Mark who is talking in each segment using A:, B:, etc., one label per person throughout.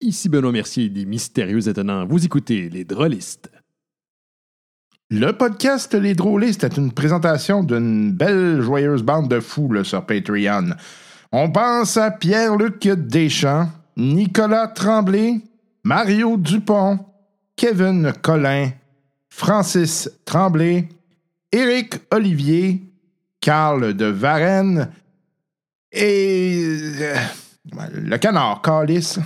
A: Ici Benoît Mercier des Mystérieux Étonnants. Vous écoutez Les Drôlistes.
B: Le podcast Les Drôlistes est une présentation d'une belle, joyeuse bande de fous là, sur Patreon. On pense à Pierre-Luc Deschamps, Nicolas Tremblay, Mario Dupont, Kevin Collin, Francis Tremblay, Éric Olivier, Carl de Varennes et. euh, le canard, Calis.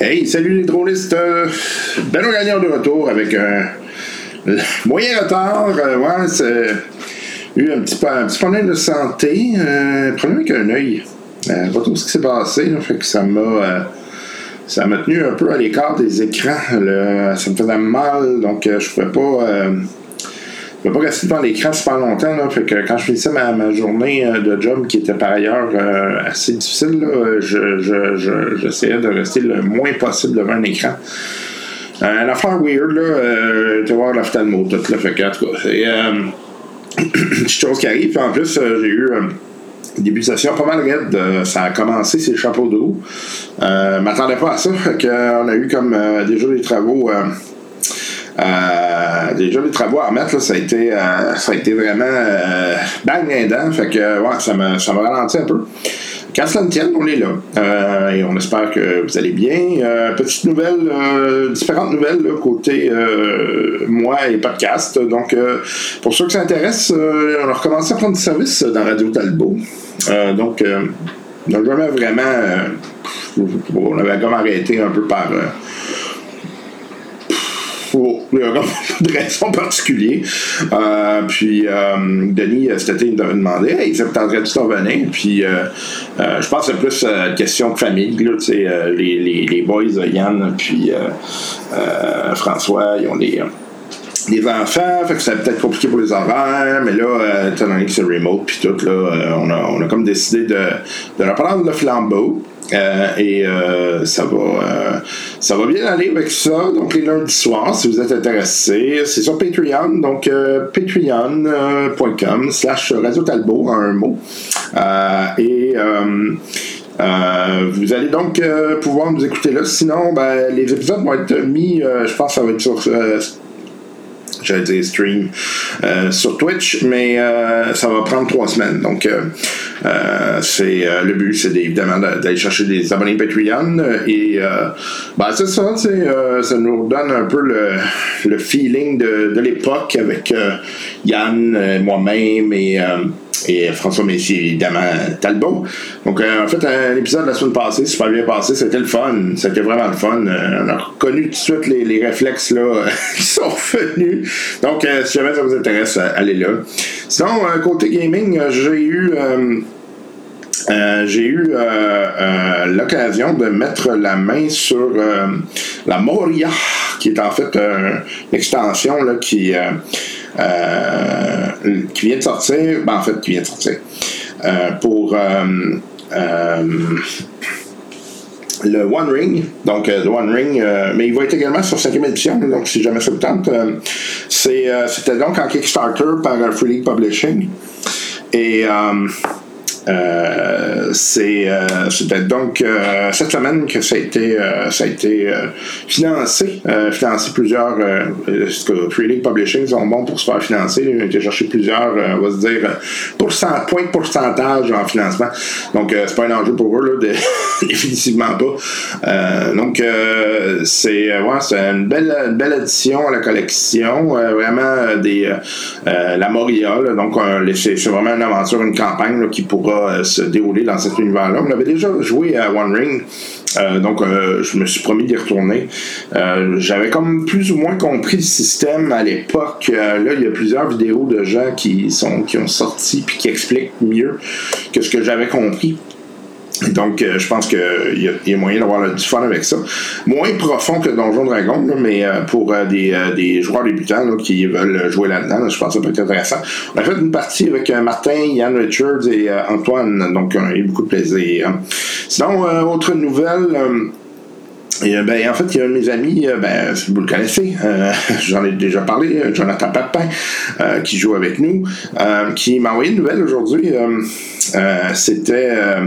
C: Hey, salut les drôlistes! Euh, Benoît Gagnon de retour avec un moyen retard. Euh, ouais, c'est eu un petit, pa- un petit problème de santé. Euh, problème avec un œil. Euh, pas trop ce qui s'est passé. là, fait que ça m'a. euh, ça m'a tenu un peu à l'écart des écrans. là. ça me faisait mal, donc euh, je pouvais pas. euh, je pouvais pas rester devant l'écran super longtemps. Là, fait que quand je finissais ma, ma journée euh, de job, qui était par ailleurs euh, assez difficile, là, euh, je- je- je- j'essayais de rester le moins possible devant un écran. Euh, L'affaire weird, là, euh, tu voir l'ophtalmo, tout, là, fait que, en tout cas, c'est, euh, petite chose qui arrive. Puis en plus, euh, j'ai eu euh, une débutation pas mal raide. Euh, ça a commencé, c'est le chapeau de roue. Euh, m'attendais pas à ça. Fait que, euh, on a eu comme euh, déjà des travaux. euh, euh, déjà les travaux à remettre, là, ça, a été, euh, ça a été vraiment euh, bang dans les dents. Fait que ouais, ça me, ça me ralentit un peu. Qu'à cela ne tienne, on est là. Euh, et on espère que vous allez bien. Euh, petite nouvelle, euh, différentes nouvelles là, côté euh, moi et podcast. Donc, euh, pour ceux qui s'intéressent, euh, on a recommencé à prendre du service euh, dans Radio Talbot. Euh, donc, euh, on n'a jamais vraiment. euh, on avait comme arrêté un peu par. euh, pour- il y a comme de raison particulière. Euh, puis euh, Denis, euh, cet été, il me demandait Hey, ça me tenterait-tu d'en venir Puis euh, euh, je pense que c'est plus euh, question de famille. Là, tu sais, euh, les, les, les boys, euh, Yann, puis euh, euh, François, ils ont des. euh, des enfants, fait que c'était peut-être compliqué pour les horaires, mais là, euh, étant donné que c'est remote puis tout, là, euh, on, a, on a comme décidé de, de reprendre le flambeau. euh, et euh, ça va euh, ça va bien aller avec ça. Donc les lundis soirs, si vous êtes intéressés, c'est sur Patreon, donc euh, patreon.com slash Radio Talbot en un mot. Euh, et euh, euh, vous allez donc euh, pouvoir nous écouter là. Sinon, ben, les épisodes vont être mis, euh, je pense que ça va être sur euh, j'allais dire stream euh, sur Twitch, mais euh, ça va prendre trois semaines. Donc, euh, euh, c'est euh, le but, c'est évidemment d'a- d'aller chercher des abonnés Patreon euh, et euh, ben, c'est ça, tu sais, euh, ça nous redonne un peu le, le feeling de, de l'époque avec euh, Yann, euh, moi-même et euh, et François Messier, évidemment, Talbot. Donc, euh, en fait, euh, l'épisode de la semaine passée, super bien passé, c'était le fun. C'était vraiment le fun. Euh, on a reconnu tout de suite les, les réflexes là, qui sont revenus. Donc, euh, si jamais ça vous intéresse, euh, allez là. Sinon, euh, côté gaming, euh, j'ai eu. euh, euh, j'ai eu euh, euh, l'occasion de mettre la main sur euh, la Moria, qui est en fait euh, une extension là, qui, euh, euh, qui vient de sortir, ben, en fait, qui vient de sortir, euh, pour euh, euh, le One Ring, donc euh, le One Ring, euh, mais il va être également sur 5e édition, donc si jamais ça vous tente, euh, c'est, euh, c'était donc en Kickstarter par euh, Free League Publishing. Et euh, euh, c'est, euh, c'était donc euh, cette semaine que ça a été, euh, ça a été euh, financé. Euh, financé plusieurs. Euh, euh, ce que Free League Publishing sont bons pour se faire financer. Ils ont été chercher plusieurs, euh, on va se dire, euh, pourcent- points de pourcentage en financement. Donc, euh, c'est pas un enjeu pour eux, là, de- définitivement pas. Euh, donc, euh, c'est euh, ouais, c'est une belle, une belle addition à la collection. Euh, vraiment, euh, des, euh, euh, la Moria, là, donc, euh, les- c'est c'est vraiment une aventure, une campagne là, qui pourra euh, se dérouler dans cet univers-là. On avait déjà joué à One Ring. Euh, donc, euh, je me suis promis d'y retourner. Euh, J'avais comme plus ou moins compris le système à l'époque. Euh, là, il y a plusieurs vidéos de gens qui, sont, qui ont sorti puis qui expliquent mieux que ce que j'avais compris. Donc, euh, je pense qu'il y, a- il y a moyen d'avoir là, du fun avec ça. Moins profond que Donjon Dragon, là, mais euh, pour euh, des, euh, des joueurs débutants là, qui veulent jouer là-dedans, là, je pense que ça peut être intéressant. On a fait une partie avec euh, Martin, Yann Richards et euh, Antoine, donc on a eu beaucoup de plaisir. Sinon, euh, autre nouvelle. euh, Et, euh, ben, en fait, il y a un de mes amis, euh, ben, si vous le connaissez, euh, j'en ai déjà parlé, euh, Jonathan Papin, euh, qui joue avec nous, euh, qui m'a envoyé une nouvelle aujourd'hui. euh, euh, c'était, euh,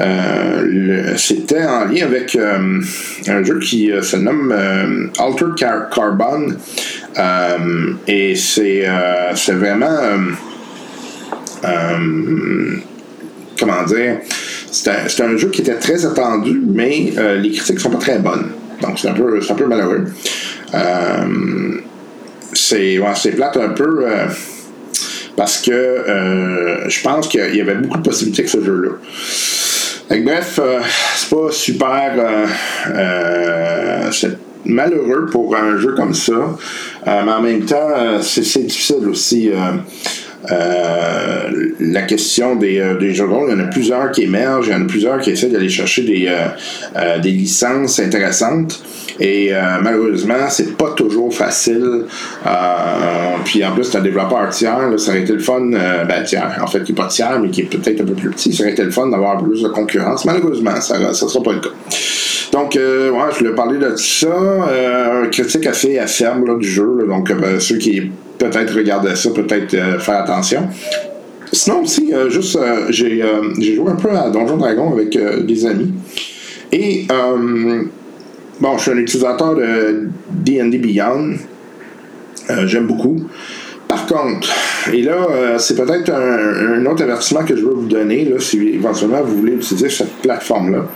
C: euh, le- c'était en lien avec euh, un jeu qui euh, se nomme euh, Altered Car- Carbon. Euh, et c'est, euh, c'est vraiment. euh, euh, comment dire, c'est un, c'est un jeu qui était très attendu, mais euh, les critiques sont pas très bonnes. Donc c'est un peu, c'est un peu malheureux. Euh, c'est ouais, c'est plate un peu euh, parce que euh, je pense qu'il y avait beaucoup de possibilités que ce jeu-là. Fait que bref, euh, c'est pas super. euh, euh, c'est malheureux pour un jeu comme ça. Euh, mais en même temps, euh, c'est c'est difficile aussi. euh, euh, la question des, euh, des jeux de rôle, il y en a plusieurs qui émergent, il y en a plusieurs qui essaient d'aller chercher des, euh, euh, des licences intéressantes. Et euh, malheureusement, c'est pas toujours facile. Euh, puis en plus, c'est un développeur tiers, là, ça aurait été le fun, euh, ben, tiers, en fait, qui n'est pas tiers, mais qui est peut-être un peu plus petit, ça aurait été le fun d'avoir plus de concurrence. Malheureusement, ça ne sera pas le cas. Donc, euh, ouais, je voulais parler de ça. Euh, critique assez acerbe là, du jeu. là. donc, euh, ceux qui peut-être regardaient ça, peut-être euh, faire attention. Sinon aussi, euh, juste, euh, j'ai euh, j'ai joué un peu à Donjon Dragon avec euh, des amis. Et, euh, bon, je suis un utilisateur de D&D Beyond. Euh, J'aime beaucoup. Par contre, et là, euh, c'est peut-être un, un autre avertissement que je veux vous donner, là, si éventuellement vous voulez utiliser cette plateforme-là.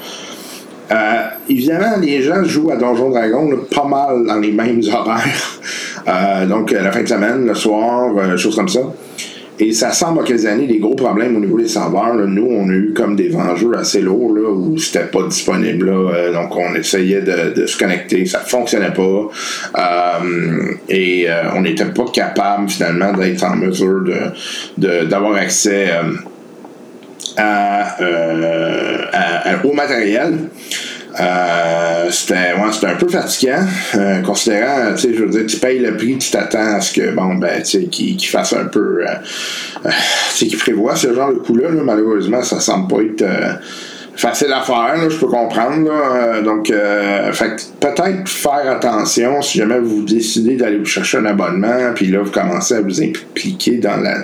C: Euh, évidemment, les gens jouent à Donjon Dragon là, pas mal dans les mêmes horaires. Euh, donc, euh, la fin de semaine, le soir, euh, choses comme ça. Et ça semble occasionner des gros problèmes au niveau des serveurs. là. Nous, on a eu comme des enjeux assez lourds là, où c'était pas disponible. là. Euh, donc, on essayait de, de se connecter, ça fonctionnait pas. Euh, et euh, on n'était pas capable finalement d'être en mesure de- de- d'avoir accès. euh, à, euh, à- à- au matériel. Euh, c'était ouais, c'était un peu fatigant, euh, considérant, tu sais, je veux dire, tu payes le prix, tu t'attends à ce que, bon, ben, tu sais, qu'ils qu'ils fassent un peu, euh, euh, tu sais, qu'ils prévoient ce genre de coup-là, là. malheureusement, ça semble pas être euh, facile à faire, là, je peux comprendre, là. Euh, donc, euh, fait que peut-être faire attention si jamais vous décidez d'aller vous chercher un abonnement, puis là, vous commencez à vous impliquer dans la,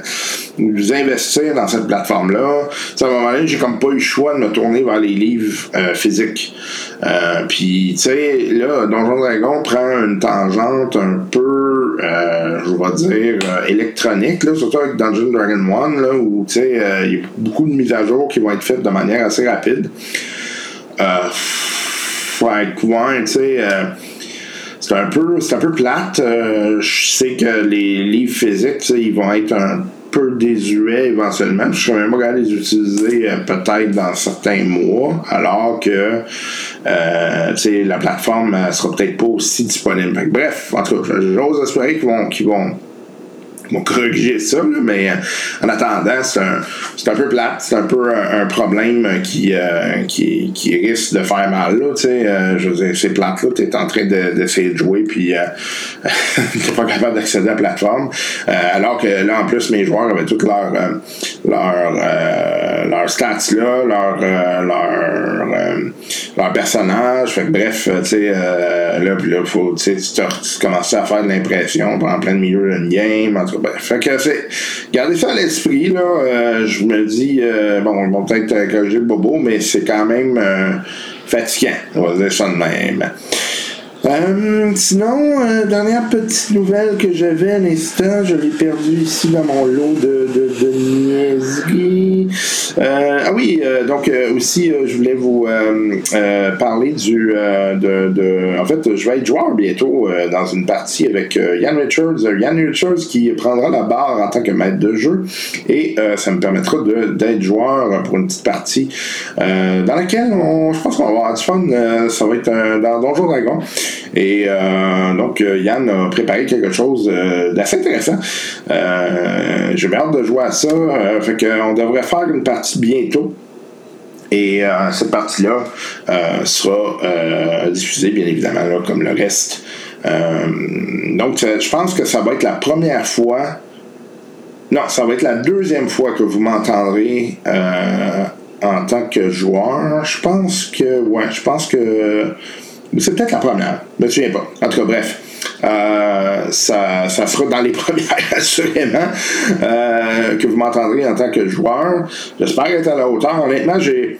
C: vous investir dans cette plateforme-là. Tu sais, À un moment donné, j'ai comme pas eu le choix de me tourner vers les livres euh, physiques. Euh, Puis, tu sais, là, Donjon Dragon prend une tangente un peu, euh, je vais dire, euh, électronique, là, surtout avec Dungeon Dragon One, là, où, tu sais, euh, il y a beaucoup de mises à jour qui vont être faites de manière assez rapide. Euh, ouais, coin, tu sais. euh, c'est un peu c'est un peu plate Euh, je sais que les livres physiques tu sais, ils vont être un peu désuets éventuellement je serais même pas capable de les utiliser euh, peut-être dans certains mois alors que euh, tu sais, la plateforme euh, sera peut-être pas aussi disponible Fait que bref en tout cas j'ose espérer qu'ils vont qu'ils vont ils vont corriger ça, là, mais euh, en attendant, c'est un, c'est un peu plate, c'est un peu un, un problème euh, qui, euh, qui, qui risque de faire mal. Là, tu sais, euh, je veux dire, c'est plate, là, tu es en train de- d'essayer de, jouer, puis euh, t'es pas capable d'accéder à la plateforme. Euh, alors que là, en plus, mes joueurs avaient toutes leurs euh, leurs, euh, leurs stats, là, leurs euh, leurs, euh, leurs personnages. Fait que bref, euh, tu sais, euh, là, puis là, faut, tu sais, tu te- tu commences à faire de l'impression en plein milieu d'une game. En tout cas, bref. Fait que c'est. Gardez ça à l'esprit, là. Euh, je me dis, euh, bon, ils vont peut-être euh, corriger le bobo, mais c'est quand même euh, fatigant. On va dire ça de même. Euh, sinon, euh, dernière petite nouvelle que j'avais à l'instant, je l'ai perdue ici dans mon lot de, de, de niaiseries. Euh, ah oui, euh, donc euh, aussi, euh, je voulais vous euh, euh, parler du. euh, de, de- en fait, je vais être joueur bientôt euh, dans une partie avec euh, Yann Richards. Euh, Yann Richards qui prendra la barre en tant que maître de jeu et euh, ça me permettra de- d'être joueur pour une petite partie euh, dans laquelle on, je pense qu'on va avoir du fun. Euh, ça va être un- dans Donjon Dragon. Et euh, donc, euh, Yann a préparé quelque chose euh, d'assez intéressant. Euh, J'ai bien hâte de jouer à ça. Euh, fait qu'on devrait faire une partie bientôt. Et euh, cette partie-là euh, sera euh, diffusée, bien évidemment, là, comme le reste. Euh, donc, ça- je pense que ça va être la première fois. Non, ça va être la deuxième fois que vous m'entendrez euh, en tant que joueur. Je pense que. Ouais, je pense que C'est peut-être la première. Je me souviens pas. En tout cas, bref. Euh, ça, ça sera dans les premières, assurément, euh, que vous m'entendrez en tant que joueur. J'espère être à la hauteur. Honnêtement, j'ai.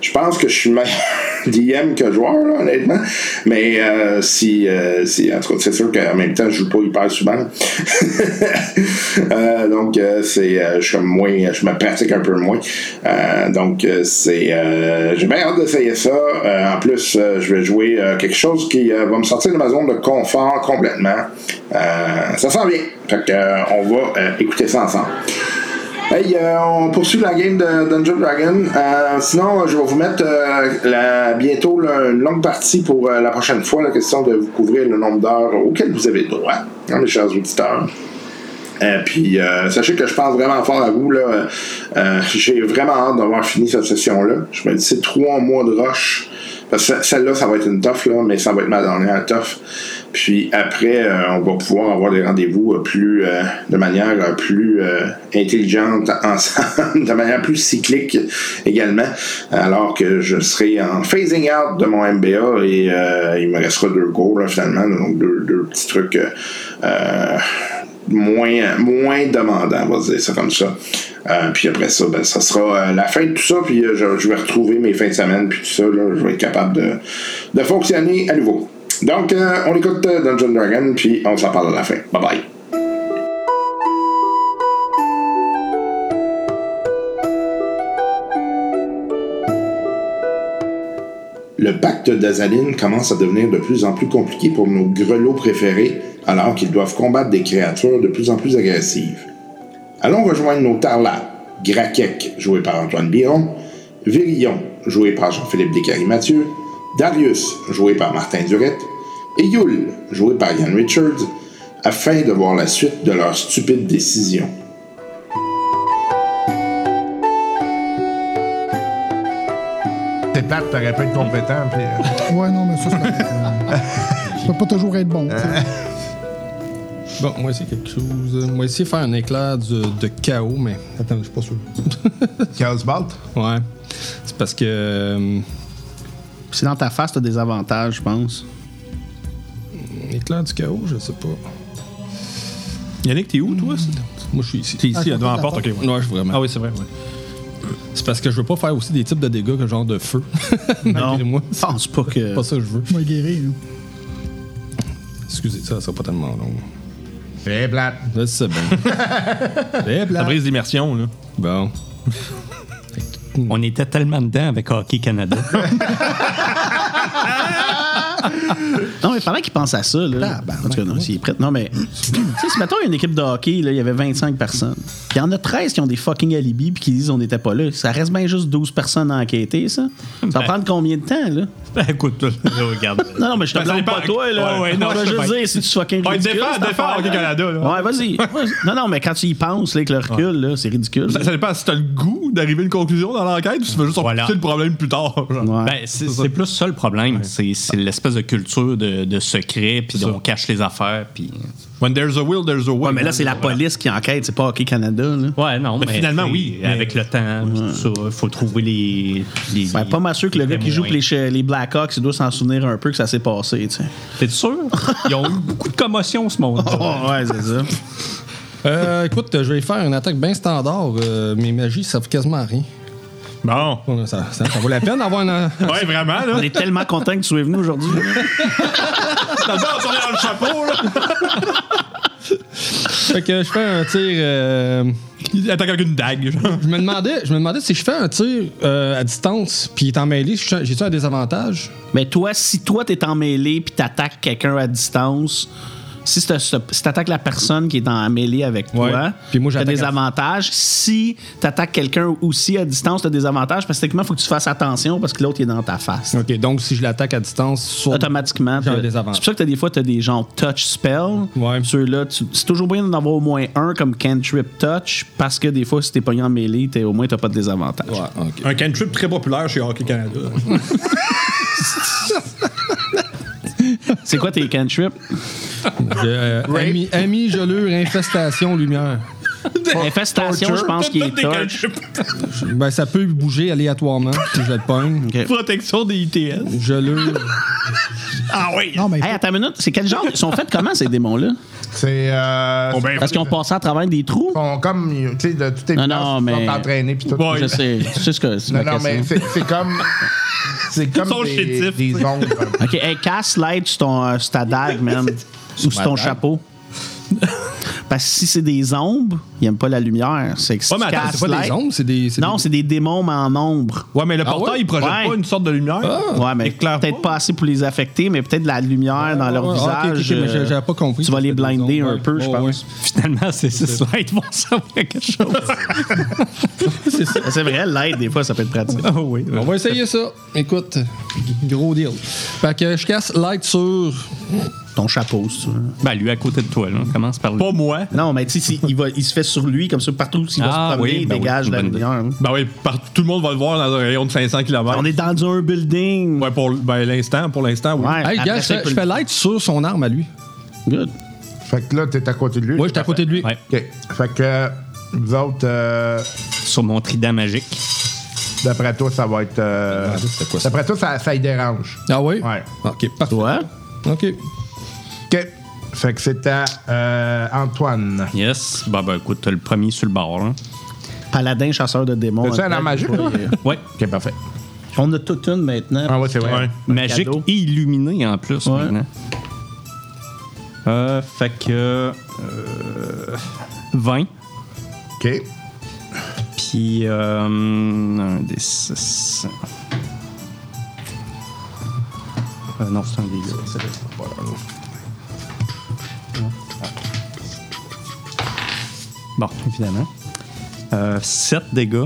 C: Je pense que je suis meilleur DM que joueur, là, honnêtement. Mais euh, si, euh, si, en tout cas, c'est sûr qu'en même temps, je joue pas hyper souvent. Euh, donc, euh, c'est, euh, je suis moins, je me pratique un peu moins. Euh, donc, euh, c'est, euh, j'ai bien hâte d'essayer ça. Euh, en plus, euh, je vais jouer euh, quelque chose qui euh, va me sortir de ma zone de confort complètement. Euh, ça s'en vient. Fait que, euh, on va euh, écouter ça ensemble. Hey, euh, on poursuit la game de Dungeon Dragon. Euh, sinon, euh, je vais vous mettre euh, la- bientôt là, une longue partie pour euh, la prochaine fois, la question de vous couvrir le nombre d'heures auxquelles vous avez le droit, hein, mes chers auditeurs. Euh, puis, euh, sachez que je pense vraiment fort à vous. Là. Euh, j'ai vraiment hâte d'avoir fini cette session-là. Je me dis, c'est trois mois de rush. Parce que celle-là, ça va être une toffe, là, mais ça va être ma dernière toffe. Puis après, euh, on va pouvoir avoir des rendez-vous euh, plus euh, de manière euh, plus euh, intelligente ensemble, de manière plus cyclique également. Alors que je serai en phasing out de mon MBA et euh, il me restera deux cours là, finalement, donc deux, deux petits trucs euh, euh, moins, moins demandant, on va dire ça comme ça. Euh, puis après ça, ben, ça sera euh, la fin de tout ça, puis euh, je, je vais retrouver mes fins de semaine, puis tout ça, là, je vais être capable de, de fonctionner à nouveau. Donc, euh, on écoute euh, Dungeon Dragon, puis on s'en parle à la fin. Bye bye. Le pacte d'Azaline commence à devenir de plus en plus compliqué pour nos grelots préférés, alors qu'ils doivent combattre des créatures de plus en plus agressives. Allons rejoindre nos Tarla, Grakek, joué par Antoine Biron, Virillon, joué par Jean-Philippe Descaries-Mathieu, Darius, joué par Martin Durette, et Yule, joué par Ian Richards, afin de voir la suite de leur stupide décision.
B: T'es plate, t'aurais pu être compétent. Puis, euh,
D: Ouais, non, mais ça, c'est pas... Ça peut pas toujours être bon. tu sais.
E: Bon, moi, c'est quelque chose. euh, Moi, ici, faire un éclair du- de chaos, mais. Attends, je suis pas sûr.
B: Chaos Bolt.
E: ouais. C'est parce que. euh,
F: C'est dans ta face, t'as des avantages, je pense.
E: éclair du chaos, je sais pas. Hmm.
G: Yannick, t'es où, toi?
E: Moi, je suis ici.
G: T'es ici,
D: Ah,
G: à devant la porte, ok. ouais.
E: Ouais, je suis vraiment.
G: Ah oui, c'est vrai, ouais.
E: C'est parce que je veux pas faire aussi des types de dégâts que genre de feu.
F: Non,
E: Malgré moi.
F: je pense pas que.
E: C'est pas ça que je hein. veux.
D: Moi, guéri. là.
E: Excusez, ça sera pas tellement long.
B: Très plate.
E: Là, c'est bien. Eh,
G: Ça
E: blanc.
G: brise l'immersion, là.
E: Bon.
H: On était tellement dedans avec Hockey Canada.
F: Non, mais pendant qu'il pense à ça, là. en tout cas, non, s'il est prêt. Non, mais. tu sais, si mettons, il y a une équipe de hockey, là, il y avait 25 personnes. Puis il y en a 13 qui ont des fucking alibis puis qui disent on n'était pas là. Ça reste bien juste 12 personnes à enquêter, ça. Ça va prendre combien de temps, là?
H: Ben, écoute, là, regarde.
F: Non, non, mais je te
G: Ben, ça
F: blâme pas
G: dépend.
F: toi, là.
G: Ouais, ouais, non,
F: je
G: je
F: veux
G: sais
F: juste
G: bien.
F: dire si tu fucking
G: Ouais,
F: ridicule,
G: défends-
F: cette
G: défends
F: affaire-là.
G: Hockey Canada, là.
F: Ouais, vas-y. Vas-y. Non, non, mais quand tu y penses, là, avec le recul, là, c'est ridicule.
G: Ça, ça dépend si t'as le goût d'arriver à une conclusion dans l'enquête ou si tu veux juste
H: Voilà.
G: repousser le problème plus tard. genre.
F: Ouais.
H: Ben, c'est c'est plus ça le problème. C'est c'est l'espèce de culture de, de secret, puis on cache les affaires, puis.
G: When there's a will, there's a way.
F: Ouais, mais là, c'est la police qui enquête, c'est pas Hockey Canada, là.
H: Ouais, non, mais.
G: finalement,
H: c'est-
G: oui, mais-
H: Avec le temps, il faut trouver les. les
F: Ben, pas mal sûr que le gars qui joue pour les, che- les Blackhawks, il doit s'en souvenir un peu que ça s'est passé, tu sais.
H: T'es sûr? Ils ont eu beaucoup de commotion, ce monde.
F: Ah Oh, ouais, c'est ça.
E: Euh, écoute, je vais faire une attaque bien standard. euh, mes magies servent quasiment à rien.
G: Bon.
E: Bon, là, Ça, ça- ça vaut la peine d'avoir un.
G: Ouais, vraiment, là.
F: On est tellement content que tu sois venu aujourd'hui.
G: Dans le sens, on est dans le chapeau, là.
E: fait que je fais un tir. euh,
G: Il attaque avec une dague, genre.
E: Je me demandais, je me demandais si je fais un tir euh, à distance puis il est emmêlé, j'ai j'ai-tu un désavantage?
F: Mais toi, si toi, t'es emmêlé puis t'attaques quelqu'un à distance, si t'as- si t'attaques la personne qui est en mêlée avec toi,
E: Ouais. Puis moi,
F: t'as
E: j'attaque
F: des
E: à-
F: avantages. Si t'attaques quelqu'un aussi à distance, t'as des avantages parce que techniquement, faut que tu fasses attention parce que l'autre il est dans ta face.
E: Ok, donc si je l'attaque à distance sur.
F: Automatiquement,
E: J'ai un
F: t'as- c'est
E: désavantage.
F: pour ça que t'as des fois, t'as des gens touch spell.
E: Ouais.
F: Ceux-là, tu- c'est toujours bien d'en avoir au moins un comme cantrip touch parce que des fois, si t'es pogné en mêlée, t'es- au moins t'as pas de désavantage.
E: Ouais, Ah, ok.
G: Un cantrip très populaire chez Hockey Canada.
F: C'est quoi tes cantrips?
E: J'ai, euh, ami, ami, gelure, infestation, lumière.
F: Infestation, je pense qu'il est touch.
E: Ben, ça peut bouger aléatoirement si je le pogne.
H: Protection des ITS.
E: Je le.
H: Ah oui!
D: Non, mais.
F: Hey, attends une minute. C'est quel genre? Ils sont faits comment, ces démons-là?
B: C'est. euh,
G: Bon, ben,
F: Parce qu'ils ont passé à travers des trous?
B: sont comme, tu sais, de toutes tes
F: Non,
B: places,
F: non,
B: ils sont
F: mais-
B: entraînés puis tout.
F: Je sais. Je sais ce que c'est.
B: non,
F: ma
B: non, mais
F: question.
B: c'est c'est comme. C'est comme
G: sont
B: des,
G: chétifs.
B: des ombres.
F: OK, hey, casse l'aide sur, ton, euh, sur ta dague, man. Ou sur ton chapeau. Parce que si c'est des ombres, ils n'aiment pas la lumière. C'est que si
G: Ouais, mais
F: tu
G: attends,
F: casses
G: c'est pas des
F: l'aide-
E: ombres, c'est des- c'est
F: Non,
E: des-
F: c'est des démons, mais en ombre.
G: Ouais, mais le
H: Ah
G: portail,
E: ouais?
G: il projette
F: Ouais.
G: pas une sorte de lumière.
F: ouais, mais
G: Éclaire
F: peut-être pas. assez pour les affecter, mais peut-être de la lumière dans leur
E: Ah, ouais, ouais, ok, ok,
F: visage.
E: mais j'ai-
F: euh,
E: j'avais pas compris
F: Tu vas
E: que
F: les
E: c'était des
F: blinder
E: ombres.
F: un peu, je
E: Ouais, ouais.
F: pense.
H: Finalement, ces six lights vont savoir quelque chose.
F: C'est vrai, l'aide, des fois, ça peut être pratique.
H: Ah oui.
E: On va essayer ça. Écoute, gros deal. Fait que je casse light sur.
F: Ton chapeau, si tu veux.
H: Ben, lui, à côté de toi, là. On commence par lui.
G: Pas moi.
F: Non, mais tu sais, si- il, va- il se fait sur lui, comme ça, partout où il va
H: Ah
F: se promener,
H: oui,
F: il
H: ben oui,
F: dégage
H: c'est une
F: la
H: bonne idée.
F: lumière. hein.
G: Ben oui, par- tout le monde va le voir dans un rayon de 500 km.
F: On est dans un building.
G: Ouais, pour ben, l'instant, pour l'instant, oui.
F: Ouais,
E: Hey,
F: après
E: gars, je
F: ça, il
E: fais,
F: peut
E: je fais light sur son arme à lui.
F: le- Good.
B: fait que là, t'es à côté de lui.
E: Oui, j'étais à côté de lui.
H: Ouais.
B: OK. Fait que vous autres, euh,
H: Sur mon trident magique.
B: d'après toi, ça va être. euh,
E: Ah, c'était quoi, ça?
B: d'après toi, ça, ça y dérange.
E: Ah oui?
B: Ouais.
E: Ok, parfait.
F: Toi?
E: Ok.
B: OK. Fait que c'est à euh, Antoine.
H: Yes. Bah, ben, écoute, t'as le premier sur le bord, là.
F: Paladin, chasseur de démons.
B: T'as-tu un
F: Hein,
B: arme magique, toi?
H: Ouais.
B: OK, parfait.
F: On a toute une maintenant.
B: Ah, ouais, c'est vrai.
G: Ouais.
H: Magique
F: cadeau.
H: et illuminé en plus
F: Ouais.
H: maintenant. Euh, fait que. euh, 20.
B: OK.
H: Puis. Euh, un des 6. Euh, non, c'est un des gars. Ah. Bon, évidemment. 7 dégâts.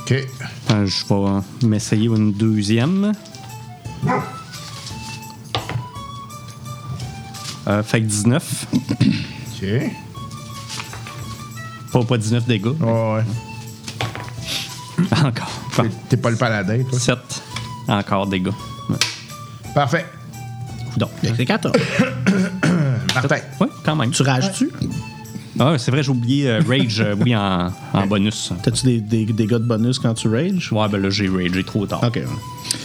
B: OK.
H: Euh, je vais m'essayer une deuxième. Euh, fait que 19.
B: OK.
H: Pas, pas 19 dégâts.
B: Ouais, ouais.
H: Encore.
B: T'es- T'es pas le paladin, toi.
H: 7. Encore dégâts. Ouais.
B: Parfait.
H: Coudonc.
F: C'est 14.
B: Martin.
H: Ouais, quand même.
F: tu rages-tu?
H: Ah, c'est vrai, j'ai oublié euh, Rage, euh, oui, en, en bonus.
F: T'as-tu des, des, des dégâts de bonus quand tu rages?
H: Ouais, ben là, j'ai ragé trop tard.
F: OK.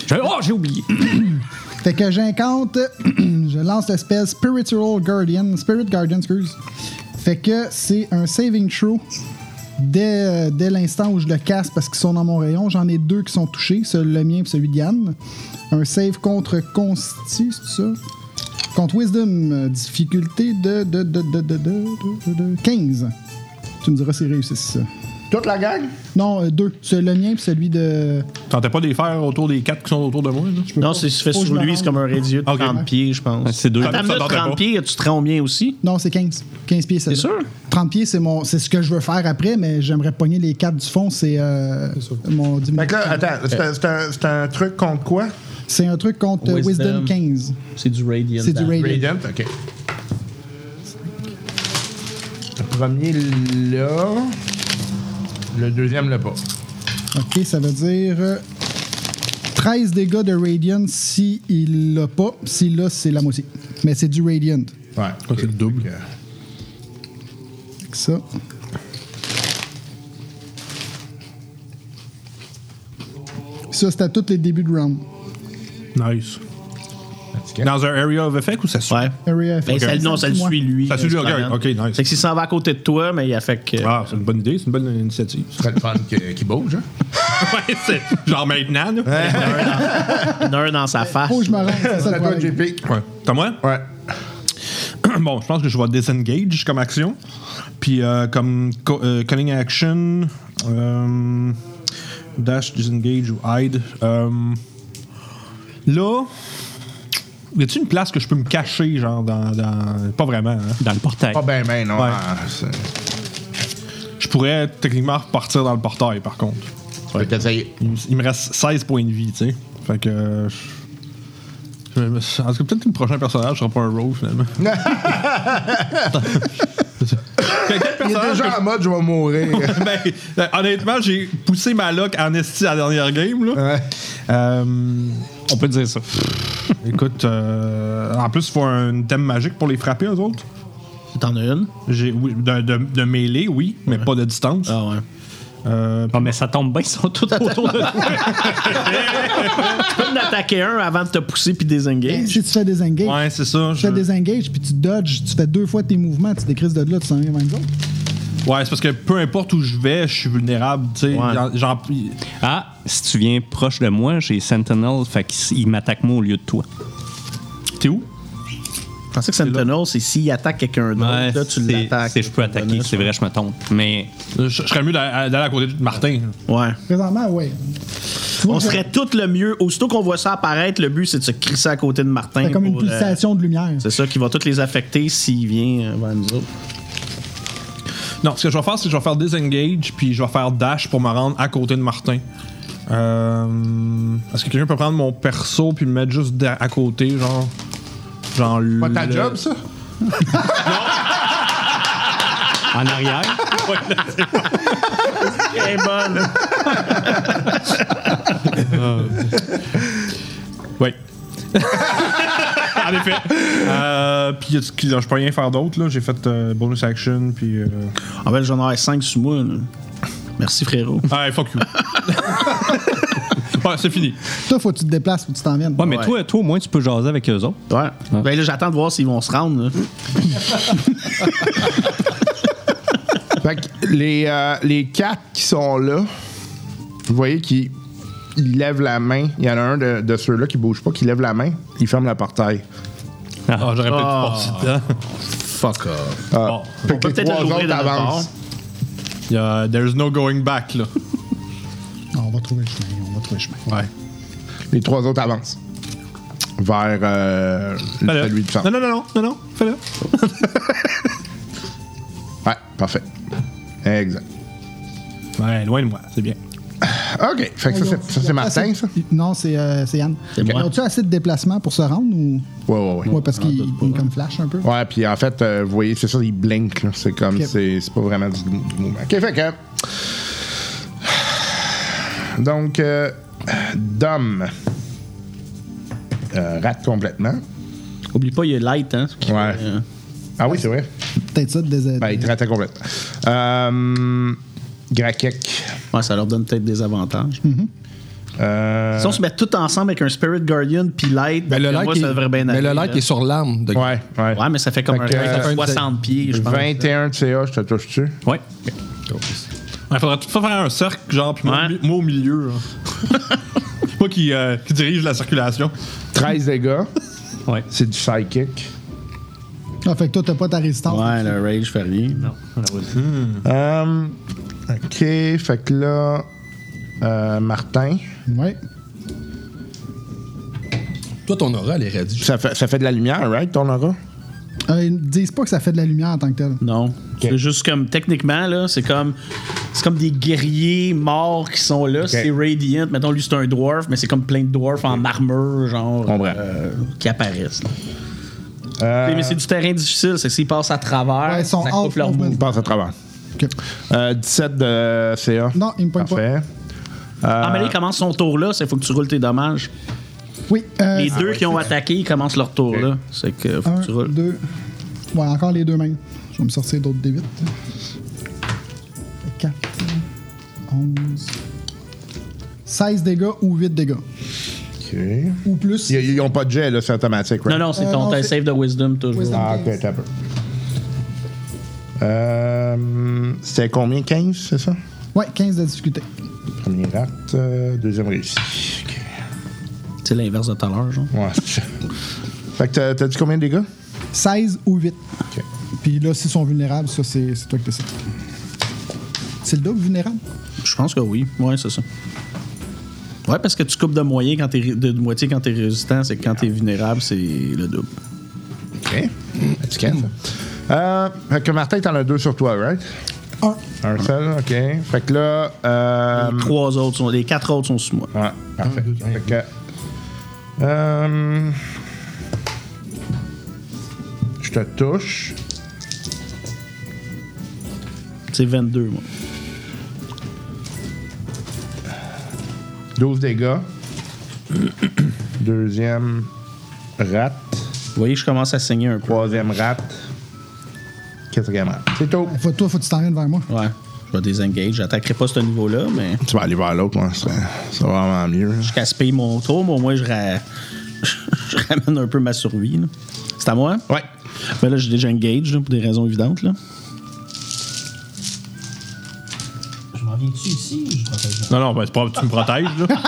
H: Je- oh, j'ai oublié.
D: Fait que j'incante, je lance l'espèce Spiritual Guardian, Spirit Guardian, excuse. Fait que c'est un saving throw dès, euh, dès l'instant où je le casse parce qu'ils sont dans mon rayon. J'en ai deux qui sont touchés, celui, le mien et celui de Yann. Un save contre Consti, c'est ça? Contre Wisdom, euh, difficulté de, de, de, de, de, de, de- de- de 15. Tu me diras s'ils réussissent ça.
B: Toute la gang?
D: Non, euh, deux. C'est le mien et celui de...
G: Tentais pas de les faire autour des quatre qui sont autour de moi, là?
F: Non, c'est se fait
D: Faut que je
F: sur
D: me
F: lui,
D: rende.
F: c'est comme un radius de
G: Ok.
F: 30 pieds, je pense.
H: C'est deux.
F: Attends,
G: Ça
F: une minute,
G: tentait
F: 30
G: pas.
F: pieds, tu te rends bien aussi?
D: Non, c'est 15. 15 pieds, c'est
F: T'es sûr?
D: 30 pieds, c'est mon, c'est ce que je veux faire après, mais j'aimerais pogner les quatre du fond. C'est euh, mon
B: Fait que là, attends, euh, c'est un- c'est un, c'est un truc contre quoi?
D: C'est un truc contre euh, Wisdom,
F: Wisdom.
D: 15.
F: C'est du radiant.
D: C'est du Radiant.
B: Radiant, OK. Le premier là. Le deuxième là-bas.
D: Ok, ça veut dire euh, 13 dégâts de Radiant si il l'a pas. S'il l'a, c'est la moitié. Mais c'est du Radiant.
B: Ouais.
E: c'est le double.
B: Fait que-
D: Ça. Ça, c'est à tous les débuts de round.
G: Nice. Dans un area of effect ou ça suit?
F: Ouais.
D: Area effect.
F: Ben, ça, non, ça le
D: Moi.
F: suit, lui.
G: Ça suit lui,
F: euh,
G: ok,
F: cependant.
G: ok, nice.
F: Fait que s'il s'en va à côté de toi, mais il affecte que.
G: Ah, c'est une bonne idée, c'est une bonne initiative.
B: Très le fun que- qui bouge, hein?
G: ouais, c'est genre maintenant, là.
F: d'un dans sa face.
D: Oh, je me rends. C'est ça
B: C'est
D: le
B: à toi,
D: problème.
B: JP.
G: Ouais. T'as moi?
B: Ouais.
G: bon, je pense que je vais disengage comme action. Puis euh, comme co- euh, calling action, euh, dash, disengage ou hide. Euh, là, y a-t-il une place que je peux me cacher, genre, dans. dans- pas vraiment. hein?
H: Dans le portail.
B: Pas ben, ben, non.
G: Ouais.
B: Ah, c'est-
G: Je pourrais techniquement repartir dans le portail, par contre.
B: Fait que t'essayes.
G: Il, me- il me reste 16 points de vie, tu sais. Fait que. euh, je- je me- en tout cas, peut-être que le prochain personnage sera pas un rose, finalement.
B: Il
G: Quel
B: est
G: personnage que
B: déjà en mode, je vais mourir.
G: ben, euh, honnêtement, j'ai poussé ma loc en esti à la dernière game. Là.
B: Ouais.
G: Euh,
H: On peut dire ça.
G: écoute, euh, en plus, il faut un thème magique pour les frapper, eux autres.
F: T'en as une?
G: J'ai- oui, de, de, de mêlée, oui, mais pas de distance.
F: Ah ouais.
G: Euh,
H: Non, mais ça tombe bien, ils sont tous autour de toi.
F: Tu peux en attaquer un avant de te pousser puis désengager.
D: Si tu fais des engages,
G: ouais, c'est ça.
D: tu fais
G: je-
D: des engages, puis tu dodges, tu fais deux fois tes mouvements, tu décrises de là, tu s'en viens même autres.
G: Ouais, c'est parce que peu importe où je vais, je suis vulnérable. Tu sais, J'en- j'en-
H: Ah, si tu viens proche de moi, j'ai Sentinel, fait qu'il m'attaque moi au lieu de toi.
G: T'es où?
F: Je pensais que Sentinel, c'est s'il attaque quelqu'un d'autre, là, tu
H: c'est-
F: l'attaques.
H: c'est- Je peux attaquer, c'est vrai, je me trompe. Mais
G: Je, je serais mieux d'a- d'aller à côté de Martin.
F: Ouais.
D: Présentement, ouais. Tu vois
F: On
D: que
F: serait tout le mieux. Aussitôt qu'on voit ça apparaître, le but, c'est de se crisser à côté de Martin.
D: T'as comme une
F: pour, euh,
D: pulsation de lumière.
F: c'est ça qui va toutes les affecter s'il vient euh, vers nous autres.
G: Non, ce que je vais faire, c'est que je vais faire disengage, puis je vais faire dash pour me rendre à côté de Martin. Euh, Est-ce que quelqu'un peut prendre mon perso puis me mettre juste da- à côté, genre. Genre
B: Pas ta
G: le-
B: job, ça?
H: en arrière,
F: Très bonne.
G: Oui. en effet. Euh, puis y a- excusez, je peux rien faire d'autre, là. J'ai fait euh, bonus action, puis. euh,
F: ben, En fait, j'en ai 5 sous moi. là. Merci, frérot.
G: Ah, fuck you. ouais, c'est fini.
D: Toi, faut que tu te déplaces, faut que tu t'en viennes.
H: Ouais, mais
F: Ouais.
H: Toi, toi, au moins, tu peux jaser avec eux autres.
F: Ouais. Ben là, j'attends de voir s'ils vont se rendre. là.
B: Fait que les, euh, les quatre qui sont là, vous voyez qu'ils ils lèvent la main. Il y en a un de, de ceux-là qui bouge pas, qui lève la main, il ferme la portail.
G: Ah, j'aurais peut-être passé le temps.
F: Fuck off.
G: Bon.
B: Fait que
F: peut
B: les
F: peut-être
B: trois
F: l'ouvrir
B: autres
F: dans le
B: avancent.
G: Y a- there's no going back, là.
D: On va trouver le chemin, on va trouver le chemin.
G: Ouais.
B: Les trois autres avancent. Vers euh, celui du centre.
G: Non, non, non, non, non, non, fais-le.
B: Ouais, parfait. Exact.
G: Ouais, loin de moi, c'est bien.
B: OK. Fait que ça, c'est- ça, c'est Martin, ça?
D: Non, c'est euh, c'est Yann.
F: moi.
D: Ils ont-tu assez de déplacements pour se rendre ou.
B: Ouais, ouais, ouais.
D: Ouais,
F: Ah,
D: parce qu'il il est comme flash un peu.
B: Ouais, puis en fait, euh, vous voyez, c'est ça, il blink. là. C'est comme,
D: Ok.
B: c'est c'est pas vraiment du, du mouvement. ben, OK, fait que... Donc, euh, Dom Euh, rate complètement.
F: Oublie pas, il y a light, hein.
B: Ouais.
F: Euh,
B: Ah oui, c'est vrai.
D: Peut-être ça, des.
B: Ben, il te ratait complètement. Euh, Grakek.
F: ouais, ça leur donne peut-être des avantages.
B: Euh,
F: Si on se met tout ensemble avec un Spirit Guardian puis light,
E: Mais
I: Ben,
E: Ben, le
F: d'après
E: light,
F: moi,
E: est,
F: ça devrait bien
E: mais le
F: aller,
E: light
F: là.
E: est sur l'arme. De...
B: ouais, ouais.
F: Ouais, mais ça fait comme
B: Fait que,
F: un
B: euh,
F: light de 60 pieds, je pense.
B: 21 de CA, je te touche dessus.
H: Ouais.
G: Ouais, faudrait tout faire un cercle, genre, puis moi, au
F: Ouais.
G: mi- moi au milieu. là. moi qui, euh, qui dirige la circulation.
B: 13 dégâts.
H: Ouais.
B: C'est du psychic.
D: Ah, fait que toi, t'as pas ta résistance.
F: Ouais, le rage fait rien.
G: Mm-hmm.
B: Euh, ok, fait que là, euh, Martin,
D: Ouais.
E: Toi, ton aura, elle est radie.
B: ça fait, ça fait de la lumière, right, ton aura?
D: Euh, ils disent pas que ça fait de la lumière en tant que tel.
F: Non. C'est juste comme, techniquement, là, c'est comme. C'est comme des guerriers morts qui sont là. C'est Radiant. Mettons, lui, c'est un dwarf, mais c'est comme plein de dwarfs en armure, genre.
B: Comprends.
F: euh, qui apparaissent. là.
B: Euh,
F: Mais c'est du terrain difficile. C'est que s'ils passent à travers,
D: Ouais, ils sont
F: ça
D: off
F: coupe leur
D: movement.
F: mouvement.
B: il passe à travers.
D: Ok.
B: Euh, 17 de CA.
D: Non, il me pointe pas.
B: Parfait.
F: Ah,
B: Euh.
F: mais là, il commence son tour là. Il faut que tu roules tes dommages.
D: Oui. Euh,
F: Les deux qui ont attaqué, ils commencent leur tour là. C'est que faut que tu
D: 1,
F: roules.
D: 2. Ouais, encore les deux mêmes. Je vais me sortir d'autres D8. 4, 11. 16 dégâts ou 8 dégâts.
B: Ok.
D: Ou plus.
B: Ils, ils ont pas de jet, là, c'est automatique, right?
F: Non, non, c'est
D: Euh,
F: ton
D: non,
F: t'as
D: c'est-
F: save de wisdom toujours.
D: Wisdom.
B: Ah, ok, t'as peu. Euh, C'était combien? 15, c'est ça?
D: Ouais, 15 de difficulté.
B: Premier rate, euh, deuxième réussi. Ok.
F: C'est l'inverse de tout à l'heure, genre.
B: Ouais, c'est ça. Fait que t'as- t'as dit combien de dégâts?
D: 16 ou 8.
B: Ok.
D: Puis là, s'ils sont vulnérables, ça, c'est c'est toi qui décides. C'est le double vulnérable?
F: Je pense que oui. Ouais, c'est ça. Ouais, parce que tu coupes de moyen quand t'es ré- de moitié quand t'es résistant, c'est que quand t'es vulnérable, c'est le double.
B: OK. Efficace. Euh, fait que Martin, t'en as deux sur toi, right?
D: 1.
B: Un seul, OK. Fait que là... Euh,
F: Les trois autres sont. Les quatre autres sont sous moi.
B: ouais, parfait. Fait que... Euh, je te touche.
F: C'est 22, moi.
B: 12 dégâts. Deuxième rate.
F: Vous voyez, je commence à saigner un peu.
B: Troisième rate. quatrième round. C'est tout.
D: Eh, Faut, toi, faut que tu t'en viennes vers moi.
F: Ouais. Je vais désengage. J'attaquerai pas ce niveau-là, mais
B: Tu vas aller vers l'autre, moi. Ça, ça va vraiment mieux. là.
F: je gaspille mon tour, mais au moins je, ra- je ramène un peu ma survie. là. C'est à moi?
B: Ouais.
F: Ben là, j'ai déjà engage là, pour des raisons évidentes. Là.
G: Non, non, ben, c'est pas- tu me protèges, là.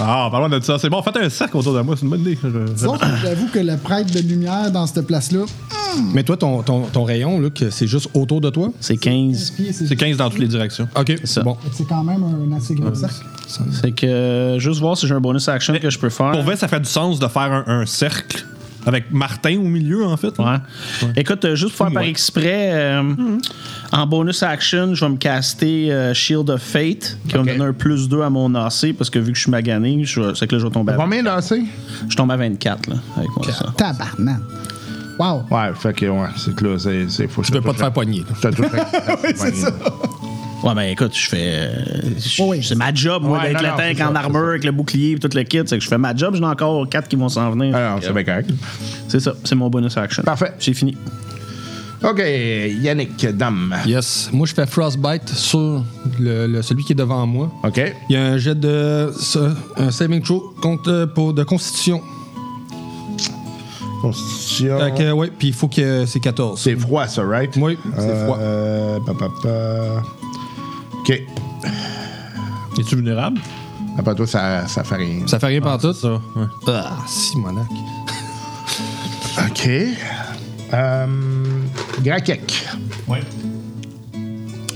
G: ah, parlons de ça. C'est bon, faites un cercle autour de moi, c'est une bonne idée. Je- je-
D: Disons que j'avoue que le prêtre de lumière dans cette place-là,
E: Mais toi, ton, ton, ton rayon, là, que c'est juste autour de toi?
F: C'est 15.
D: pied, c'est
G: C'est 15 dans toutes les directions.
E: OK,
F: ça.
E: bon.
D: c'est quand même un assez gros cercle.
F: Fait que euh, juste voir si j'ai un bonus action que je peux faire.
G: Pour vrai, ça fait du sens de faire un, un cercle avec Martin au milieu, en fait.
F: Ouais. Écoute, euh, juste pour faire par
G: Ouais.
F: exprès, euh, en bonus action, je vais me caster euh, Shield of Fate, qui va me donner un plus 2 à mon AC, parce que vu que je suis magané, je vais- c'est que là, je vais tomber à,
B: Combien lancé?
F: je tombe à 24, là, avec moi, ça.
D: Tabarnak. Wow.
B: Ouais, fait que, ouais, c'est que là, c'est, c'est faut
E: Tu peux pas te faire pogner. là.
B: c'est ça.
F: Ouais, ben écoute, je fais. euh, je-
D: Oh oui.
F: C'est ma job, moi,
B: Ouais,
F: d'être
B: non,
F: le
B: non,
F: tank
B: c'est
F: en
B: ça,
F: armure, avec le bouclier, et tout le kit. C'est que je fais ma job, j'en ai encore 4 qui vont s'en venir.
B: Alors, Ah, c'est bien correct.
F: C'est ça, c'est mon bonus action.
B: Parfait.
F: J'ai fini.
B: OK, Yannick, dame.
E: Yes. Moi, je fais Frostbite sur le, le- celui qui est devant moi.
B: OK.
E: Il y a un jet de. ça, un saving throw contre, euh, pour, de constitution.
B: Constitution.
I: Euh,
E: Fait
F: Ah.
E: que, ouais, puis il faut que c'est 14.
B: C'est froid, ça, right?
E: Oui, c'est froid.
B: Euh, pa, pa, pa. OK.
G: Es-tu vulnérable?
B: Après toi, ça, ça fait rien.
E: Ça fait rien par tout.
G: Ça, ouais.
E: Ah, si, monac.
B: OK. Euh, Grakek.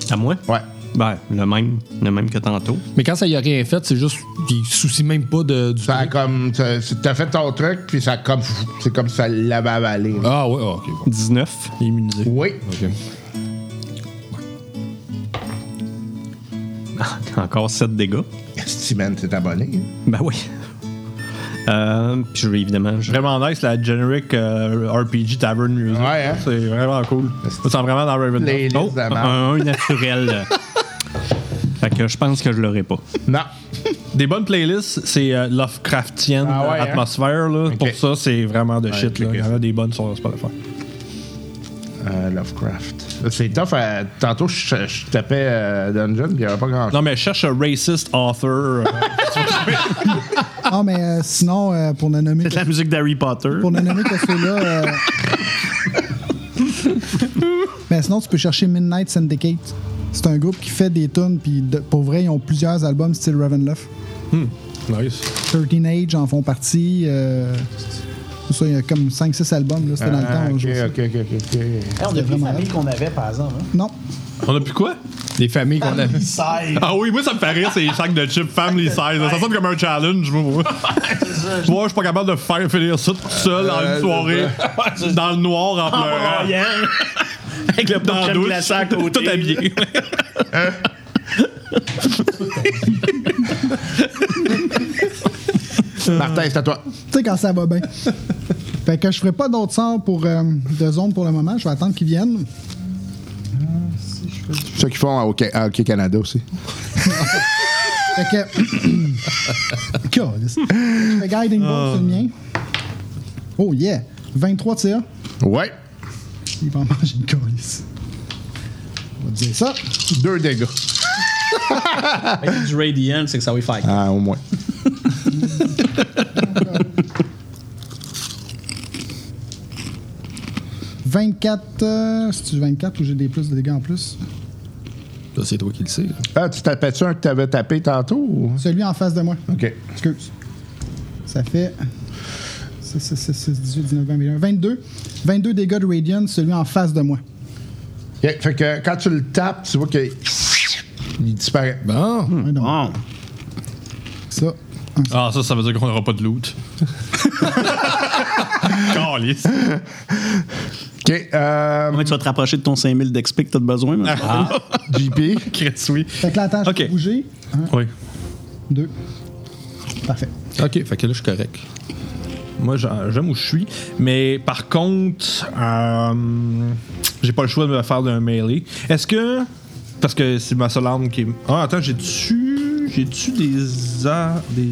H: À moi?
B: Ouais.
H: Ben, le même, le même que tantôt.
E: Mais quand ça y a rien fait, c'est juste. Il se soucie même pas de, du.
B: Ça a comme. ça- T'as fait ton truc, puis ça a comme. C'est comme ça l'avait avalé.
E: Ah, ouais, ah, ok. bon.
H: 19. Immunisé.
B: Oui.
H: Encore 7 dégâts.
B: Steven, t'es abonné. hein?
H: Ben oui. Euh, puis je vais évidemment. je-
G: Vraiment nice, la generic euh, RPG Tavern Music.
B: Ouais, hein?
G: C'est vraiment cool. Ça sent vraiment dans Raven.
B: Les
H: Oh,
B: listes de marde.
H: un, un naturel. fait que je pense que je l'aurai pas.
B: Non.
G: Des bonnes playlists, c'est euh, Lovecraftienne
B: Ah ouais, hein?
G: atmosphère. Là. Pour ça, c'est vraiment de shit. Là.
B: ok.
G: Il y en a des bonnes sur Spotify.
B: Euh, Lovecraft. C'est tough. euh, tantôt, je, je tapais euh, Dungeon, puis il n'y avait pas grand-chose.
G: Non, mais cherche un racist author. euh,
D: Ah, mais euh, sinon, euh, pour ne nommer
F: C'est de la musique d'Harry Potter.
D: pour ne nommer que ceux-là. euh, Mais sinon, tu peux chercher Midnight Syndicate. C'est un groupe qui fait des tunes, puis de- pour vrai, ils ont plusieurs albums style Ravenloft.
B: Hmm,
G: nice.
D: 13 Age en font partie. euh, tout ça, il y a comme 5-6 albums, là, c'était dans le temps.
B: Ah,
D: on
B: ok,
D: jouait ça.
B: ok, ok, ok, ok.
F: on a
D: plus la famille
F: qu'on avait, par exemple. hein.
D: Non,
G: On a plus quoi?
E: Des familles qu'on a.
G: Ah oui, moi, ça me fait rire, ces sacs de chips family size. là. Ça sonne comme un challenge, moi. Moi, Moi, je Euh, suis pas capable de faire finir ça tout seul en une soirée, dans le noir, en
H: Ah,
G: pleurant.
F: Avec le
G: Dans la
F: de crème
G: douche,
F: glacée à côté.
G: tout habillé.
B: Martin, c'est à toi.
D: tu sais, quand ça va bien. fait que je ferai pas d'autres sorts pour, euh, de zone pour le moment. Je vais attendre qu'ils viennent.
B: Ceux qui font à Hockey, à Hockey Canada aussi.
D: Fait que. Calisse. Je fais Guiding Bolt sur le
G: Ah.
D: mien. Oh yeah! 23 TA.
B: Ouais.
D: Il va en manger une calice. On va dire ça.
B: Deux dégâts.
F: Du Radiant, c'est que ça va y faire.
B: Ah, au moins.
D: Euh, 24. C'est-tu 24 ou j'ai des plus de dégâts en plus?
E: Ça, c'est toi qui le sais. là.
B: Ah, tu tapais-tu un que t'avais tapé tantôt? ou-
D: Celui en face de moi.
B: OK.
D: Excuse. Ça fait. 6, 6, 6, 6, 18, 19, 20, 21. 22. 22 dégâts de Radiant, celui en face de moi.
B: Ok, Fait que quand tu le tapes, tu vois que. Il disparaît.
E: Bon.
D: Ouais, donc,
F: Bon.
D: ça.
G: Ah, ça, ça veut dire qu'on n'aura pas de loot. Calice.
B: OK. Euh,
F: Ouais, tu vas te rapprocher de ton 5000 d'XP que t'as de besoin.
G: Ah.
F: maintenant.
B: JP.
G: Chris, oui.
D: Fait que là, attends, je
G: Ok.
D: peux bouger. 1,
G: Oui.
D: 2. Parfait.
E: OK, fait que là, je suis correct.
G: Moi, j'a- j'aime où je suis. Mais par contre, euh, j'ai pas le choix de me faire d'un melee. Est-ce que. Parce que c'est ma seule arme qui est. Ah, attends, j'ai-tu. J'ai-tu des. a- des...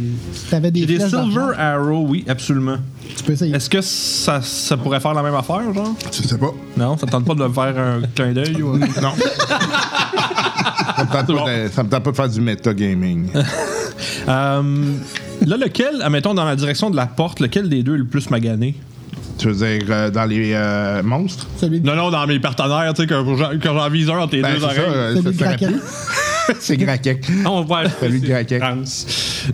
D: T'avais des
G: J'ai des
D: flèches
G: Silver
D: d'argent.
G: Arrow, oui, absolument.
D: Tu peux essayer.
G: Est-ce que ça, ça pourrait faire la même affaire, genre?
J: Je sais pas.
G: Non, ça te tente pas de le faire un clin d'œil ou.
J: Non. ça, me tente pas de, ça me tente pas de faire du metagaming.
G: Euh, là, lequel, admettons, dans la direction de la porte, lequel des deux est le plus magané?
J: tu veux dire, euh, dans les euh, monstres?
D: Celui de
G: Non, non, dans mes partenaires, tu sais, quand j'en- quand j'en vise un entre tes
J: Ben,
G: deux
J: c'est ça,
G: oreilles.
J: euh,
D: celui de
J: ça, ça
D: Kraken.
J: aurait pu. c'est Graquec.
G: On va
J: Celui de Graquec.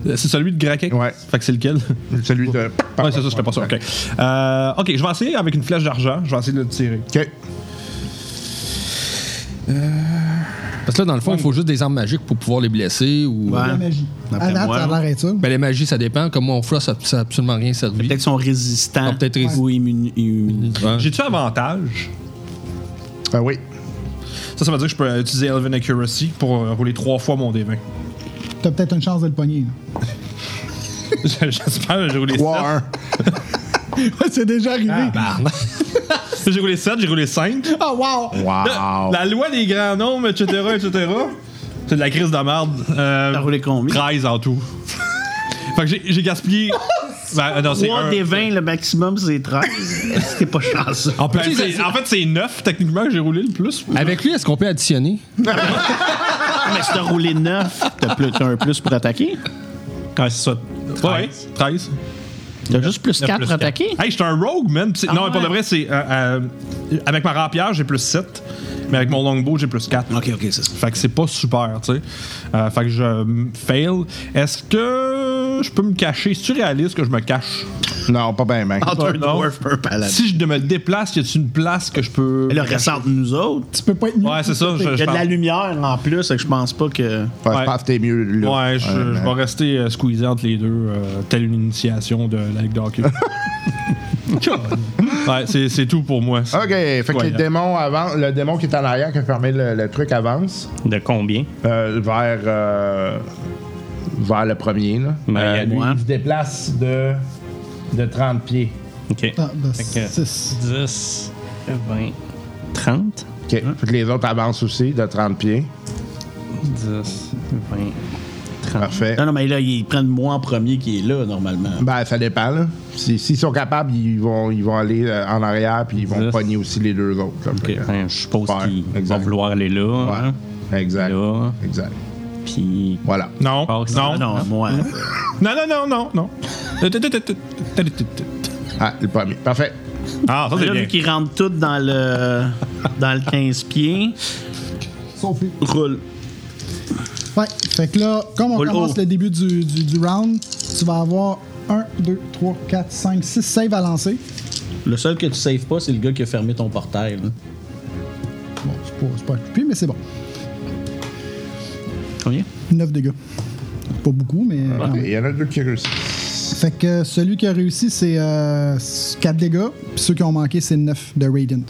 G: C'est celui de Graquec?
J: Ouais.
G: Fait que c'est lequel?
J: Celui de.
G: Ouais, c'est ça, j'étais pas sûr. OK. Euh, OK, je vais essayer avec une flèche d'argent. Je vais essayer de le tirer.
J: Ok.
I: Parce que là, dans le fond, il faut juste des armes magiques pour pouvoir les blesser. Ou...
F: Ouais.
D: la magie.
F: D'après
D: À date,
F: moi,
D: ça a l'air d'être ça.
I: Ben, les magies, ça dépend. Comme mon frost, ça- ça n'a absolument rien servi.
F: Peut-être qu'ils sont résistants
I: Ah, peut-être résistants.
F: ou immunes. immunes.
I: Ouais.
G: J'ai-tu avantage?
J: Ah oui.
G: Ça, ça veut dire que je peux utiliser Elven Accuracy pour euh, rouler trois fois mon D20.
D: T'as peut-être une chance de le pogner. là.
G: J'espère que j'ai roulé 7.
J: 3-1.
D: c'est déjà arrivé.
G: J'ai roulé 7, j'ai roulé 5.
D: Oh, wow!
F: Ah.
J: Wow.
G: La loi des grands nombres, etc., etc. C'est de la crise de merde. Euh,
F: T'as roulé combien?
G: 13 en tout. fait que j'ai j'ai gaspillé... Ben, non, c'est
F: 3
G: un.
F: des 20, le maximum, c'est 13. Est-ce que t'es pas chanceux?
I: On peut
G: Ben, c'est- en fait, c'est 9 techniquement que j'ai roulé le plus.
I: Avec lui, est-ce qu'on peut additionner?
F: Ah, Mais si t'as roulé 9, t'as plus- t'as un plus pour attaquer.
H: Ouais, c'est ça.
G: Ouais, 13.
F: T'as juste plus 4
G: plus
F: pour
G: quatre.
F: attaquer.
G: Hey, j'étais un rogue, man. Pis c'est-
F: Ah
G: non, mais pour
F: ouais.
G: de vrai, c'est. euh, euh, avec ma rapière, j'ai plus 7. Mais avec mon longbow, j'ai plus 4.
F: Ok, ok, c'est ça.
G: Fait que c'est pas super, tu sais. Euh, fait que je euh, fail. Est-ce que je peux me cacher? C'est-tu réaliste que je me cache?
J: Non, pas bien, mec.
F: Entre un
G: non.
F: dwarf et un paladin.
G: Si je me déplace, y a-tu une place que je peux.
F: Le ressemble nous autres.
D: Tu peux pas être mieux.
G: Ouais, c'est ça. Je,
F: Il y
G: je
F: a de la
G: pense-
F: lumière en plus, fait que je pense pas que.
J: Ouais,
G: Ouais.
J: Je pense que t'es mieux là.
G: Ouais, je,
J: Euh,
G: je vais
J: mais-
G: rester euh, squeezé entre les deux, euh, telle une initiation de la Ligue de hockey. ouais, c'est, c'est tout pour moi.
J: Ok, fait que les
G: Incroyable.
J: démons avan- le démon qui est en arrière, qui a fermé le, le truc, avance
H: De combien?
J: euh, vers, euh, vers le premier. Là.
H: Ben,
B: Euh,
H: il y a
J: lui,
F: moi.
J: il se déplace de, de 30 pieds.
H: OK.
D: Ah, ben,
H: Fait que-
D: six.
H: 10, 20, 30.
J: Ok, fait que les autres avancent aussi de 30 pieds.
H: 10, 20, 30.
J: Parfait.
F: Non, non, mais là, ils prennent moi en premier qui est là, normalement.
J: Ben, ça dépend. là. Si- S'ils sont capables, ils vont, ils vont aller euh, en arrière puis ils vont
H: Dix.
J: pogner aussi les deux autres. là. Fait que-
H: Enfin, je suppose
J: Ouais,
H: qu'ils
J: exact.
H: vont vouloir aller là. hein,
J: Ouais. Exact.
H: Là.
J: Exact.
H: Puis.
J: Voilà.
G: Non,
H: Ah, c'est-
G: non,
F: Ah non, moi.
G: Non, non, non, non, non.
J: Ah, le premier. Parfait.
G: Ah, ça c'est
F: Là,
G: bien.
F: vu qu'ils rentrent tous dans le, dans le 15 pieds,
D: Sauf lui.
F: roule.
D: Ouais, fait que là, comme on
F: Roule
D: commence
F: haut.
D: le début du, du, du round, tu vas avoir 1, 2, 3, 4, 5, 6 saves à lancer.
F: Le seul que tu saves pas, c'est le gars qui a fermé ton portail. là.
D: Bon, c'est pas, c'est pas coupé, mais c'est bon.
F: Combien?
D: 9 dégâts. Pas beaucoup, mais. quand
J: Ok,
D: même.
J: Il y en a deux qui réussissent.
D: Fait que celui qui a réussi, c'est 4 dégâts, puis ceux qui ont manqué, c'est 9 de Radiant.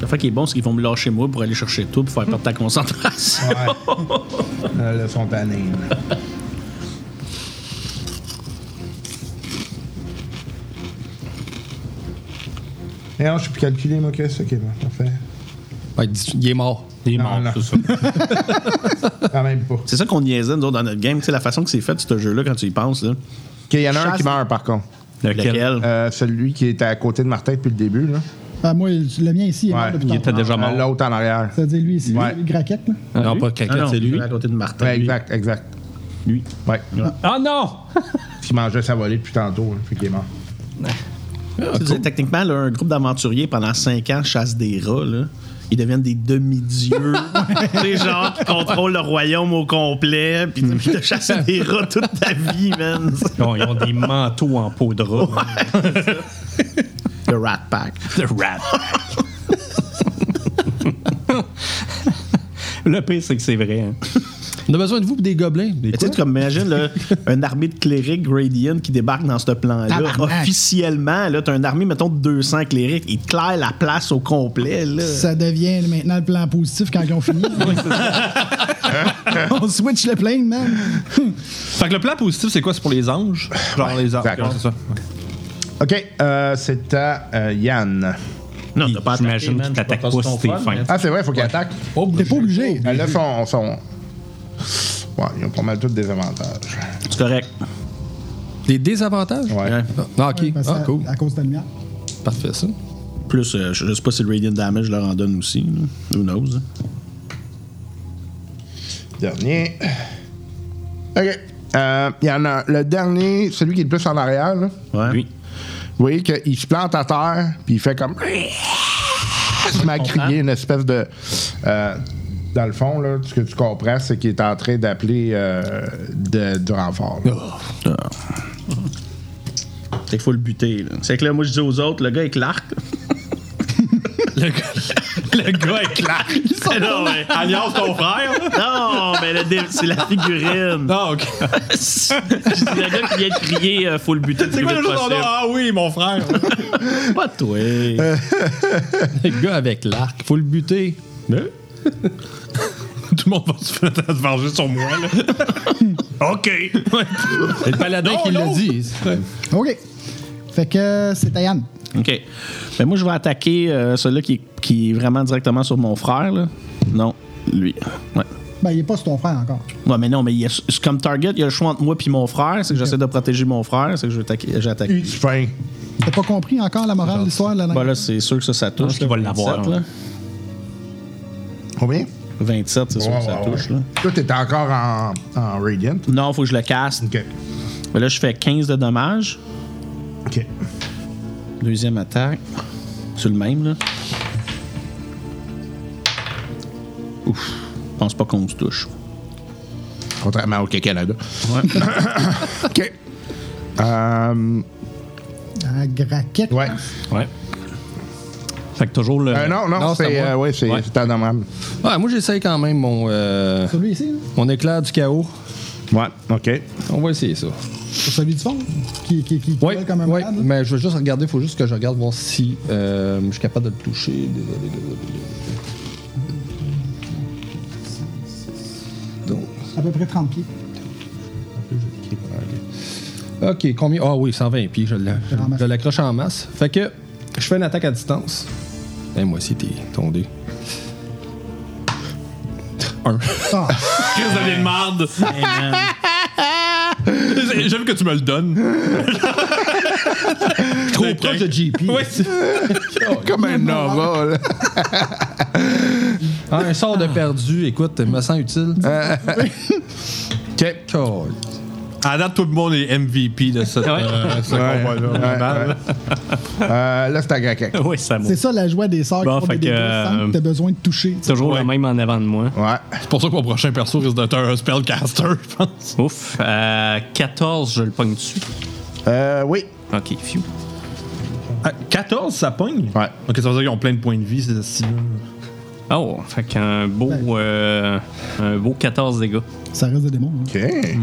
F: La fois qui est bon, c'est qu'ils vont me lâcher moi pour aller chercher toi pour faire perdre ta concentration.
J: Euh, le sont tannés, là. Et Eh non, je suis plus calculé, moi, que ça, ok, bon, parfait.
I: Ouais, dis- il est mort.
H: Il est
J: Non,
H: mort,
J: non.
H: c'est ça.
J: Quand même pas.
F: C'est ça qu'on niaisait, nous autres, dans notre game. C'est la façon que c'est fait, ce jeu-là, quand tu y penses. Là.
J: Ok, il y en a un
F: Chasse-
J: qui meurt, par contre.
H: Lequel?
J: Euh, celui qui était à côté de Martin depuis le début, là.
D: Ah, moi, le mien ici, il est mort
J: Ouais,
D: depuis
H: Il
D: tantôt.
H: était déjà
J: Euh,
H: mort.
J: L'autre en arrière.
D: C'est-à-dire lui ici,
J: Ouais.
D: lui, le graquette, là.
I: non, pas
F: Ah
I: quelqu'un,
F: non,
I: c'est lui.
F: à côté de Martin.
J: Ouais, exact, exact.
F: Lui.
J: Ouais.
H: Ah non!
J: Qui mangeait sa volée depuis tantôt, là, fait qu'il est mort.
F: Ah, Tu sais, Techniquement, là, un groupe d'aventuriers pendant 5 ans chasse des rats. Là. Ils deviennent des demi-dieux. des gens qui contrôlent le royaume au complet. Puis tu as chassé des rats toute ta vie, man.
H: Bon, ils ont des manteaux en peau de rat.
F: Le Rat Pack.
H: The rat. Le pire, c'est que c'est vrai. hein.
I: On a besoin de vous pour des gobelins. Des
F: Mais tu sais, comme imagine là, une armée de clérics gradient qui débarque dans ce plan-là.
D: Tabarnak.
F: Officiellement, là, t'as une armée, mettons, de 200 clérics. Ils te clairent la place au complet. Là.
D: Ça devient maintenant le plan positif quand ils ont fini. on switch le plane, man.
G: Fait que le plan positif, c'est quoi? C'est pour les anges?
F: Ah,
G: Genre les anges.
J: exact.
G: Ouais, c'est ça.
J: Ok, euh, c'est à euh, Yann.
H: Non, t'as pas attaqué, J'imagine
K: man,
H: que
K: je peux
H: t'attaques
K: pas
H: pas
K: sur ton
H: si t'es
K: fun,
H: fin.
K: man.
B: Ah, c'est vrai, faut qu'il attaque. Euh,
D: T'es pas obligé.
B: Là, son, son... Ouais, ils ont pas mal tous des avantages.
F: C'est correct.
I: Des désavantages?
B: Ouais.
I: Ah, ok.
D: Ouais, ben, parce que
I: ah, cool.
D: À cause de la lumière.
I: Parfait, ça.
F: Plus, euh, je je sais pas si le radiant damage leur en donne aussi. là. Who knows? hein.
B: Dernier. OK. Euh, Il y en a le dernier, celui qui est le plus en arrière. Là.
F: Ouais.
H: Oui.
B: Vous voyez qu'il se plante à terre, puis il fait comme. Il se met à crier une espèce de. euh, dans le fond, là, ce que tu comprends, c'est qu'il est en train d'appeler euh, de- du renfort.
H: Ah.
B: là.
F: Fait qu'il faut le buter. là. C'est que là, moi, je dis aux autres, le gars avec l'arc.
H: Le gars avec l'arc.
F: non, mais.
H: Alliance ton frère.
F: Non, mais le dé- c'est la figurine.
H: Ah, ok.
F: Je dis, le gars qui vient de crier, euh, faut le buter le
H: C'est
F: plus
H: quoi
F: vite
H: le nom
F: possible.
H: Ah oui, mon frère.
F: Pas toi. Euh,
I: Le gars avec l'arc, faut le buter.
G: Tout le monde va se faire se venger sur moi, là. OK.
I: C'est le paladin qui l'a dit.
D: OK. Fait que euh, c'est à Yann.
F: OK. Ben, moi, je vais attaquer euh, celui-là qui, qui est vraiment directement sur mon frère. Là. Non, lui. Ouais.
D: Ben, il est pas sur ton frère encore.
F: Ouais, mais non, mais il y a- c'est comme target, il y a le choix entre moi puis mon frère. C'est que j'essaie de protéger mon frère. C'est que je vais attaquer- j'attaque.
B: Il se feint.
D: T'as pas compris encore la morale de l'histoire, là?
F: Bah là, c'est sûr que ça, ça touche.
H: qu'il
F: là,
H: va l'avoir,
F: 27, là.
H: hein.
B: Combien?
F: 27, c'est sûr que
B: Ouais,
F: ça
B: ouais,
F: touche.
B: ouais.
F: Là.
B: Toi, t'es encore en, en Radiant.
F: Non, faut que je le casse.
B: OK.
F: Mais là, je fais 15 de dommages.
B: OK.
F: Deuxième attaque. C'est le même, là. Ouf. Je pense pas qu'on se touche.
B: Contrairement au Canada.
F: Ouais.
B: OK. Euh,
D: À Graquette.
B: ouais.
H: Ouais. Fait que toujours le.
B: Euh, non, non,
I: non, c'est
B: c'est
I: à moi.
B: euh, ouais, c'est
H: Ouais.
B: c'est anormal.
I: Ouais, moi, j'essaye quand même mon, euh,
D: Celui ici, là.
I: mon éclair du chaos.
B: Ouais, OK.
I: On va essayer ça.
D: Sur celui du fond. Qui, qui, qui, qui
I: Oui,
D: vole comme un
I: ouais,
D: malade. hein? là.
I: mais je veux juste regarder, faut juste que je regarde voir si euh, je suis capable de le toucher. Désolé, désolé, désolé. Donc,
D: À peu près 30 pieds.
I: OK, combien? Ah oui, 120 pieds, je l'a-
D: En masse.
I: je l'accroche en masse. Fait que je fais une attaque à distance. Eh, moi aussi, t'es tombé. Un.
D: Ah,
G: Chris de de marde. J'aime que tu me le donnes.
I: Trop proche de JP.
G: Ouais, c'est-
B: Comme un Nova, là.
I: Ah, un sort de perdu, écoute, je me sens utile.
B: OK.
I: Oh,
G: À date, tout le monde est MVP de cette, euh, ce
B: Ouais.
G: combat-là.
B: Ouais,
G: Normal.
B: ouais. Euh, là, c'est à Grakek.
H: Oui, ça m'a.
D: C'est ça la joie des sorts
H: Bon,
D: qui font
H: fait
D: des
H: que,
D: dégâts sans que t'as besoin de toucher. tu sais.
H: Toujours le même en avant de moi.
B: Ouais.
G: C'est pour ça que mon prochain perso risque d'être un spellcaster, je pense.
H: Ouf. Euh, 14, je le pogne dessus.
B: Euh, oui.
H: Ok, phew.
G: 14, ça pogne?
B: Ouais.
G: Ok, ça veut dire qu'ils ont plein de points de vie, ces style
H: Oh, fait qu'un beau, euh, un beau 14 dégâts.
D: Ça reste des démons. hein.
B: OK.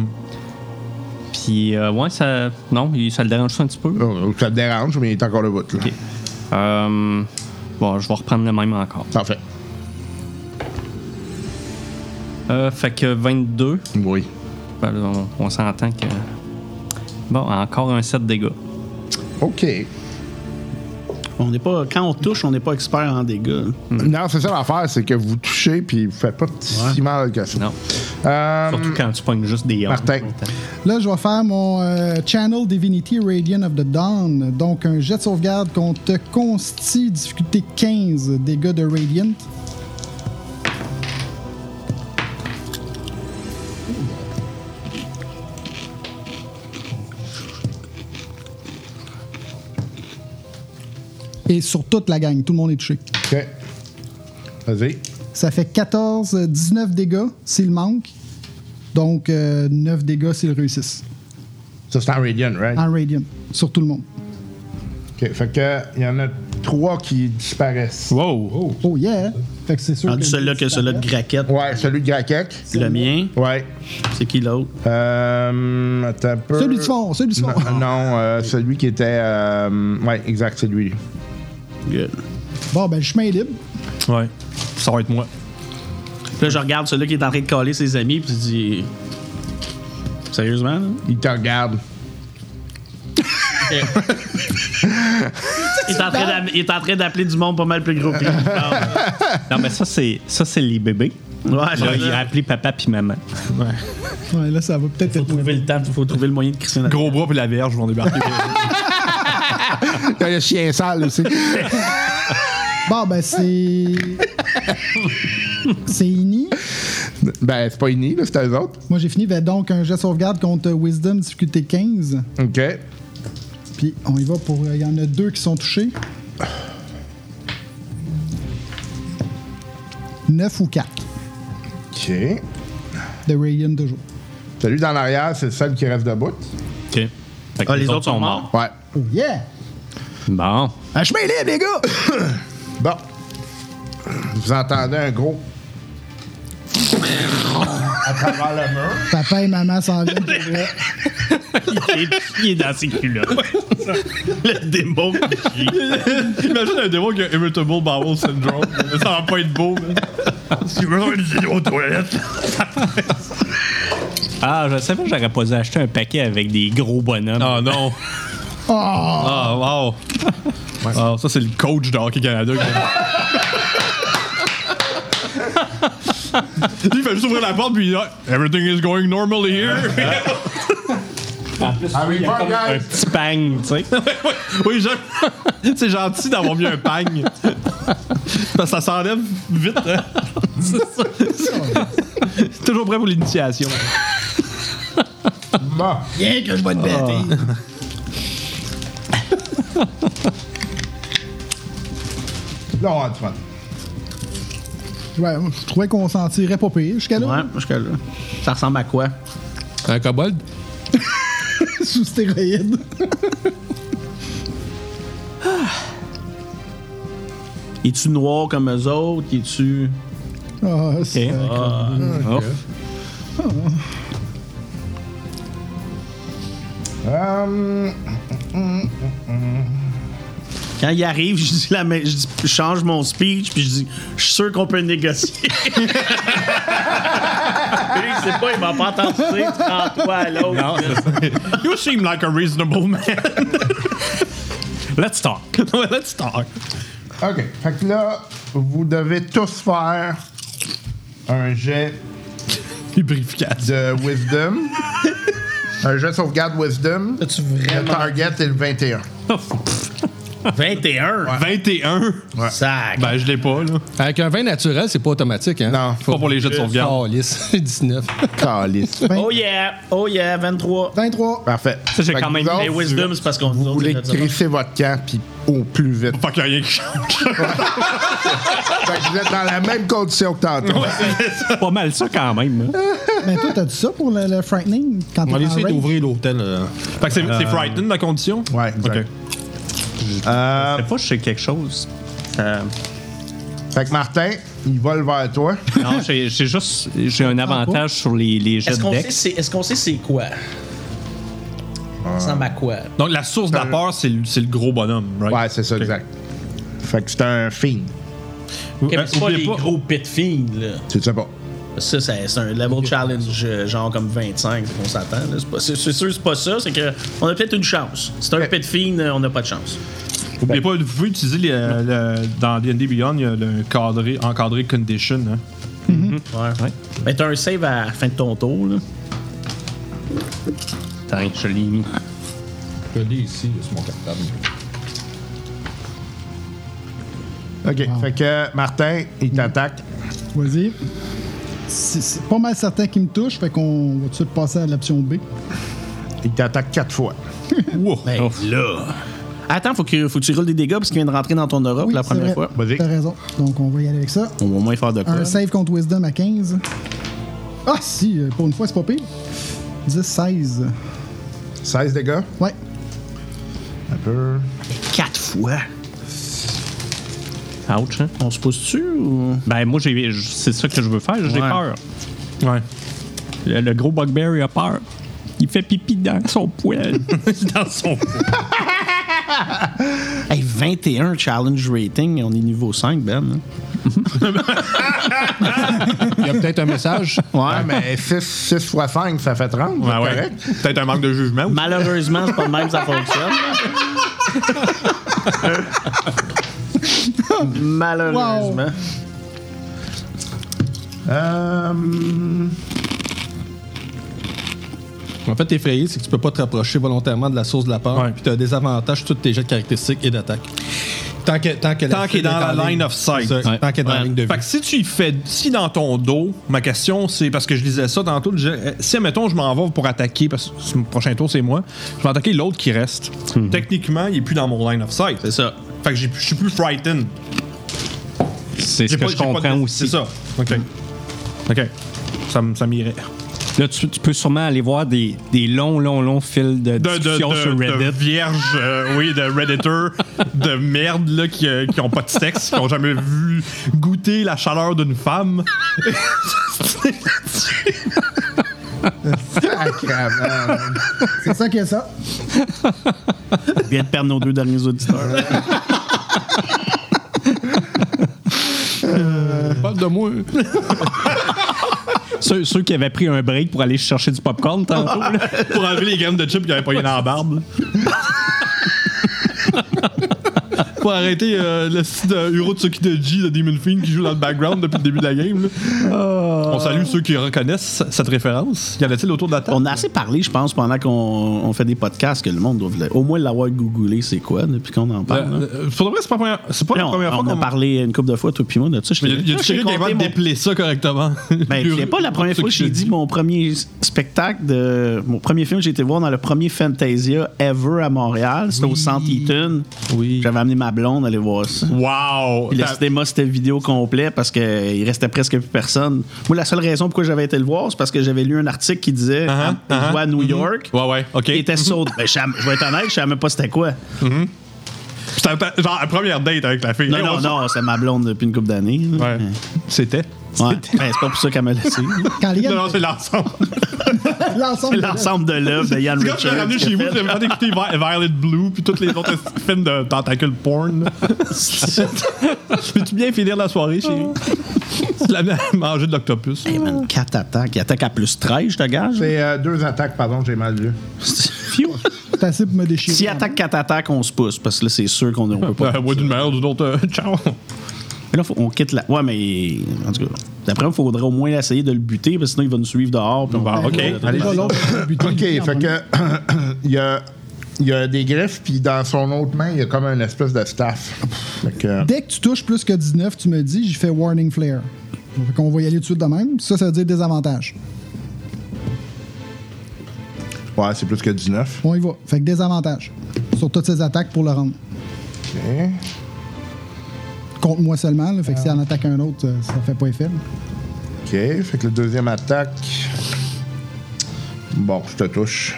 H: Puis, euh, ouais, ça. Non, il- ça le dérange ça un petit peu.
B: Oh, ça te dérange, mais il est encore le bout, là.
H: Ok. Euh, bon, je vais reprendre le même encore.
B: Parfait.
H: Euh, fait que 22.
B: Oui.
H: Ben là, on, on s'entend que. Bon, encore un 7 dégâts.
B: OK.
F: On n'est pas. Quand on touche, on n'est pas expert en dégâts.
B: Non, c'est ça l'affaire, c'est que vous touchez puis vous faites pas si mal que ça.
H: Non.
B: Euh,
H: Surtout quand tu pognes juste des 11.
B: Martin.
D: Là, je vais faire mon euh, Channel Divinity Radiant of the Dawn. Donc, un jet de sauvegarde contre Consti, difficulté 15, dégâts de Radiant. Et sur toute la gang, tout le monde est touché.
B: OK. Vas-y.
D: Ça fait 14, euh, 19 dégâts s'il manque. Donc, euh, 9 dégâts s'il réussissent.
B: Ça, c'est en Radiant, right?
D: En Radiant, sur tout le monde.
B: OK. Fait que, il y en a trois qui disparaissent.
G: Wow!
D: Oh yeah! Fait que c'est sûr
F: Rendu celui-là que celui-là de Graquette.
B: Ouais, celui de Grakek.
F: Le mien,
B: Ouais.
F: c'est qui l'autre?
B: Euh, attends un peu.
D: Celui du fond, celui du fond.
B: Non, non, euh, celui qui était. euh, ouais, exact, c'est lui.
F: Good.
D: Bon, ben, le chemin est libre.
G: Ouais. Ça va être moi.
F: Puis Là, je regarde celui-là qui est en train de coller ses amis, puis je dis. Sérieusement? là?
B: Il te regarde.
F: Il est en train d'app- il est en train d'appeler du monde pas mal plus gros que lui.
H: Non, mais ça, c'est ça, c'est les bébés. là, il a appelé papa puis maman.
D: Ouais, là, ça va peut-être être
F: trouver le temps, faut trouver le moyen de Christian.
G: Gros bras puis la verge vont débarquer.
B: Il y a le chien sale aussi.
D: Bon, ben, c'est. c'est Ini.
B: Ben, c'est pas Ini, là, c'est eux autres.
D: Moi, j'ai fini avec donc un jet de sauvegarde contre Wisdom, difficulté 15.
B: OK.
D: Puis, on y va pour. euh, Il y en a deux qui sont touchés. 9 ou 4
B: OK.
D: de Radiant toujours.
B: Celui dans l'arrière, c'est celle qui reste debout.
H: OK. Fait que
F: Ah, les autres sont
B: Ouais.
D: Oh yeah!
H: Bon.
B: Un chemin libre, les gars! bon. Vous entendez un gros. à travers le mur.
D: Papa et maman s'en viennent pour vrai.
H: Il est, il est dans ses culottes.
F: Le démon.
G: Imagine un démon qui a Irritable Bowel Syndrome. ça va pas être beau. Si tu veux utiliser aux toilettes.
H: Ah, je savais que j'aurais pas dû acheter un paquet avec des gros bonhommes.
G: Ah non. Ah, wow. Ah, ça, c'est le coach de Hockey Canada. qui- Lui, il fait juste ouvrir la porte puis il dit Ah, Everything is going normally here.
B: Harry Potter,
H: Un
B: guys!
H: petit pang, tu sais.
G: oui, je- c'est gentil d'avoir mis un pagne. Parce que ça s'enlève vite. hein. C'est toujours prêt pour l'initiation.
B: Bon.
F: Bien que je vais te battre.
B: Là, on a du fun.
D: Ouais, moi, je trouvais qu'on s'en tirait pas pire jusqu'à là.
F: Ouais, jusqu'à là. Ça ressemble à quoi?
I: Un kobold?
D: Sous stéroïdes.
F: Es-tu noir comme eux autres? Es-tu.
D: Ah, c'est-
B: Hum,
F: Quand il arrive, je dis la même- je, dis- je change mon speech, puis je dis, je suis sûr qu'on peut négocier. Puis Lui, il sait pas, il m'a pas entendu dire, prends-toi à l'autre.
G: Non, c'est ça. You seem like a reasonable man.
H: Let's talk.
G: Ouais, Let's talk.
B: OK. Fait que là, vous devez tous faire un jet
G: Lubrification.
B: de Wisdom. un jet de sauvegarde Wisdom.
F: As-tu vraiment-
B: Le target est le 21.
F: 21.
G: 21.
F: Sac.
G: Ben, je l'ai pas, là.
I: Avec un vin naturel, c'est pas automatique, hein?
B: Non.
I: Faut
G: Pas pour les jeux de sauvegarde.
I: Oh, lisse. 19.
B: Calice.
F: oh yeah, oh yeah, 23.
D: 23.
B: Parfait.
H: Ça, j'ai
B: Fait
H: quand
B: que
H: même
B: vous
F: Mais
B: autres,
F: Wisdom, c'est parce qu'on
B: Vous voulez crisser votre camp, puis au plus vite.
G: Pas qu'il y a rien qui change.
B: Fait que vous êtes dans la même condition que tantôt.
H: pas mal ça quand même. hein.
D: Mais Ben, toi, t'as dit ça pour le, le Frightening quand t'es
L: On
D: en
L: va essayer
D: raid?
L: d'ouvrir l'hôtel. euh.
G: Fait que c'est c'est frightened, la condition?
B: Ouais, exact.
G: OK.
B: Euh,
H: Des fois, je sais quelque chose. Euh,
B: fait que Martin, il vole vers toi.
H: non, j'ai j'ai juste j'ai un avantage sur les, les jets
F: Ah, Est-ce
H: de
F: qu'on
H: deck.
F: sait c'est, est-ce qu'on sait c'est quoi? Ça ressemble à quoi?
G: Donc, la source de la peur, c'est le c'est le gros bonhomme, right?
B: Euh, Ouais, c'est ça,
G: OK.
B: exact. Fait que c'est un fiend.
F: Ok, mais c'est pas
G: oubliez
F: les
G: pas-
F: gros pit fiends, là.
B: Tu sais pas.
F: Ça, ça- c'est un level challenge, euh, genre comme 25, on s'attend. là. C'est, pas- c'est- c'est sûr, c'est pas ça. C'est que on a peut-être une chance. C'est un
B: Ouais.
F: pit fiend, euh, on n'a pas de chance.
G: Oubliez pas, vous pouvez utiliser les, euh, le- dans D&D Beyond, il y a le cadré, encadré condition. Hein.
F: Ouais. Mais t'as un save à la fin de ton tour, là.
H: Attends, je l'ai mis.
L: Je l'ai ici, sur mon cartable.
B: OK. Fait que Martin, il t'attaque.
D: Vas-y. C'est c'est pas mal certain qu'il me touche, fait qu'on va tout de suite passer à l'option B.
B: Il t'attaque quatre fois.
F: Mais là. Attends, faut que, faut que tu roules des dégâts parce qu'il vient de rentrer dans ton aura pour la
D: c'est
F: première
D: vrai.
F: fois.
B: Vas-y.
D: T'as raison. Donc, on va y aller avec ça.
F: On va au moins faire de quoi.
D: Un save contre Wisdom à 15. Ah, si, euh, pour une fois, c'est pas pire. 10, 16.
B: 16 dégâts.
D: Ouais.
B: Un peu.
F: Quatre fois.
H: Ouch. hein.
F: On se pousse dessus ou.
H: Ben, moi, j'ai- je- c'est ça que je veux faire. J'ai
F: Ouais.
H: peur.
G: Ouais.
H: Le, le gros bugbear, il a peur. Il fait pipi dans son poêle. dans son poêle.
F: Hey, 21 challenge rating, on est niveau 5, Ben. hein.
I: Il y a peut-être un message.
B: Ouais, mais 6, fois 5, ça fait 30. c'est
G: Ah ouais.
B: correct.
G: Peut-être un manque de jugement. ou-
F: Malheureusement, c'est pas de même que ça fonctionne. là. Malheureusement.
M: Euh,
N: En fait, t'es effrayé, c'est que tu peux pas te rapprocher volontairement de la source de la peur, puis t'as des avantages sur tous tes jets de caractéristiques et d'attaque. Tant que tant que la
G: Tant qu'il est
N: cible
G: dans la
N: en
G: line of sight.
N: C'est ça, Tant qu'il est dans la
G: Ouais.
N: ligne de vue.
G: Fait que si tu y fais, si dans ton dos, ma question c'est parce que je lisais ça tantôt, je- euh, si mettons je m'en vais pour attaquer, parce que sur le prochain tour c'est moi, je vais attaquer l'autre qui reste.
H: Mhm.
G: Techniquement, il est plus dans mon line of sight. C'est
F: ça.
G: Fait que j'ai- je suis plus frightened.
H: C'est ce
G: J'ai
H: que
G: pas-
H: je
G: j'ai pas de-
H: comprends aussi. Mhm.
G: C'est ça. OK. OK. Ça, m- ça m'irait.
H: Là, tu, tu peux sûrement aller voir des, des longs, longs, longs fils de
G: De, de,
H: discussion
G: de-
H: sur
G: de
H: Reddit.
G: vierges, euh, oui, de Redditor, de merde, là, qui, euh, qui ont pas de sexe, qui ont jamais vu goûter la chaleur d'une femme.
B: Ah, Sacrement.
D: C'est ça qui est ça.
F: On vient de perdre nos deux derniers auditeurs.
I: Parle de moi.
H: Ceux, ceux qui avaient pris un break pour aller chercher du popcorn tantôt. là.
G: Ah pour enlever les graines de chips qui avaient pas eu dans la barbe. pour arrêter euh, le site de Huro Tsukidoji de Demon Fiend qui joue dans le background depuis le début de la game. là. On salue ceux qui reconnaissent cette référence. Y en a-t-il autour de la table?
F: On a assez parlé, je pense, pendant qu'on on fait des podcasts que le monde doit vouloir- au moins l'avoir googlé, c'est quoi, depuis qu'on en parle. là.
G: Euh, euh, pour de vrai, c'est pas la première, c'est pas
F: Puis
G: la
F: on,
G: première fois
F: on a
G: qu'on
F: parlé une couple de fois, toi puis moi, de ça. Je
G: Mais
F: t'ai-
G: y a- y a
F: Ah, j'ai
G: quelqu'un qui
F: compté
G: va
F: mon-
G: déplier ça correctement.
F: Ben, c'est pas la première fois que j'ai dit mon premier spectacle de. Mon premier film, que j'ai été voir dans le premier Fantasia ever à Montréal. C'était au Centre Eaton.
N: Oui.
F: J'avais amené ma blonde aller voir ça.
G: Wow!
F: Puis le
G: T'as-
F: cinéma, c'était vidéo complet parce qu'il restait presque plus personne. Moi, la seule raison pourquoi j'avais été le voir, c'est parce que j'avais lu un article qui disait
G: Uh-huh,
F: il
G: uh-huh.
F: jouait à New
G: Mhm.
F: York.
G: Ouais, ouais, ok. Mm-hmm.
F: Il était saut. Ben, je savais- je vais être honnête, je savais même pas c'était quoi.
G: C'était un pa- genre la première date avec la fille.
F: Non,
G: Hey,
F: non,
G: on-
F: non, c'était ma blonde depuis une couple d'années. là.
G: Ouais. C'était.
F: Ouais. Ben, c'est pas pour ça qu'elle m'a laissé.
D: Quand
G: Non,
D: Liam,
G: non, c'est l'ensemble.
D: l'ensemble. de-
F: L'ensemble de l'œuvre de Ian
G: Quand je
F: Richards.
G: l'ai ramené
F: qui
G: chez
F: a
G: vous,
F: fait-
G: j'avais pas d'écouter Vi- Violet Blue puis tous les autres films de tentacules porn. là. Peux-tu bien finir la soirée, chérie? tu l'as à manger de l'octopus.
F: Hey man, 4 attaques. Il attaque à plus 13, je te gage.
B: C'est euh, deux attaques, pardon, j'ai mal vu.
F: Fiu.
D: C'est assez pour me déchirer.
F: S'il attaque 4 attaques, on se pousse parce que là, c'est sûr qu'on ne peut pas.
G: Ouais, ouais, d'une manière ou d'une autre, euh, ciao!
F: Mais là, faut- on quitte la. Ouais, mais. En tout cas, d'après moi, il faudrait au moins essayer de le buter parce que sinon, il va nous suivre dehors. Puis on va
G: Bon, ok.
D: Déjà, l'autre, il a buté
B: OK,
D: lui en
B: fait
D: premier.
B: que il y a il y a des griffes puis dans son autre main, il y a comme une espèce de staff. Fait que
D: Dès que tu touches plus que 19, tu me dis, j'y fais warning flare. Fait qu'on va y aller tout de suite de même. Ça, ça veut dire désavantage.
B: ouais, c'est plus que 19.
D: On y va. Fait que désavantage. Sur toutes ses attaques pour le rendre.
B: OK.
D: Contre moi seulement. là. Fait que si en attaque un autre, euh, ça fait pas effet. là.
B: OK, fait que le deuxième attaque Bon, je te touche.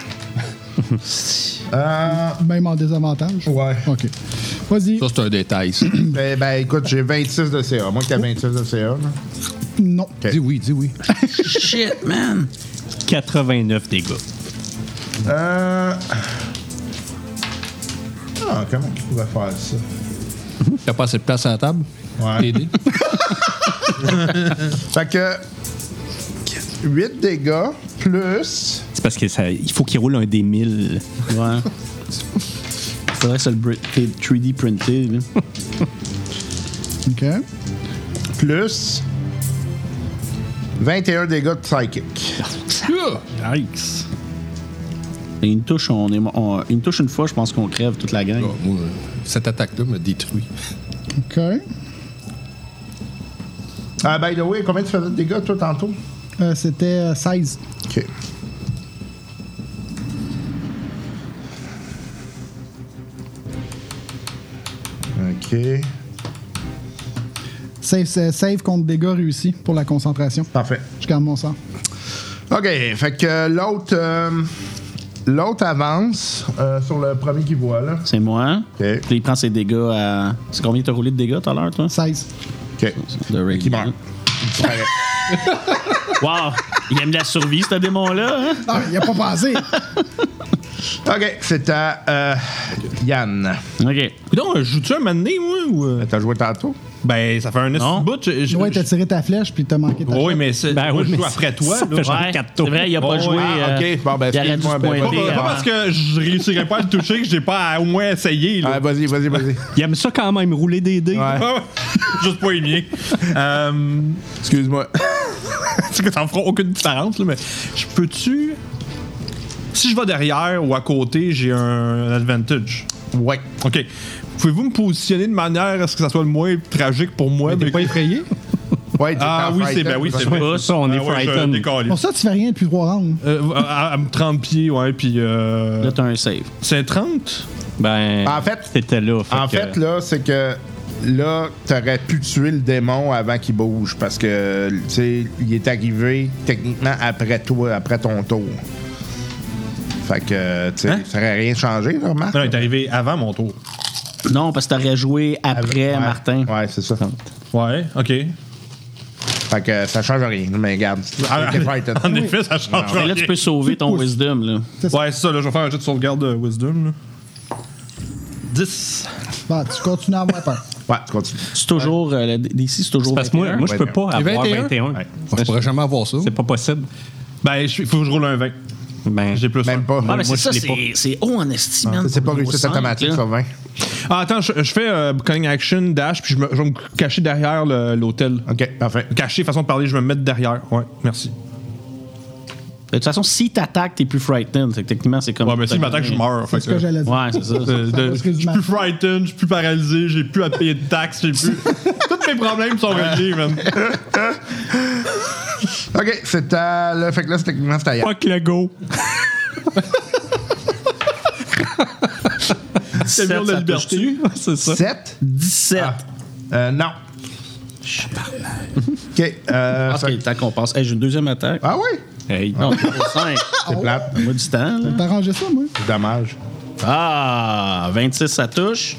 B: euh,
D: Même en désavantage.
B: ouais.
D: OK. Vas-y.
I: Ça, c'est un détail, ça.
B: Ben, ben, écoute, j'ai 26 de CA. Moi qui ai 26 de CA. là.
D: Non.
I: Dis oui, dis oui.
H: 89 dégâts.
B: Euh... Ah, comment qu'il pouvait faire ça?
I: T'as pas assez de place à la table?
B: Ouais.
I: T'es aidé?
B: Fait que 8 dégâts plus.
H: C'est parce que ça, il faut qu'il roule un des 1000.
F: Ouais. Faudrait que ça le bri- 3D printé. là.
D: OK.
B: plus 21 dégâts de psychic.
G: Yikes!
F: Et une touche, on est, mo- on- une touche une fois, je pense qu'on crève toute la gang.
I: Ah, moi, euh, cette attaque-là me détruit.
D: OK.
B: Ah, by the way, combien tu faisais de dégâts, toi, tantôt?
D: Euh, C'était euh, 16.
B: OK. OK.
D: Save, save- save contre dégâts réussis pour la concentration.
B: Parfait.
D: Je garde mon sang.
B: OK, fait que l'autre... euh, l'autre avance euh, sur le premier qu'il voit, là.
F: C'est moi.
B: Ok.
F: Puis il prend ses dégâts à. C'est combien t'as roulé de dégâts tout à l'heure, toi
D: 16.
B: OK.
F: De Raven.
B: Qui meurt. Il disparaît.
F: Wow Il aime la survie, ce démon-là. hein?
D: Ah, il a pas passé.
B: OK, c'est à euh, Yann.
F: OK.
G: Donc, joues-tu un mané, moi ou... euh?
B: T'as joué tantôt?
G: Ben, ça fait un petit bout. je- je-
D: Ouais, t'as tiré ta flèche puis t'as manqué ta
G: Ben Oui,
D: shot.
G: mais c'est.
F: Ben,
G: moi, je joue après toi. là.
F: Ouais, c'est vrai, il a pas
G: Oh,
F: joué.
G: ouais.
B: Ah,
F: euh,
B: ok. Bon, ben,
F: il aurait dû
B: excuse-moi,
F: se
B: ben,
G: Pas,
F: pointer.
G: pas
F: avant.
G: parce que je réussirais pas à le toucher que j'ai pas à au moins essayé. Là.
B: Ah, vas-y, vas-y, vas-y.
H: Il aime ça quand même, rouler des dés.
G: Ah ouais. Juste pas aimé. euh,
B: Excuse-moi.
G: c'est que ça me fera aucune différence, là, mais je peux-tu. Si je vais derrière ou à côté, j'ai un advantage.
B: Ouais.
G: OK. Pouvez-vous me positionner de manière à ce que ça soit le moins tragique pour moi? mais-
E: effrayé?
B: Ouais, t'es
G: Ah
B: en
G: oui,
B: fight,
G: c'est
B: hein,
G: ben oui,
B: t'es
G: c'est
B: en
G: vrai.
H: pas ça, on est
G: Ah ouais, je
H: frightened.
G: décalise.
D: Pour ça, tu fais rien depuis trois rounds.
G: Euh, à, à- à me 30 pieds, ouais, puis. euh,
F: Là, t'as un save.
G: c'est 30?
H: Ben,
B: En fait-
H: c'était là.
B: En
H: que-
B: fait, là, c'est que là, t'aurais pu tuer le démon avant qu'il bouge parce que, tu sais, il est arrivé techniquement après toi, après ton tour. Fait que, tu sais,
G: Hein?
B: ça aurait rien changé, normalement.
G: Non, il est arrivé avant mon tour.
F: Non, parce que t'aurais joué après Martin.
B: Ouais, c'est ça.
G: Ouais, OK.
B: Fait que ça change rien, mais regarde.
G: Ah,
B: t'es fighted.
G: en effet, ça change
F: Mais là,
G: rien.
F: tu peux sauver ton
D: pousses.
F: wisdom. Là.
G: Ouais, c'est ça, là, je vais faire un jet de sauvegarde de Wisdom. là. 10.
D: Bon, Bah, tu continues à avoir peur.
B: Ouais, tu continues.
F: C'est toujours. euh, le DC, c'est toujours.
H: Parce que moi,
F: 21.
H: moi je peux pas
I: Et
H: avoir
I: 21?
H: 21.
I: Je pourrais jamais avoir ça.
H: C'est pas possible.
G: Ben, il faut que je roule un 20.
H: Ben,
G: J'ai plus
B: Même
G: un.
B: pas.
F: Ah, mais
B: Moi,
F: c'est ça,
B: je l'ai
F: c'est c'est haut en estime.
B: pas. Ah, C'est pas réussi cette automatique sur 20.
G: Ah, attends, je, je fais euh, calling action, dash, puis je, me- je vais me cacher derrière le- l'hôtel.
B: Ok, parfait.
G: Cacher, façon de parler, je vais me mettre derrière. Ouais, merci.
F: De toute façon, si t'attaques, t'es plus frightened. Fait que techniquement, c'est comme.
G: Ouais, Ah, mais si m'attaque, je meurs.
D: C'est
G: fait
D: ce que j'allais dire.
F: Ouais, c'est ça.
G: euh, de-
D: Ça va se
G: je suis
D: résumer à
G: plus
D: ça.
G: frightened, je suis plus paralysé, j'ai plus à payer de taxes, j'ai plus. Tous mes problèmes sont réglés, man.
B: Ok, c'est à. le- Fait que là, c'est techniquement, c'est à Yann.
H: fuck le go.
G: C'est le mur de
F: ça
G: liberté. C'est ça.
B: 7.
F: 17.
B: Euh, non. Ok. Euh,
F: Ah, ok,
B: fait-
F: le temps qu'on passe. Hey, j'ai une deuxième attaque.
B: Ah oui?
H: Hey.
F: Non, c'est pour 5.
B: C'est plate.
F: Moi, du temps. là.
D: T'as arrangé ça, moi?
B: C'est dommage.
F: Ah, 26, ça touche.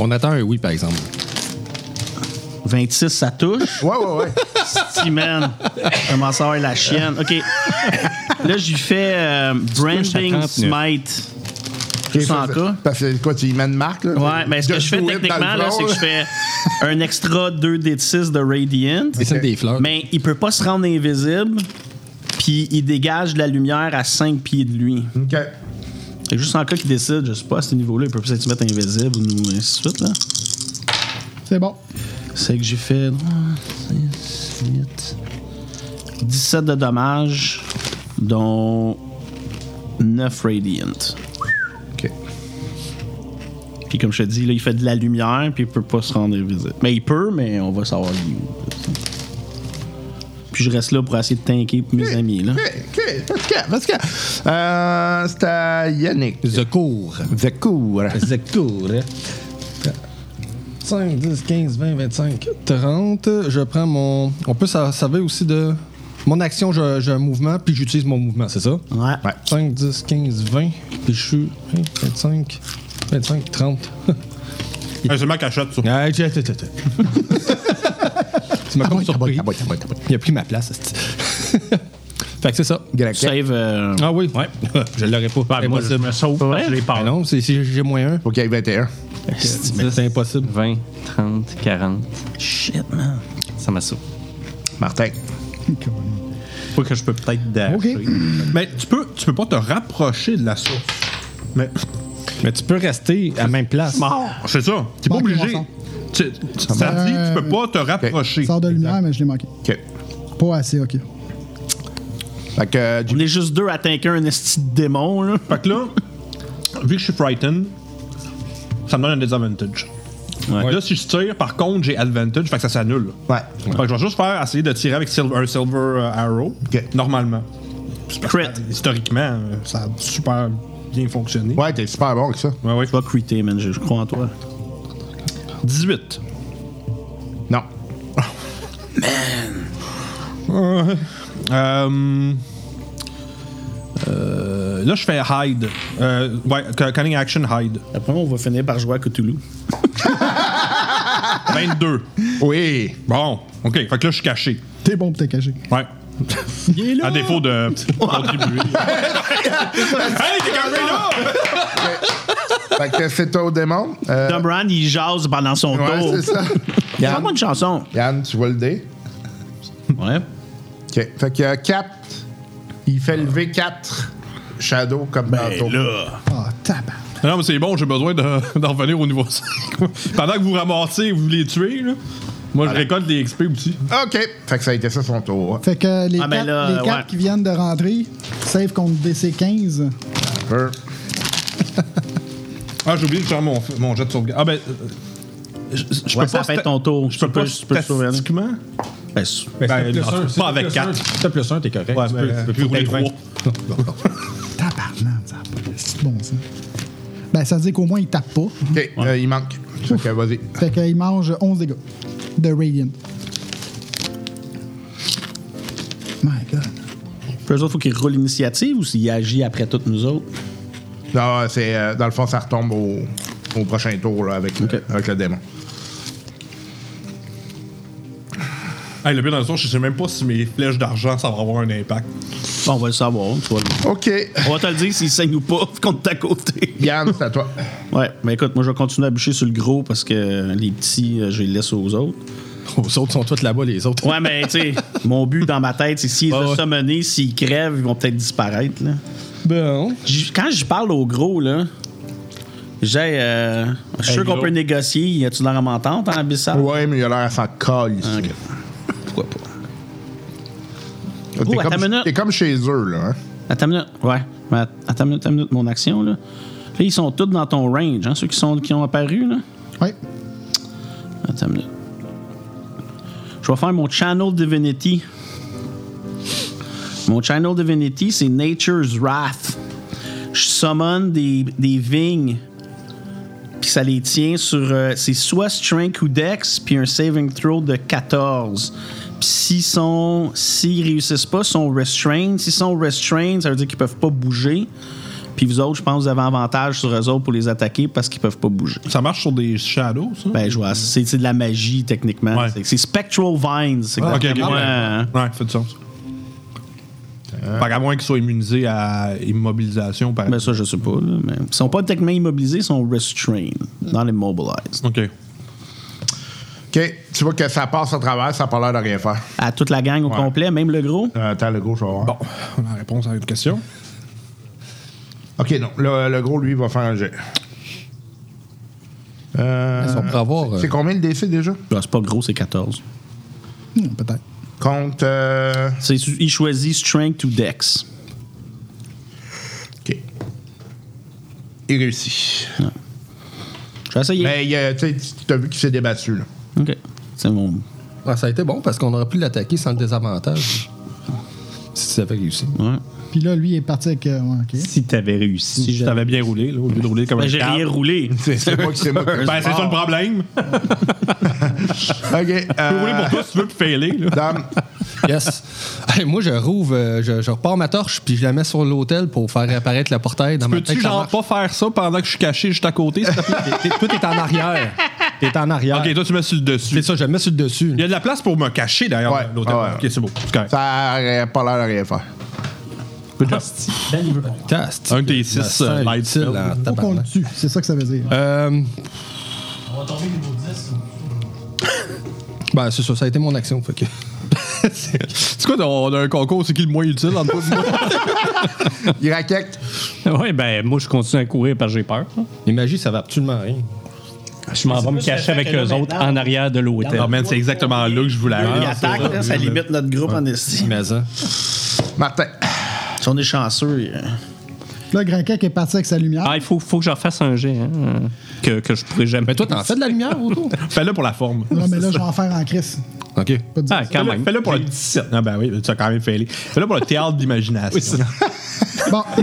I: On attend un oui, par exemple.
F: 26, ça touche.
B: Ouais, ouais, ouais.
F: Si, man. Je Commence à avoir la chienne. OK. Là, j'y fais euh,
H: à
F: Branding
H: 39.
F: Smite. Juste en cas.
B: Parce que quoi, tu y mets une marque, là?
F: Ouais, mais ce que
B: Just
F: je fais
B: do it dans
F: techniquement,
B: le
F: là,
B: front,
F: c'est que je fais un extra 2d6 de Radiant.
I: Dessine des fleurs.
F: Mais il peut pas se rendre invisible, puis il dégage de la lumière à 5 pieds de lui.
B: Ok.
F: Fait que juste en cas qu'il décide, je sais pas, à ce niveau-là, il peut peut-être se mettre invisible ou ainsi de suite, là.
D: C'est bon.
F: C'est que j'ai fait. ah, six, huit, 17 de dommages, dont 9 Radiant.
B: Ok.
F: Puis comme je te dis, là, il fait de la lumière, puis il peut pas se rendre invisible. Mais il peut, mais on va savoir il est où. Puis je reste là pour essayer de tanker pour mes amis. Là.
B: Ok, ok. Parce que, parce que. Euh, c'est à Yannick.
I: The court.
B: The cool.
I: The court. 5, 10, 15, 20, 25, 30. Je prends mon. On peut sa- savoir aussi de. Mon action, j'ai j'ai un mouvement, puis j'utilise mon mouvement, c'est ça?
F: Ouais.
I: 5, 10, 15, 20. Puis je suis. 20, 25, 25, 30.
G: Ah, C'est ma cachette, ça.
I: Ah, tiens, tiens, tiens, tiens. Tu m'as comme surpris. Il a pris ma place. esti. fait que c'est ça.
F: Tu save. euh,
I: Ah oui, ouais. je l'aurais pas.
H: moi, je
I: Impossible.
H: me sauve
F: Ouais.
H: parce que je les
I: Ah
H: parle.
I: non, c'est- si j'ai moins un,
B: Ok, 21.
H: mais-
I: c'est impossible.
H: 20, 30, 40.
F: Shit, man.
H: Ça m'a sauvé.
B: Martin.
H: Pas que je peux peut-être dasher.
D: OK.
G: Mais tu peux, tu peux pas te rapprocher de la source. Mais
I: Mais tu peux rester à même place.
G: c'est ça. T'es pas
D: Manque de
G: obligé.
D: bon
G: Tu- tu- ça
D: marche.
G: dit, tu peux pas te rapprocher.
D: Sors de lumière, mais je l'ai manqué.
B: Ok.
D: Pas assez, ok.
B: Fait que. euh,
F: On
B: du-
F: est juste deux à tanker un esti de démon. Là.
G: Fait que là, vu que je suis frightened, ça me donne un disadvantage. Là, si je tire, par contre, j'ai advantage, fait que ça s'annule.
B: Ouais.
G: Fait que je vais juste faire essayer de tirer avec silver- un silver euh, arrow.
B: Ok.
G: Normalement.
F: Crit.
G: Historiquement, euh, ça a super bien fonctionné.
B: Ouais, t'es super bon avec ça.
G: Ouais, ouais.
F: Tu vas criter, man. Je je crois en toi.
G: 18.
B: Non.
G: Euh, euh, là, je fais hide. Euh, ouais, c- cunning action hide.
F: Après, on va finir par jouer à Cthulhu.
G: 22.
B: Oui.
G: Bon, ok. Fait que là, je suis caché.
D: T'es bon pour te cacher.
G: Ouais.
F: Il est là.
G: À défaut de contribuer. hey, t'es quand même là!
B: Fait que c'est toi au démon. Euh,
F: Tom Brand, il jase pendant son
B: ouais,
F: tour.
B: c'est ça.
F: Chante-moi une chanson.
B: Yann, tu vois le dé?
F: Ouais.
B: OK. Fait que euh, 4. Il fait le V4 Shadow comme dans ton.
F: là.
D: Ah, tabac.
G: Non, mais c'est bon, j'ai besoin de- d'en revenir au niveau 5. Pendant que vous ramassez et vous les tuez, là, moi, je récolte les XP aussi.
B: OK. Fait que ça a été ça son tour.
D: Fait que euh, les
F: Ah, ben
D: quatre,
F: là,
D: les quatre
F: ouais.
D: qui viennent de rentrer, save contre DC15.
B: Euh,
G: Ah, j'ai oublié de faire mon, mon jet de sauvegarde. Ah, ben. euh, Je, je
F: Ouais,
G: peux
F: ça
G: pas
F: fait
G: sta-
F: ton tour.
G: Je
F: Tu
G: peux
F: peux-
G: pas
F: tu peux te sauver.
G: statistiquement.
F: Ben, c'est-
I: Ben, si
G: Ben,
I: t'as
G: non,
I: plus un,
G: pas
I: si t'as
G: avec
I: plus
G: quatre.
I: un, Si t'as plus 1, t'es correct.
G: Ouais,
I: tu
G: ben,
I: peux, tu
G: puis
I: peux
G: rouler
I: peut-être
G: trois.
I: vingt.
D: Tabarnak, ça a pas de petit bon sens. Ben, ça veut dire qu'au moins, il tape pas.
B: OK. euh, il manque. Fait que vas-y.
D: Fait qu'il mange 11 dégâts de Radiant. My God.
F: Puis eux autres, faut qu'ils roulent l'initiative ou s'ils agissent après toutes nous autres.
B: Non, c'est, euh, dans le fond, ça retombe au, au prochain tour là, avec, le-
F: OK.
B: avec le démon.
G: Hey, le pire dans le son, je sais même pas si mes flèches d'argent, ça va avoir un impact.
F: On va le savoir. tu vas le-
B: OK.
F: On va te le dire s'ils saignent ou pas contre ta côté.
B: Yann, c'est à toi.
F: Ouais, mais écoute, moi je vais continuer à bûcher sur le gros parce que les petits, euh, je les laisse aux autres.
I: Les autres sont tous là-bas, les autres.
F: Ouais, mais tu sais, mon but dans ma tête, c'est s'ils
I: Ouais,
F: sont
I: ouais.
F: summonés, s'ils crèvent, ils vont peut-être disparaître. Là.
I: Bon.
F: J- Quand je parle au gros, là, j'ai. euh, je suis sûr qu'on peut négocier. Y a-tu de l'air en m'entendre hein, en abyssal?
B: Ouais, mais il a l'air à s'en coller. ici.
F: Ok. Pourquoi pas?
B: T'es,
F: Oh, attends une
B: comme,
F: minute.
B: t'es comme chez eux, là. hein.
F: Attends une minute. Ouais. Mais att- Attends une minute, attends une minute, mon action, là. Là, ils sont tous dans ton range, hein, ceux qui, sont, qui ont apparu, là.
D: Ouais.
F: Attends une minute. Je vais faire mon Channel Divinity. Mon Channel Divinity, c'est Nature's Wrath. Je summon des, des vignes, puis ça les tient sur. euh, c'est soit Strength ou Dex, puis un saving throw de 14. Puis s'ils sont. S'ils réussissent pas, ils sont restrained. S'ils sont restrained, ça veut dire qu'ils peuvent pas bouger. Puis vous autres, je pense que vous avez avantage sur eux autres pour les attaquer parce qu'ils peuvent pas bouger.
G: Ça marche sur des shadows, ça?
F: Ben, je vois, c'est c'est de la magie, techniquement.
G: Ouais.
F: C'est- C'est Spectral Vines. C'est
G: ok, Ah, ok.
F: exactement, euh,
G: Ouais, fait du sens. Fait qu'à moins qu'ils soient immunisés à immobilisation, par
F: Ben, ça, je sais pas. là, mais ils sont pas techniquement immobilisés, ils sont restrained, dans les mobilized.
G: Ok.
B: OK. Tu vois que ça passe à travers, ça n'a pas l'air de rien faire.
F: À toute la gang au complet, même le gros.
B: Euh, attends, le gros, je vais voir.
G: Bon, on a la réponse à une question.
B: OK, non. Le, le gros, lui, va faire un jet. Euh,
I: Ça, on pourrait avoir, euh,
B: C'est combien le DC déjà?
F: Ben, c'est pas gros, c'est 14.
D: Hmm, Peut-être.
B: Compte. euh,
F: C'est- Il choisit Strength ou Dex.
B: OK. Il réussit.
F: Je vais essayer.
B: Mais il, euh, tu sais, tu as vu qu'il s'est débattu, là.
F: Ok. C'est mon.
I: Ah, ça a été bon parce qu'on aurait pu l'attaquer sans le désavantage. Si ça avait réussi.
F: Ouais.
D: Puis là, lui, il est parti avec. euh, ouais, ok.
H: Si t'avais réussi.
G: Si t'avais bien roulé, là, au lieu de rouler comme
F: Ben,
G: un
F: j'ai
G: câble.
F: rien roulé.
B: C'est moi qui c'est moi.
G: Ben, c'est ça le problème.
B: OK.
G: Tu peux rouler
B: Euh,
G: pour toi si tu veux, puis failer, là.
B: Dame,
I: Yes. Hey, moi, je rouvre, euh, je, je repars ma torche, puis je la mets sur l'hôtel pour faire apparaître le portail dans ma tête.
G: Peux-tu,
I: ça
G: genre,
I: marche.
G: pas faire ça pendant que je suis caché juste à côté? s'il te plaît?
I: T'es- t'es- Tout est en arrière. T'es en arrière.
G: ok, toi, tu mets sur le dessus.
I: C'est ça, je le mets sur le dessus.
G: Il y a de la place pour me cacher, d'ailleurs,
B: Ouais,
G: dans l'hôtel.
B: ouais.
G: Ok, c'est beau. C'est correct.
B: ça n'a pas l'air de rien faire.
G: Good job.
I: Cast.
G: Un de tes six
I: Ça,
G: euh,
I: il est
G: lights.
I: utile en
D: Faut qu'on le
I: tabarnak.
D: tue. C'est ça que ça veut dire.
I: Euh, Ben, c'est ça, ça a été mon action. Fait que...
G: C'est quoi, on a un concours, c'est qui le moins utile en tout
B: Il raquette.
H: Ouais, ben, moi, je continue à courir parce que j'ai peur.
I: Les magies, ça va absolument rien. Ah,
H: Je m'en vais me cacher avec eux autres en arrière de l'hôtel.
G: Non, Ah, man, c'est exactement là que je voulais
F: Il
G: aller.
F: attaque, là, ça limite notre groupe en esti.
I: Mais
G: hein.
I: ça.
B: Martin.
F: Si on est chanceux. euh,
D: Là, Grand Kek est parti avec sa lumière.
H: Ah, il faut, faut que j'en fasse un jet, hein, euh, que, que je pourrais jamais.
I: Mais toi, t'en fais de la lumière autour?
G: Fais-le pour la forme.
D: non, mais là, je vais en faire en crise.
I: OK.
D: Pas de dire
H: Ah,
D: ça.
H: quand
G: Fais-le
H: même.
G: fais-le pour le 17. Ah, ben oui, tu as quand même failé. Fais-le pour le théâtre d'imagination.
D: Bon,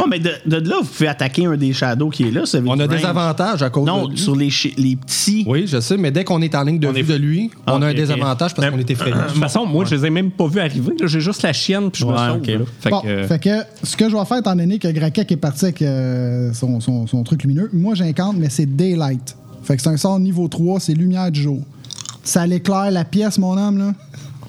F: Oh, mais de, de là, vous pouvez attaquer un des shadows qui est là. ça veut
I: On a
F: dire
I: des
F: range.
I: avantages à cause
F: Non,
I: de lui.
F: sur les, chi- les petits.
I: Oui, je sais, mais dès qu'on est en ligne de vue de lui, on a un
H: Ah, ok, ok.
I: désavantage parce qu'on est effrayé.
H: De toute façon, moi, je les ai même pas vus arriver. là. J'ai juste la chienne, puis je me
F: euh, Ouais,
H: sauve.
F: ok.
H: là. Fait
D: bon,
H: que, euh,
D: fait que ce que je vais faire, étant donné que Grand Kek est parti avec euh, son, son- son truc lumineux, moi, j'incante, mais c'est Daylight. Fait que c'est un sort niveau 3, c'est lumière du jour. Ça l'éclaire la pièce, mon homme, là,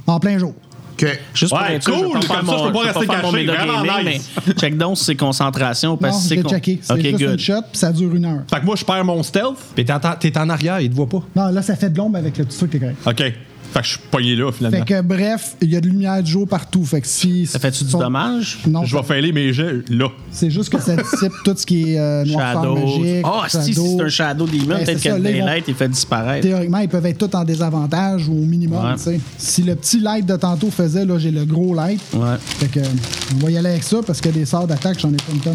D: en plein jour.
B: OK.
F: Juste pour
G: Ouais,
F: être sûr, je vais
G: cool,
F: pas faire
G: comme ça, je peux pas
F: je vais
G: rester
F: faire mon
G: caché,
F: méga
G: vraiment
F: gaming,
G: nice.
F: mais check donc si c'est concentration
D: Non,
F: parce
D: je
F: que Ben, c'est
D: l'ai
F: con-
D: checké. C'est
F: OK,
D: juste une
F: good.
D: shot, puis ça dure une heure.
G: Fait que moi, je perds mon stealth.
I: Puis t'es en, t'es en arrière, il te voit pas.
D: Non, là, ça fait de l'ombre avec le petit truc, t'es correct.
G: OK. Fait que je suis pogné là,
D: Fait
G: finalement.
D: que bref, il y a de lumière du jour partout. Fait que si.
F: Ça fait-tu du
D: son-
F: dommage?
D: Non,
G: Je vais failer mes jets là.
D: c'est juste que ça dissipe tout ce qui est euh, noirceur
F: Shadow.
D: magique.
F: Ah, si, si
D: shadow.
F: c'est un shadow demon,
D: Ben, c'est
F: peut-être que
D: ça,
F: le
D: là, ils vont-
F: daylight, il fait disparaître.
D: Théoriquement, ils peuvent être tous en désavantage ou au minimum.
F: Ouais.
D: tu sais. Si le petit light de tantôt faisait, là, j'ai le gros light.
F: Ouais.
D: Fait que, on va y aller avec ça parce que des sorts d'attaque, j'en ai pas une tonne.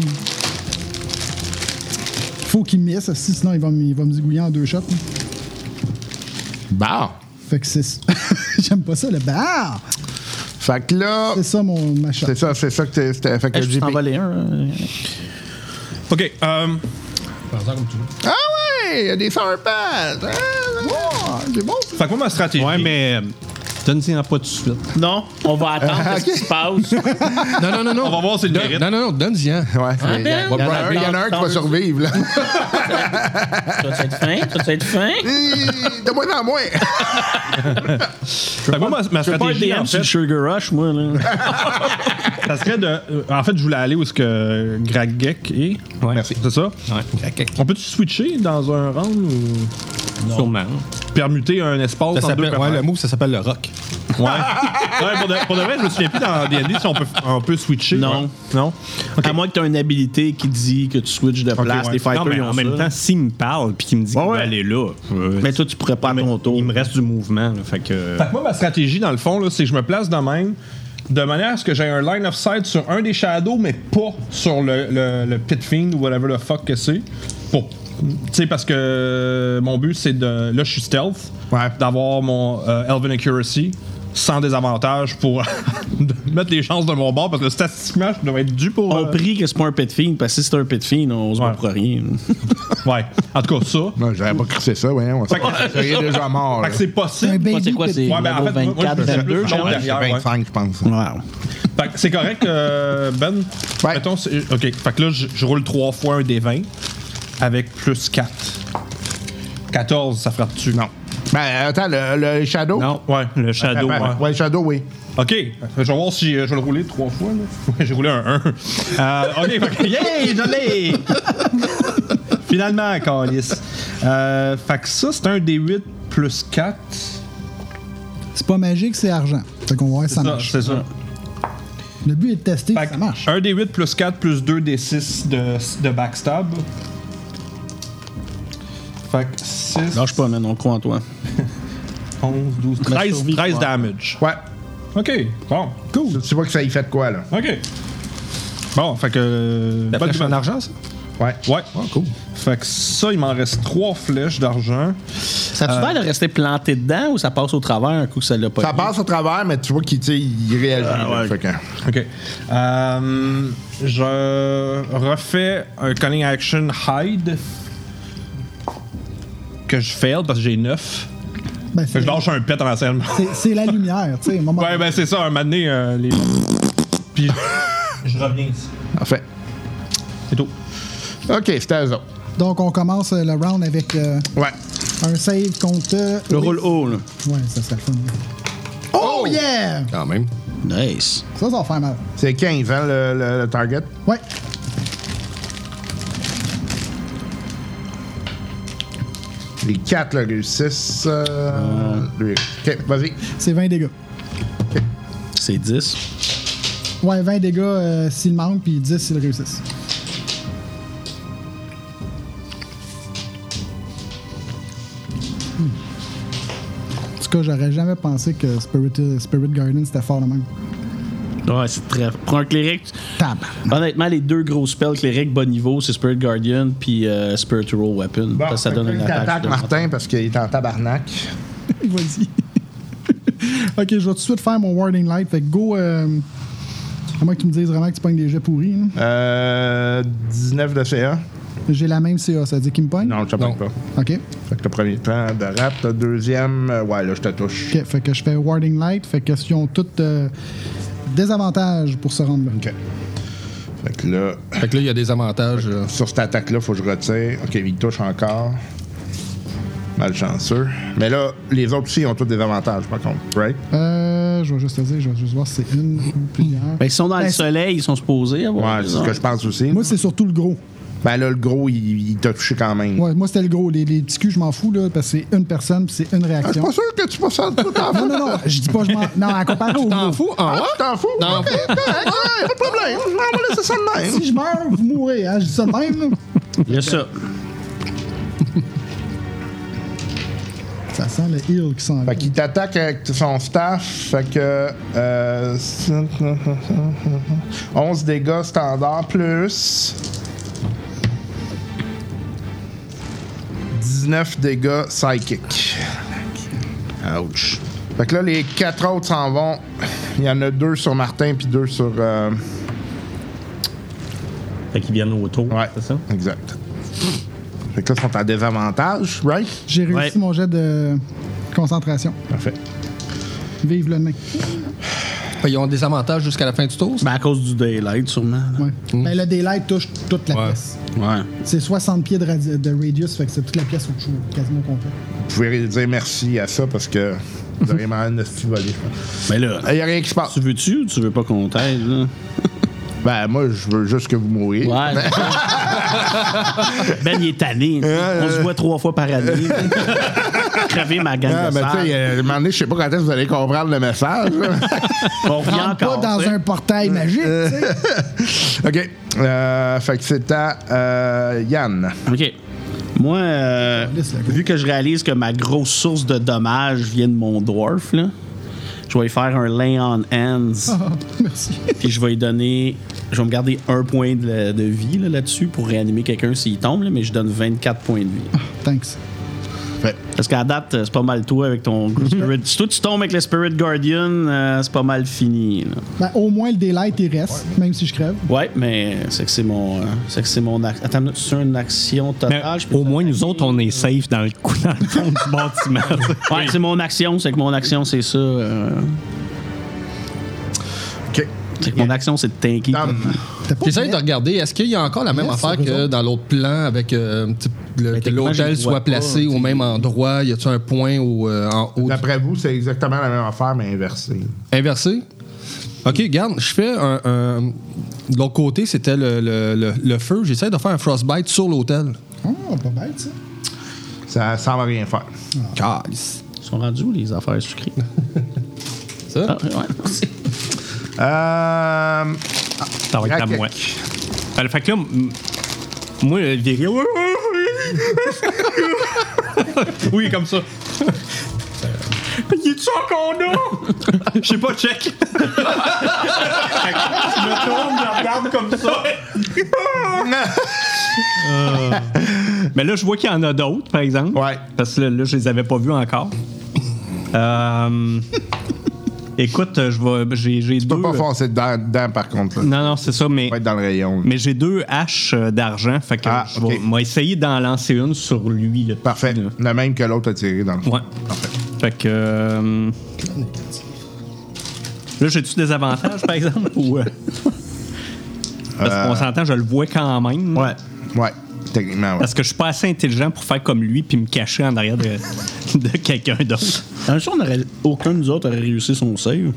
D: Faut qu'il misse, si, sinon il va, me- il va me zigouiller en deux shots. hein.
B: Bah!
D: Fait que c'est. J'aime pas ça, le bar!
B: Fait que là,
D: C'est ça, mon machin.
B: c'est ça, c'est ça que t'es. c'était- Fait que
F: Hey, Je
B: JP.
F: peux t'en voler un. euh,
G: OK. euh,
B: Ah ouais, il y a des serpents! Ah, ah, c'est bon!
G: fait que moi, ma stratégie.
I: Ouais,
G: euh,
I: mais. Donne-y un pas tout de suite.
F: Non, on va attendre
B: Ah,
F: qu'est-ce qui se passe.
I: Non, non, non, non.
G: On va voir si le
I: Don-
G: mérite.
I: Non, non, non, donne-y hein. un.
B: Ouais,
G: Ah, ben,
B: il y, a- il y en a un- il y en a un qui va survivre, là.
F: Tu vas être fin? Tu vas être fin?
B: Hi, De moins en moins!
G: Fait que moi, ma, ma
F: Je veux pas
G: stratégie,
F: être
G: en
F: DM sur le
G: fait,
F: Sugar Rush, moi. Là.
G: ça serait de. euh, En fait, je voulais aller où est-ce que Gragek est.
H: Ouais.
G: Merci. C'est ça?
H: Ouais.
G: On peut-tu switcher dans un round ou
H: Sûrement.
G: permuter un espace
I: Ça
G: entre
I: s'appelle-
G: deux
I: ouais,
G: personnes?
I: le move, ça s'appelle le rock.
G: Ouais. Ouais, pour, de, pour de vrai, je me souviens plus dans D&D si on peut, on peut switcher.
F: Non.
G: Ouais. Non? OK.
F: À moins que tu aies une habilité qui dit que tu switches de place.
G: ouais.
F: Les fighters,
H: non, mais
F: ils ont
H: en même
F: ça.
H: temps, s'il me parle puis qu'il me dit
F: Ouais,
H: qu'il
F: ouais.
H: va aller là, euh,
F: Mais toi, tu pourrais pas à ton tour.
H: il me reste du mouvement. là, fait que. euh,
G: Fait que moi, ma stratégie, dans le fond, là, c'est que je me place de même, de manière à ce que j'ai un line of sight sur un des shadows, mais pas sur le, le, le pit fiend ou whatever the fuck que c'est. Pour. Tu sais, parce que mon but, c'est de. Là, je suis stealth. D'avoir mon euh, Elven Accuracy sans désavantage pour mettre les chances de mon bord, parce que statistiquement, je devrais être dû pour.
F: On
G: euh,
F: prie que c'est pas un pet fiend, parce que si c'est un pet fiend, on se bat
G: Ouais.
F: pour rien.
G: Ouais. En tout cas, ça.
B: Non, j'avais pas crissé ça, voyons.
G: Fait que-
B: Vous seriez déjà mort.
G: Fait
B: là.
G: que
D: Un
G: c'est possible.
D: baby
F: c'est quoi,
D: pit-
F: c'est
G: Ouais, ben, en fait, moi, moi, je
F: 24,
G: faisais plus
F: 22,
G: genre
F: genre?
G: derrière, ouais.
B: 25, je pense.
F: Wow.
G: Fait que c'est correct, euh, Ben?
B: Ouais.
G: Mettons, c'est- OK. Fait que là, je, je roule 3 fois un des 20 avec plus 4. 14, ça frappe-tu?
B: Non. Ben, attends, le, le Shadow?
H: Non,
G: Ouais.
H: le shadow.
B: Ben,
H: ouais.
B: ouais, le Shadow, oui.
G: OK. Je vais voir si euh, je vais le rouler 3 fois. Là. Ouais, j'ai roulé un 1. Euh, OK, fait que, yay, joli! Finalement, Calis. Euh, fait que ça, c'est un des 8 plus 4.
D: C'est pas magique, c'est argent. Fait qu'on va voir si ça marche.
G: C'est ça.
D: Le but est de tester
G: Fait
D: si ça
G: que
D: marche.
G: 1 des 8 plus 4 plus 2 des 6 de, de backstab. Fait que 6,
F: Lâche pas, man, on croit en toi.
G: 11, 12, 13,
F: survie,
G: 13
F: ouais.
G: damage.
B: Ouais.
G: Ok, bon, cool.
B: Tu vois que ça y fait de quoi, là?
G: Ok. Bon, fait que. euh,
I: La
G: bonne
I: flèche en
G: nouvelle.
I: argent, ça? Ah,
B: Ouais.
G: Ouais. cool. Fait que ça, il m'en reste 3 flèches d'argent.
F: Ça a-tu l'air de rester planté dedans ou ça passe au travers un coup que Euh, ça l'a pas
B: Ça
F: aimé?
B: passe au travers, mais tu vois qu'il tu sais, il réagit. là, fait que-
G: Ok. Euh, je refais un calling action hide. Que je fail parce que j'ai 9.
D: Ben,
G: Fait
D: c'est
G: que je lâche un pet en enseignement.
D: c'est- c'est la lumière, tu sais. à un moment-
G: Ouais, ben c'est ça, un moment donné, euh, les. Puis je reviens ici.
B: Parfait.
G: C'est tout.
B: OK, c'était eux autres.
G: ben-
D: Donc, on commence euh, le round avec euh,
B: Ouais.
D: un save contre. euh,
F: Le roll haut, là.
D: Ouais, ça serait le fun. Oh, yeah!
F: Ah.
B: Quand même.
F: Nice.
D: Ça, ça va faire mal.
B: C'est 15, hein, le, le- le target?
D: Ouais.
B: Les 4 le réussissent. Euh, lui. OK, vas-y.
D: C'est 20 dégâts.
F: C'est 10.
D: Ouais, 20 dégâts euh, s'il manque, puis 10 s'il réussissent. Hmm. En tout cas, j'aurais jamais pensé que Spirit, euh, Spirit Garden c'était fort de même.
F: Ouais, c'est très. Pour un cléric,
D: Tab!
F: honnêtement, les deux gros spells cléric bas niveau, c'est Spirit Guardian puis euh, Spiritual Weapon. Parce que ça donne une attaque.
B: attaque Martin parce qu'il est en tabarnak.
D: Vas-y. ok, je vais tout de suite faire mon warning light. Fait que go. euh, à moins que tu me dises vraiment que tu pognes des jets pourris. hein.
B: Euh, 19 de CA.
D: J'ai la même CA, ça veut dire qu'il me pogne?
B: Non, je te prends pas.
D: Ok.
B: Fait que le premier temps de rap, le deuxième, euh, ouais, là, je te touche.
D: Ok, fait que je fais warning light. Fait que si ont toutes euh, des avantages pour se rendre là.
B: OK. Fait que là,
I: Fait que là, il y a des avantages. euh,
B: sur cette attaque-là, faut que je retire. OK, il touche encore. Malchanceux. Mais là, les autres aussi ont tous des avantages, par contre, right?
D: Euh, Euh, je vais juste te dire, je vais juste voir si c'est une ou plusieurs.
F: Ben, ils sont dans le soleil, ils sont supposés avoir.
B: Ouais, c'est ce que je pense aussi.
D: Moi, c'est surtout le gros.
B: Ben là, le gros, il, il t'a touché quand même.
D: Ouais, moi, c'était le gros. Les, les petits culs, je m'en fous, là, parce que c'est une personne, puis c'est
B: Ah, je
D: une
B: suis
D: réaction.
B: pas sûr que tu passes ça tout à
D: non, non, non, je dis pas, je m'en. Non, à comparer au gros.
I: fous? Ah,
B: Ah, tu t'en fous?
I: Non.
B: Ok, correct, ouais, pas de problème. On va laisser ça de même.
D: Si je meurs, vous mourrez, hein, je dis ça de même. là.
F: Il y a ça.
D: Ça sent le heal qui s'en va.
B: Fait qu'il t'attaque avec son staff. Fait que. Euh, 11 dégâts standard plus. 19 dégâts psychic. Ouch. Fait que là, les quatre autres s'en vont. Il y en a deux sur Martin puis deux sur. euh,
H: Fait qu'ils viennent autour,
B: Ouais.
H: c'est ça?
B: Exact. Fait que là, ils sont à désavantage, right?
D: J'ai réussi mon jet de concentration.
B: Parfait.
D: Vive le nain.
I: Ils ont des avantages jusqu'à la fin du tour. ça?
F: Ben, à cause du daylight, sûrement. là.
D: Ouais. Ben, le daylight touche toute la
I: Ouais.
D: pièce.
F: Ouais.
D: C'est 60 pieds de, radi- de radius, fait que c'est toute la pièce au chaud, quasiment au complet.
B: Vous pouvez dire merci à ça parce que vous auriez mal de se voler.
F: Mais là,
B: Il n'y a rien qui se passe.
F: tu veux-tu ou tu veux pas qu'on t'aide, là?
B: Ben, moi, je veux juste que vous mouriez.
F: Ouais. ben, il est tanné. On se voit trois fois par année. Crever ma gang
B: Ah,
F: de
B: mais tu
F: sales.
B: sais, euh, à un moment donné, je sais pas quand est-ce que vous allez comprendre le message. là.
F: On revient
D: Rentre pas
F: encore.
D: dans
F: tu sais.
D: un portail magique, tu sais.
B: OK. Euh, fait que c'est à euh, Yann.
F: OK. Moi, euh,
D: laisse la go.
F: vu que je réalise que ma grosse source de dommages vient de mon dwarf, là, je vais lui faire un lay on hands.
D: Ah, merci.
F: puis je vais lui donner. Je vais me garder un point de, de vie là, là-dessus pour réanimer quelqu'un s'il tombe, là, mais je donne 24 points de vie.
D: Thanks.
F: Parce qu'à date, euh, c'est pas mal toi avec ton Spirit. si toi tu tombes avec le Spirit Guardian, euh, c'est pas mal fini. là.
D: Ben, au moins, le daylight, il reste, même si je crève.
F: Ouais, mais c'est que c'est mon. euh, c'est que c'est mon. ac- Attends, une minute, c'est une action
H: Mais
F: totale. je peux
H: au
F: te-
H: moins, nous autres, on est safe dans le cou dans le fond du bâtiment.
F: Ouais, c'est mon action, c'est que mon action, c'est ça. euh,
B: OK.
F: c'est que mon action, c'est de tanker.
B: Dame.
D: T'as pas
I: J'essaie
D: vrai-
I: de regarder, est-ce qu'il y a encore la même
D: Ouais,
I: affaire
D: c'est raison.
I: que dans l'autre plan avec euh, type, le-
F: Ben,
I: que
F: techniquement, je les
I: l'hôtel
F: vois
I: soit
F: pas,
I: placé
F: t'sais.
I: au même endroit? Y a-tu un point au, euh, en haut? du-
B: D'après vous, c'est exactement la même affaire, mais inversée.
I: Inversé? Ok, garde, je fais un. un- de l'autre côté, c'était le, le- le- le feu. J'essaie de faire un frostbite sur l'hôtel.
D: Ah, pas bête, ça.
B: Ça, ça va rien faire.
I: Calice.
F: Ils sont rendus où les affaires sucrées?
I: Ça?
F: Ah, ouais, merci.
B: Euh,
H: Ça va être à
B: Raquette.
H: moi. Euh, Fait- Fait que là, m- moi, euh, le viril. oui, comme ça. Il est-tu encore là? Je sais pas, check. Fait que je me tourne, je regarde comme ça. Euh. Mais là, je vois qu'il y en a d'autres, par exemple.
B: Ouais.
H: Parce que là, là, je les avais pas vus encore. Euh, Écoute, je vais. J'ai, j'ai
B: tu peux
H: deux- euh,
B: pas foncer dedans, dedans, par contre. Là.
H: Non, non, c'est ça, mais.
B: Faut être dans le rayon. là.
H: Mais j'ai deux haches euh, d'argent, fait que
B: Ah,
H: je vais
B: ok.
H: moi, essayer d'en lancer une sur lui. là.
B: Parfait.
H: Là.
B: Le même que l'autre a tiré dans le fond.
H: Ouais. Fait que. euh, Là, j'ai-tu des avantages, par exemple? Ou, euh, Parce qu'on s'entend, je le vois quand même. Ouais.
B: Ouais. Techniquement, ouais.
H: Parce que je suis pas assez intelligent pour faire comme lui puis me cacher en arrière de, de quelqu'un d'autre.
F: Un jour, on aurait, aucun de nous autres aurait réussi son save.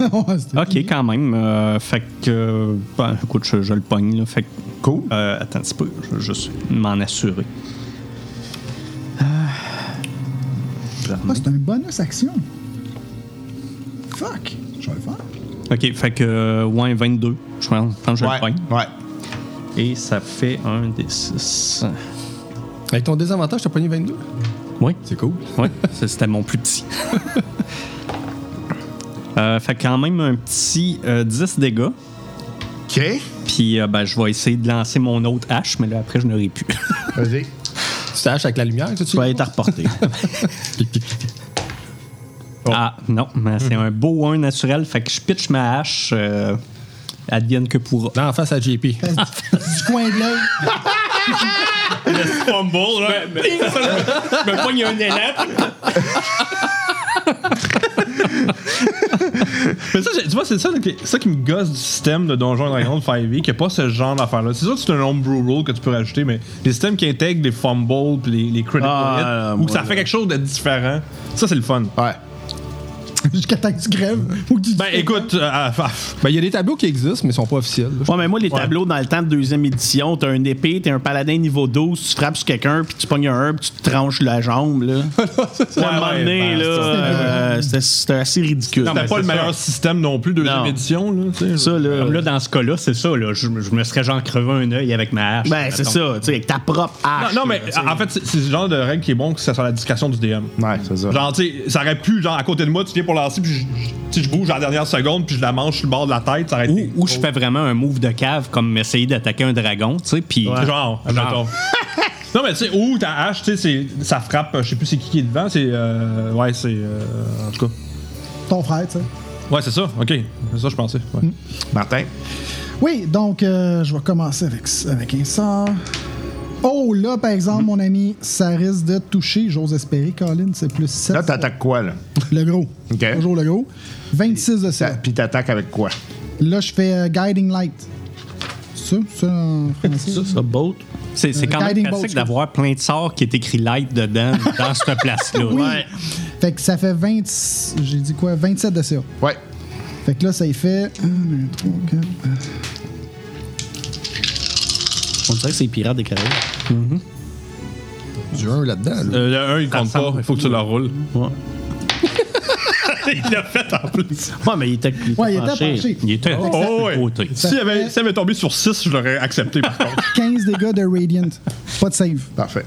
D: Ouais, c'était-
H: Ok, quand même. euh, fait que. euh, ben, écoute, je, je le pogne, là. Fait que.
B: Cool.
H: Euh, attends un petit peu, je veux juste m'en assurer.
D: Ah, c'est un bonus action. Fuck. Je vais le faire.
H: Ok, fait que. euh, ouais, 22. Je pense que je le
B: Ouais.
H: pogne.
B: Ouais.
H: Et ça fait un des 6.
I: Avec ton désavantage, t'as pogné 22?
H: Oui,
I: C'est cool.
H: oui, ça, c'était mon plus petit. Euh, fait quand même un petit euh, 10 dégâts.
B: OK.
H: Puis euh, ben, je vais essayer de lancer mon autre hache, mais là après je n'aurai plus.
B: Vas-y.
I: Tu t'aches avec la lumière, ça, tu
F: Tu vas être reporté.
H: Ah non, mais c'est un beau 1 naturel. Fait que je pitch ma hache. euh, advienne que pourra.
I: Dans la face à JP.
D: Du coin de l'œil.
H: Fumble, là. Je me pogne un élan.
G: Mais ça, j'ai- tu vois, c'est ça, que- ça qui me gosse du système de Donjons et Dragons de 5e, qu'il n'y a pas ce genre d'affaire-là. C'est sûr que c'est un homebrew rule que tu peux rajouter, mais les systèmes qui intègrent les fumbles puis les, les critical
F: Ah,
G: hits, ou
F: moi,
G: que ça
F: là.
G: fait quelque chose de différent, ça, c'est le fun.
B: Ouais.
D: Jusqu'à temps que tu crèves. Ou que tu
G: Ben écoute, euh, ah,
I: Ben, il y a des tableaux qui existent, mais ils sont pas officiels.
F: Ouais, mais moi, les tableaux dans le temps de deuxième édition, t'as un épée, t'es un paladin niveau 12, tu frappes sur quelqu'un, puis tu pognes un herbe, puis tu te tranches la jambe, là.
G: Ouais,
F: à un moment
G: ouais,
F: donné,
G: ben,
F: là, euh, c'était c'était assez ridicule.
G: C'était pas le meilleur système non plus, deuxième
F: Non.
G: édition. Là, tu sais.
F: Ça, là.
H: Comme là, dans ce cas-là, c'est ça. Là, je, je me serais genre crevé un œil avec ma hache.
F: Ben, c'est
H: mettons.
F: ça, tu sais, avec ta propre hache.
G: Non, non, mais
F: là, tu sais.
G: en fait, c'est c'est ce genre de règle qui est bon que ça soit la discrétion du DM.
B: Ouais, c'est ça.
G: Genre, tu sais, ça aurait pu, genre, à côté de moi, tu viens pour lancer, puis je, je- tu sais, je bouge à la dernière seconde, puis je la mange sur le bord de la tête, ça aurait
H: Ou,
G: été.
H: ou je fais vraiment un move de cave comme essayer d'attaquer un dragon, tu sais, puis
G: Genre, mettons. non, mais tu sais, ou ta hache, tu sais, c'est- ça frappe, je sais plus c'est qui qui est devant, c'est. euh, ouais, c'est. euh, en tout cas.
D: ton frère, tu sais.
G: Ouais, c'est ça, ok. C'est ça, je pensais. ouais.
B: Martin.
D: Oui, donc euh, je vais commencer avec, avec un sort. Oh, là, par exemple, mon ami, ça risque de toucher. J'ose espérer, Colin, c'est plus 7.
B: Là, t'attaques quoi, là?
D: Le gros.
B: OK.
D: Toujours le gros. 26 de 7.
B: Puis t'attaques avec quoi?
D: Là, je fais euh, Guiding Light. C'est ça? C'est ça en français?
F: Ça, ça, boat.
H: c'est c'est quand
D: Guiding
H: même
D: bolt,
H: pratique
D: je crois.
H: d'avoir plein de sorts qui est écrit light dedans dans cette place-là.
D: Oui. Fait que ça fait 20. J'ai dit quoi? 27 de CA.
B: Ouais.
D: Fait que là, ça y fait. 1, 2, 3, 4.
F: On dirait que c'est les pirates des Caraïbes.
I: Du 1 là-dedans. là.
G: Euh, le 1, il compte pas, il faut que tu le roules.
F: Ouais.
G: il l'a fait en plus.
F: Ouais, mais il était. il
D: Ouais, il était penché.
H: Il était
D: Fait que ça-
G: Oh, ouais.
H: côté.
G: S'il avait, s'il avait tombé sur 6, je l'aurais accepté, par contre.
D: 15 dégâts de Radiant. Pas de save.
B: Parfait.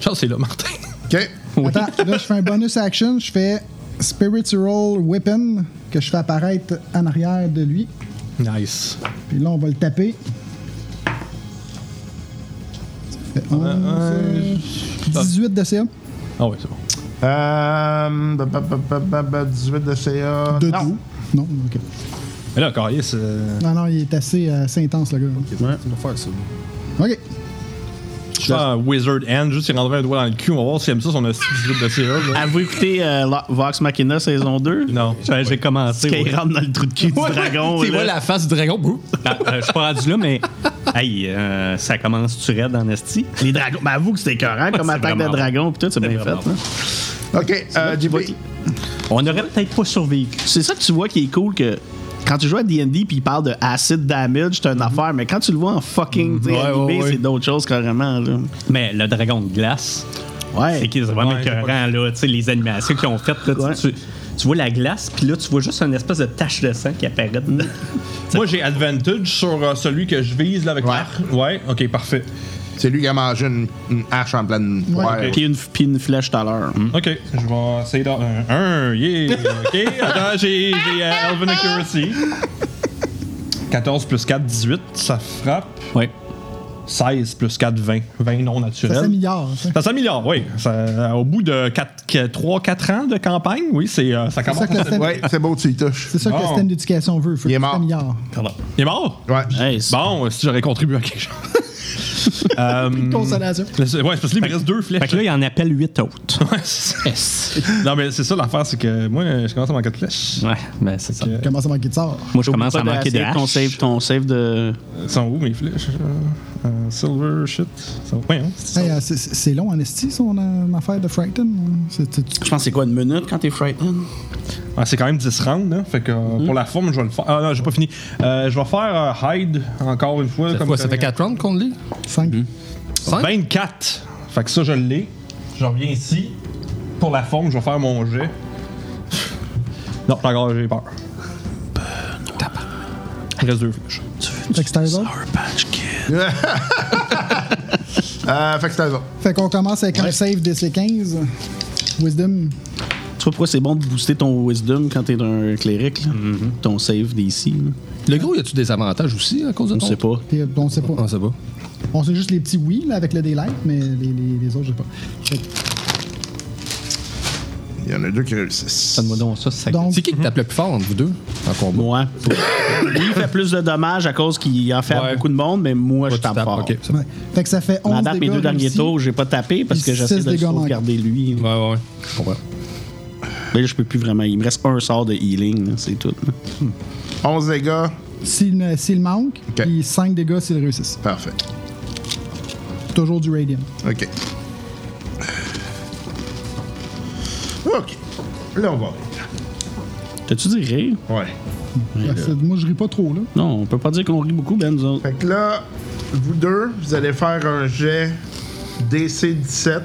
G: Genre, c'est là, Martin.
B: OK. Euh,
D: Attends, là, je fais un bonus action. Je fais Spiritual Weapon que je fais apparaître en arrière de lui.
G: Nice.
D: Puis là, on va le taper. Ça fait 11, euh, 18 de CA.
G: Ah, ouais, c'est bon.
B: Euh, ba- ba- ba- ba- ba- ba- 18 de CA.
D: De
B: non.
D: tout. Non, ok.
G: Mais là, Carlis, euh,
D: Non, non, il est assez, euh, assez intense, le gars.
I: Tu vas faire ça.
D: Ok.
G: je fais un Wizard Hand, juste il rendrait un doigt dans le cul, on va voir s'il aime ça, son hostie de zip de CA. là.
F: Avez-vous écouté euh, Lo- Vox Machina saison 2?
G: Non,
H: Ben, j'ai commencé.
F: C'est quand
H: ouais.
F: il rentre dans le trou de cul du dragon.
I: Tu vois
F: là.
I: la face du dragon. bouh.
H: Ah, euh, Je suis pas rendu là, mais hey, euh, ça commence tu raide en esti.
F: Les dragons. Ben, avoue que c'était écœurant comme
H: C'est
F: attaque de
H: vraiment bon.
F: dragon, pis tout, c'est bien fait.
H: vraiment bon.
F: hein.
B: OK. Euh, JP.
H: On aurait peut-être pas survécu.
F: C'est ça que tu vois qui est cool que. Quand tu joues à D&D puis il parle de acid damage, c'est une
H: Mm-hmm.
F: affaire, mais quand tu le vois en fucking tu sais, animé, c'est d'autres choses carrément. Là.
H: Mais le dragon de glace,
F: Ouais.
H: c'est qui- c'est vraiment écœurant, là. Tu sais, les animations qu'ils ont faites, là, tu-
F: Ouais.
H: tu, tu vois la glace, puis là, tu vois juste une espèce de tache de sang qui apparaît dedans.
G: Moi, j'ai advantage sur euh, celui que je vise, là, avec
B: Ouais.
G: l'arc. Ouais, ok, parfait.
B: C'est lui qui a mangé une, une hache en pleine.
D: Ouais.
F: Puis une, puis une flèche tout à l'heure.
H: Hmm.
G: Ok, je vais essayer d'en. Un, un, yeah! Ok, attends, j'ai j'ai, euh, Elven Accuracy. 14 plus 4, 18, ça frappe.
H: Ouais.
G: 16 plus 4, 20. 20 non
D: Ça
G: naturels.
D: s'améliore. ça.
G: Ça s'améliore, oui. Ça- euh, au bout de 3-4 ans de campagne, oui, c'est euh, ça
D: C'est ça
G: commence.
D: que le système-
B: Ouais, c'est beau, tu y touches.
D: c'est ça que le
G: Bon.
D: système d'éducation veut. Faut
B: Il
D: que
B: est
D: ça
B: mort.
D: s'améliore.
G: Il est mort?
B: Ouais.
F: Hey, c'est-
G: Bon, euh, si j'aurais contribué à quelque chose.
I: Mm.
D: Consolation.
G: Ouais, c'est parce qu'il me reste deux
H: Fait
G: flèches.
H: que là, il en appelle huit autres.
G: Ouais, c'est ça. non, mais c'est ça l'affaire, c'est que moi, je commence à manquer de flèches.
H: Ouais, ben c'est ça.
D: Commence à manquer de sort.
H: Moi, je commence à
F: Pas
H: manquer de
F: d'essayer Ton
H: hache.
F: save, ton save de.
G: Elles sont où mes flèches? Euh, euh, silver, shit. Ça va bien, hein?
D: Hey, euh, c'est- c'est c'est long en esti, son euh, affaire de Frighton. C'est- c'est-
F: Je pense que c'est quoi, une minute quand t'es frightened?
G: Ah, c'est quand même 10 rounds, hein? Fait que euh, pour la forme, je vais le faire. Ah non, j'ai pas fini. Euh, je vais faire euh, hide encore une fois.
I: Cette
G: comme
I: fois, ça
G: que-
I: fait 4 rounds qu'on lit.
D: Cinq.
B: Mm-hmm.
G: 24. Fait que ça, je l'ai. Je reviens ici. Pour la forme, je vais faire mon jet. Non, pas encore, j'ai peur. Il reste deux flèches.
D: Fait que c'est un autre.
B: Euh, fait que c'est eux autres.
D: Fait qu'on commence avec un save de C15. Wisdom.
F: Tu vois pourquoi c'est bon de booster ton wisdom quand t'es un cléric, là?
H: Mm-hmm.
F: ton save d'ici. là.
I: Le gros, y a-tu des avantages aussi à cause de
F: Je
I: ton
F: sais pas.
D: Puis, euh, on sait pas.
I: On sait pas.
D: On sait juste les petits oui là, avec le daylight, mais les, les, les autres, je sais pas. Fait que-
B: Il y en a deux qui réussissent.
H: Donne-moi donc ça, ça.
D: donc,
I: C'est qui qui tape le plus fort entre vous deux en combat?
F: Moi. Lui, il fait plus de dommages à cause qu'il en fait à
I: Ouais.
F: beaucoup de monde, mais moi, je
I: Toi, tu
F: tape
I: tapes,
F: fort.
I: ok, ça va.
D: ouais. fait que ça fait 11
F: À date, mes
D: dégâts
F: deux derniers
D: réussis.
F: tours, j'ai pas tapé parce que
D: Puis
F: j'essaie
D: six
F: de le
D: dégâts manquants.
F: sauvegarder lui.
I: Ouais, ouais, ouais. Je comprends.
F: Mais là, je peux plus vraiment. Il me reste un sort de healing, là, c'est tout. là.
B: 11 dégâts.
D: S'il ne- s'il manque,
B: Ok.
D: puis 5 dégâts s'il réussissent.
B: Parfait.
D: Toujours du radiant.
B: OK. OK. Là, on va rire.
F: T'as-tu dit rire?
B: Ouais.
D: Ah, c'est- Moi, je ris pas trop, là.
F: Non, on peut pas dire qu'on rit beaucoup, Ben, nous autres.
B: Fait que là, vous deux, vous allez faire un jet DC-17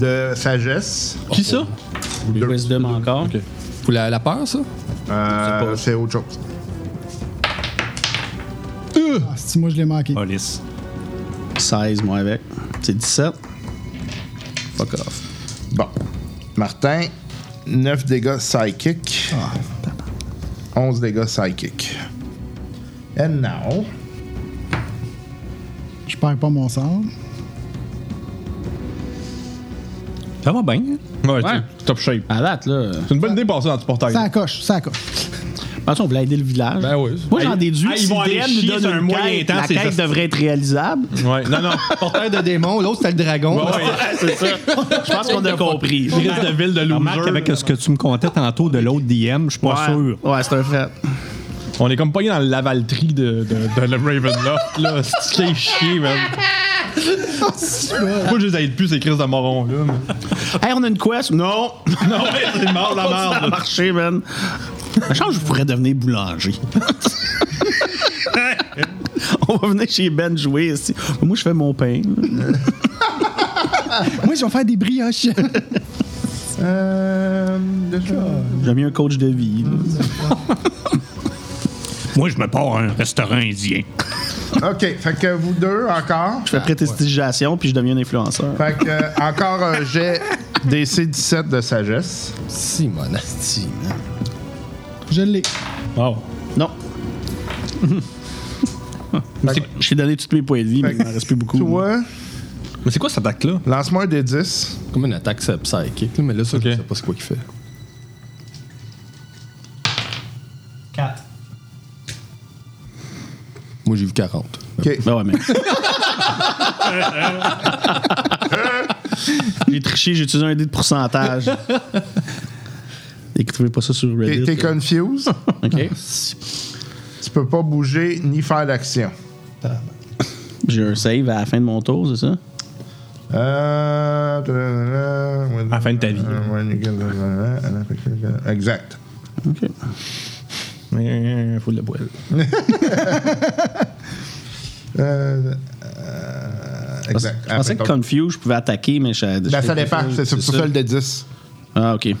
B: de sagesse.
F: Qui ça? Le Wisdom encore.
I: Pour la, la peur, ça?
B: Euh, c'est autre chose.
D: Ah, si moi, je l'ai manqué.
F: 16, moi, avec. C'est 17. Fuck off.
B: Bon. Martin, 9 dégâts psychic.
G: Ah,
B: 11 dégâts psychic. And now.
D: Je perds pas mon sort.
H: Ça va bien. hein?
G: Ouais, t'es top shape.
F: À date, là.
G: C'est une bonne idée de passer dans le portail.
D: Ça accroche, ça accroche.
F: Parce qu'on voulait aider le village.
G: Ben oui.
F: Moi, j'en déduis
G: Ah,
F: que
G: ils
F: si
G: vont
F: le
G: aller
F: DM
G: chier
F: nous
G: sur un
F: donne une
G: moyen
F: quête,
G: temps,
F: la
G: c'est
F: quête
G: ça.
F: devrait être réalisable.
G: Ouais, non, non.
I: Porteur de démon, l'autre, c'était le dragon.
G: Ouais, ouais.
F: c'est ça. Je pense qu'on a compris.
G: Crise de ville de
H: Remarque
G: loser.
H: avec ce que tu me contais tantôt de l'autre DM, je suis pas
F: Ouais,
H: sûr.
F: ouais c'est un fret.
G: On est comme pogné dans le lavalterie de, de, de le Ravenloft, là. C'est qui est chier, man. Moi, je les aide plus, ces crises de morons, là. mais-
F: Hey, on a une quest? Non!
G: Non, mais c'est mort,
F: Ça
G: la
F: a
G: merde.
F: marché, man. Je pense que je pourrais devenir boulanger. on va venir chez Ben jouer ici. Moi, je fais mon pain.
D: Moi, je vais faire des brioches.
B: Euh, déjà.
F: J'ai mis un coach de vie. là.
H: Moi, je me pars à un restaurant indien.
B: OK, fait que vous deux encore.
F: Je fais prétestigation puis je deviens un influenceur.
B: Fait que euh, encore un jet DC-17 de sagesse.
I: Si, mon asti, man.
D: Je l'ai.
G: Wow.
F: Non. Je t'ai donné toutes mes points de vie, mais il m'en reste plus beaucoup.
B: Toi,
G: Mais c'est quoi cette attaque-là?
B: lance-moi un D10.
I: Comme une attaque c'est psychique, là, mais là, ça,
G: Ok.
I: je sais pas c'est quoi qu'il fait.
H: 4.
I: Moi, j'ai vu 40.
B: OK.
F: Ben ouais, mais. j'ai triché, j'ai utilisé un dé de pourcentage. Écrivez pas ça sur
B: T'es
F: Reddit.
B: t'es
F: là.
B: confused.
F: OK.
B: Ah, tu peux pas bouger ni faire d'action.
F: J'ai un save à la fin de mon tour, c'est ça?
B: Euh,
G: À la fin de ta vie.
B: Exact.
F: OK.
B: Ben,
G: Euh, Faut de la poêle.
B: Euh, euh, exact.
F: Je pensais que Confuse, je pouvais attaquer, mais je.
B: Ben, ça dépend. C'est c'est pour ça le D10.
F: Ah, OK.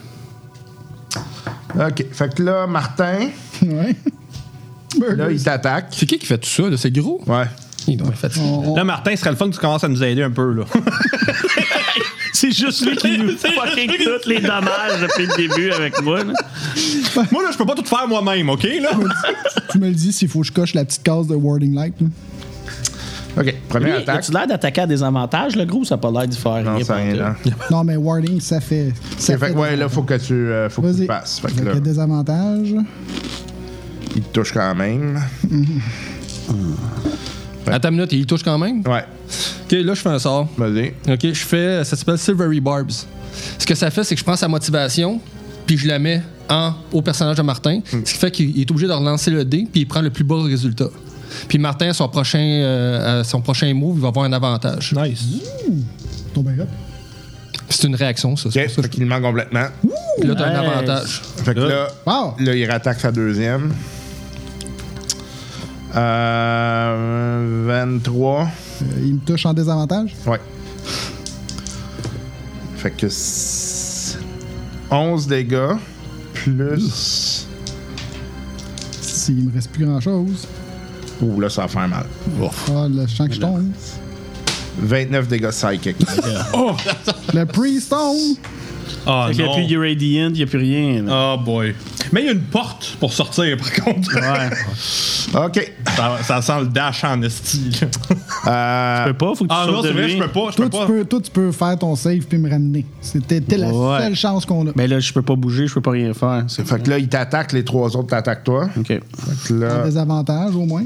B: OK. Fait que là, Martin,
D: Ouais.
B: là, il t'attaque.
I: C'est qui qui fait tout ça, là? C'est gros?
B: Ouais.
I: Il doit être fatigué.
G: Là, Martin, ce serait le fun que tu commences à nous aider un peu, là.
F: C'est juste lui qui nous fucking tous les dommages depuis le début avec moi. là.
G: Moi, là, je peux pas tout faire moi-même, OK, là?
D: tu me le dis s'il faut que je coche la petite case de Warding Light. là.
B: OK. Première
F: Lui,
B: attaque.
F: as-tu l'air d'attaquer à des avantages, le gros? Ça a pas l'air d'y faire
B: Non,
F: rien.
B: c'est rien,
F: pantoute.
B: là.
D: Non, mais Warding, ça fait. Ça
B: Ok, Fait que, ouais, là, faut que tu, euh, faut que tu
D: Vas-y.
B: passes. Fait
D: Fait
B: que là,
D: que désavantage.
B: il te touche quand même.
I: Attends une minute, il touche quand même?
B: Ouais.
I: Ok, là, je fais un sort.
B: Vas-y.
I: Ok, je fais. Ça s'appelle Silvery Barbs. Ce que ça fait, c'est que je prends sa motivation, puis je la mets en, au personnage de Martin. Ce qui fait qu'il est obligé de relancer le dé, puis il prend le plus bas résultat. Puis Martin, à son prochain, euh, à son prochain move, il va avoir un avantage.
G: Nice.
D: Tombe bien.
I: C'est une réaction, ça.
B: OK.
I: c'est pour ça
B: Fait
I: que-
B: qu'il ment complètement.
I: Puis Là, t'as un
F: Nice.
I: avantage.
B: Fait que là,
D: Wow.
B: là, il rattaque sa deuxième. Euh, 23.
D: Euh, il me touche en désavantage.
B: Ouais. Fait que s- 11 dégâts plus.
D: S'il me reste plus grand chose.
B: Ouh, là, ça va faire mal.
D: Ah, le champ que je tombe.
B: 29 dégâts psychic.
D: Le priest tombe.
G: Ah,
F: Fait qu'il n'y a plus
G: non.
F: Uradiant, il n'y a plus rien. là.
G: Ah, boy. Mais il y a une porte pour sortir, par contre.
F: Ouais.
B: OK.
G: ça, ça sent le dash en esti, là.
B: Euh,
F: Tu peux pas, faut que tu
G: Ah, non,
F: sautes
G: c'est
F: de
G: vrai,
F: lui.
G: je peux pas. Je
D: Toi
G: peux
D: tu,
G: pas.
D: peux, toi, tu peux faire ton save puis me ramener. C'était t'es la
F: Ouais.
D: seule chance qu'on a.
F: Mais Ben là, je peux pas bouger, je peux pas rien faire. C'est
B: fait que là, il t'attaque, les trois autres t'attaquent toi.
F: OK.
B: Fait que là,
D: Désavantage, au moins.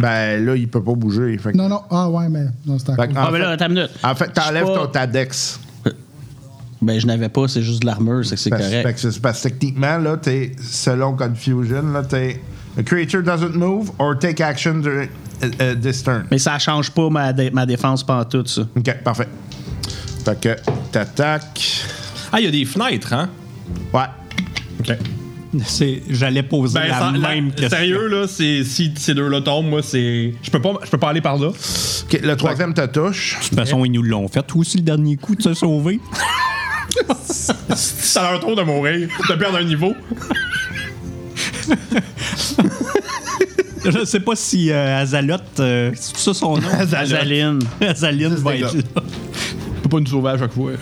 B: ben là, il peut pas bouger. Fait que-
D: Non, non. Ah, ouais, mais. Non, c'est
B: fait que,
D: encore.
F: Ah,
B: en,
F: mais là,
B: fait,
F: attends une minute.
B: en fait, t'enlèves
F: Je suis pas-
B: ton ta dex.
F: Ben, je n'avais pas, c'est juste de l'armure, c'est que c'est
B: Parce, fait
F: correct.
B: que Ben, c'est- parce que techniquement, là, t'es, selon Confusion, là, t'es. A creature doesn't move or take action during uh, uh, this turn.
F: Mais ça change pas ma, dé- ma défense pantoute, ça.
B: Ok, parfait. Fait que t'attaques.
G: Ah, il y a des fenêtres, hein?
B: Ouais.
G: OK.
H: C'est- J'allais poser
G: Ben,
H: la
G: sans- la-
H: même question.
G: Sérieux, là, c'est- si ces deux-là tombent, moi, c'est. Je peux pas, je peux pas aller par là.
B: le troisième te touche.
H: De toute façon, ils nous l'ont fait. Toi aussi, le dernier coup, tu t'es sauvé.
G: C'est à leur tour de mourir, de perdre un niveau.
H: Je sais pas si euh, Azalotte, euh, c'est ça son nom?
F: Azaline.
H: Azaline va être là.
G: peut pas nous sauver à chaque fois.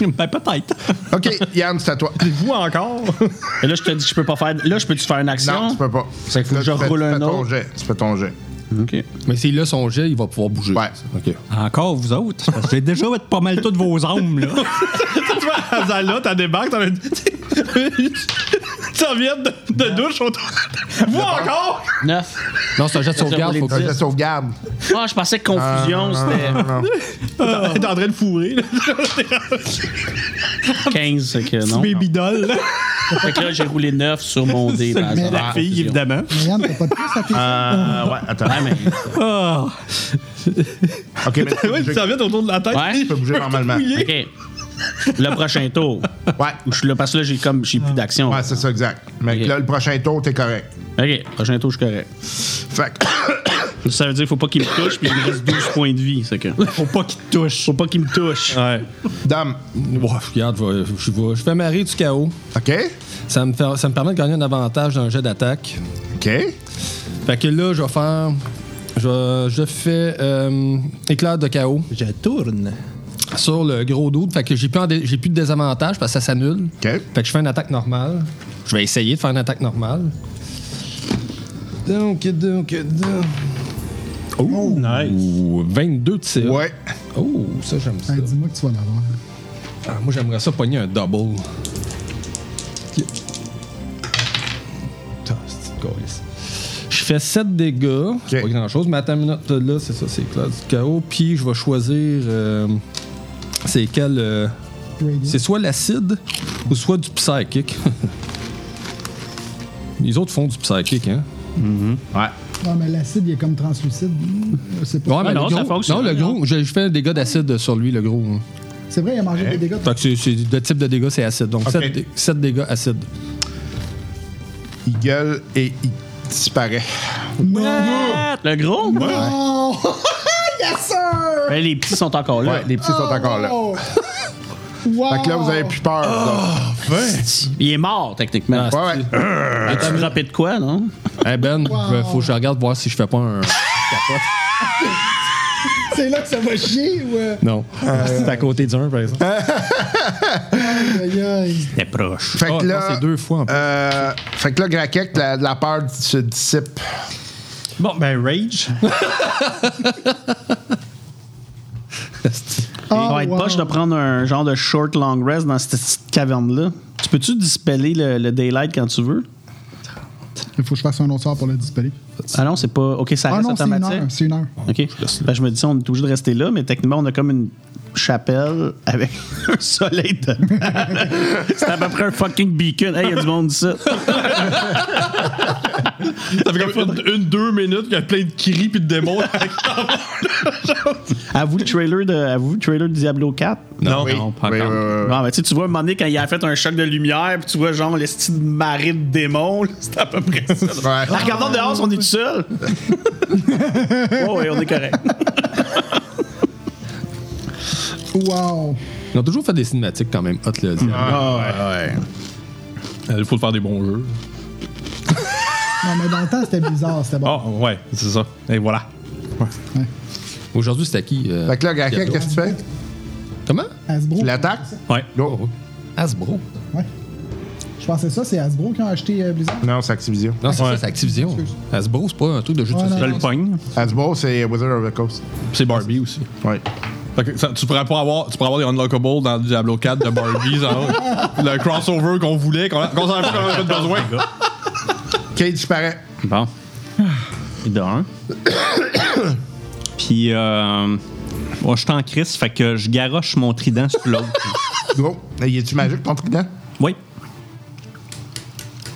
H: ben, peut-être.
B: OK, Yann, c'est à toi.
G: Vous encore?
F: Et là, je te dis, je peux pas faire. Là, je peux-tu faire une action?
B: Non, tu peux pas.
F: C'est que
B: Là,
F: je
B: tu fais-
F: roule
B: tu
F: un
B: fais ton
F: autre.
B: jet, Tu fais ton jet.
F: OK.
I: Mais s'il a son jet, il va pouvoir bouger.
B: Ouais.
I: OK.
H: Encore, vous autres? Parce que J'ai déjà être pas mal toutes vos âmes, là.
G: tu vois, Azala, t'as débarqué, t'en as une. Tu reviens de, de douche autour. Vous encore?
F: 9.
I: Non, c'est un jet de sauvegarde. Faut
B: Un jet de
I: que...
B: sauvegarde.
F: Ah, je pensais que confusion,
B: Ah,
F: c'était
B: Non, non.
G: T'es en train de fourrer, là.
B: ah.
F: 15, c'est que non.
H: Baby doll, là.
F: Fait que là, j'ai roulé 9 sur mon dé. par hasard.
H: la fille,
F: Confusion.
H: évidemment.
D: Mais Yann, t'as pas de plus à tes
B: Euh, ouais, attends.
F: Ouais, mais.
H: Ah.
B: OK, mais tu peux
G: Ouais,
B: bouger-
G: tu t'en viens autour de la tête.
F: Ouais.
B: tu peux bouger normalement.
F: OK. Le prochain tour.
B: Ouais.
F: Où je suis là, parce que là, j'ai comme j'ai plus d'action.
B: Ah. Ouais, c'est ça, exact. Mais
F: Ok.
B: là, le prochain tour, t'es correct.
F: OK, prochain tour, je suis correct.
B: Fait que-
F: Ça veut dire qu'il faut pas qu'il me touche, puis il me reste 12 points de vie. C'est que.
H: Faut pas qu'il te touche.
F: Faut pas qu'il me touche.
G: Ouais.
B: Dame,
I: Ouais, regarde, va- je, vais- je fais marrer du chaos.
B: OK?
I: Ça me, fait- ça me permet de gagner un avantage dans le jet d'attaque.
B: OK?
I: Fait que là, je vais faire. Je, je fais euh, éclair de chaos
E: Je tourne.
I: sur le gros doute. Fait que j'ai plus, en dé- j'ai plus de désavantage parce que ça s'annule.
B: OK?
I: Fait que je fais une attaque normale. Je vais essayer de faire une attaque normale. Donc, donc, donc. Oh!
G: Nice.
I: Ou 22 de tir.
B: Ouais.
I: Oh, ça, j'aime ça.
D: Hey, Dis-moi que tu vas l'avoir.
I: Ah, moi, j'aimerais ça pogner un double. Putain, c'est une câlisse. Je fais 7 dégâts. C'est pas grand chose, mais attends une minute. Là, c'est ça, c'est Claude du Chaos. Puis je vais choisir. euh, c'est quel. euh, c'est soit l'acide ou soit du psychic. Les autres font du psychic, hein?
D: Non, mais l'acide, il est comme translucide. Euh, C'est pas...
I: Ouais, mais
F: Ah non,
I: le
F: ça
I: gros. non,
F: fonctionne,
I: le
F: non.
I: gros. Je, je fais un dégât d'acide sur lui, le gros. hein.
D: C'est vrai, il a mangé des dégâts.
I: Fait que c'est- c'est- le type de dégâts, c'est acide. Donc 7, dégâts acide.
B: Il gueule et il disparaît.
F: Le gros?
D: Oh! yes, sir!
F: Ben, les petits sont encore là.
B: Ouais, les petits sont encore là.
D: Oh! Wow!
B: Fait que là, vous avez plus peur. là.
F: Il est mort, techniquement.
B: Ouais, ouais.
F: Ah, tu frappé de quoi, non?
I: Hey Ben,
D: Wow.
I: faut que je regarde voir si je fais pas un.
D: C'est là que ça va chier ou... euh,
I: Non. C'est à côté d'un, par exemple.
D: Aïe, aïe.
H: T'es proche.
B: Fait
F: Oh,
I: Ah,
B: que
I: non,
B: là.
I: c'est deux fois, en plus.
B: euh, fait que là, Grakek, la, la peur se dissipe.
G: Bon, ben, Rage.
F: Il
D: Ah,
F: va être
D: wow.
F: poche de prendre un genre de short long rest dans cette petite caverne-là. Tu peux-tu dispeller le, le daylight quand tu veux?
D: Il faut que je fasse un autre sort pour le dispeller.
F: Ah non, c'est pas. Ok, ça
D: Ah
F: reste
D: non, c'est une heure.
F: automatique.
D: C'est une heure.
F: Ok. Ben, je me dis, on est obligé de rester là, mais techniquement, on a comme une chapelle avec un soleil dedans. c'est à peu près un fucking beacon. Hey, il y a du monde ça.
G: Ça fait comme une, deux minutes qu'il y a plein de cris pis de démons.
F: Avez-vous le trailer de, avez-vous le trailer de Diablo 4?
G: non,
B: Oui,
H: pas
B: oui,
H: encore.
B: oui, oui, oui.
F: Bon, ben, tu sais, tu vois, un moment donné, quand il a fait un choc de lumière, puis tu vois, genre, le style de marée de démons, là, c'est à peu près ça. là.
B: Ouais.
F: En regardant dehors, on est tout seul. oh, ouais, on est correct.
D: Wow!
I: Ils ont toujours fait des cinématiques quand même hot, là. Diablo.
B: Ah.
G: Il faut faire des bons jeux.
D: Non, mais dans le temps, c'était bizarre. C'était bon.
G: Ah, ouais, c'est ça. Et voilà.
I: Aujourd'hui, c'était qui euh,
B: Fait que là, Grakek,
I: Diablo?
B: qu'est-ce que tu fais?
I: Comment
D: Hasbro.
B: Tu l'attaques?
H: Ouais.
B: Go.
I: Hasbro.
D: Ouais. Je pensais ça, c'est Hasbro qui a acheté euh, Blizzard.
B: Non, c'est Activision.
I: Non, c'est ça, c'est Activision. Hasbro, c'est pas un truc de jeu de
D: Ouais,
I: société.
H: Je le pogne.
B: Hasbro, Ah, c'est Wizard of the Coast.
G: C'est Barbie aussi.
B: Ouais.
G: Fait que ça- tu pourrais pas avoir, tu pourrais avoir des unlockables dans Diablo 4 de Barbie, genre, le crossover qu'on voulait, qu'on qu'on s'en fout, qu'on en avait pas besoin.
B: OK, il disparaît.
H: Bon. De un. Puis, euh, bon, je suis en crise, fait que je garoche mon trident sur l'autre.
B: Go. Il est-tu magique, ton trident?
H: Oui.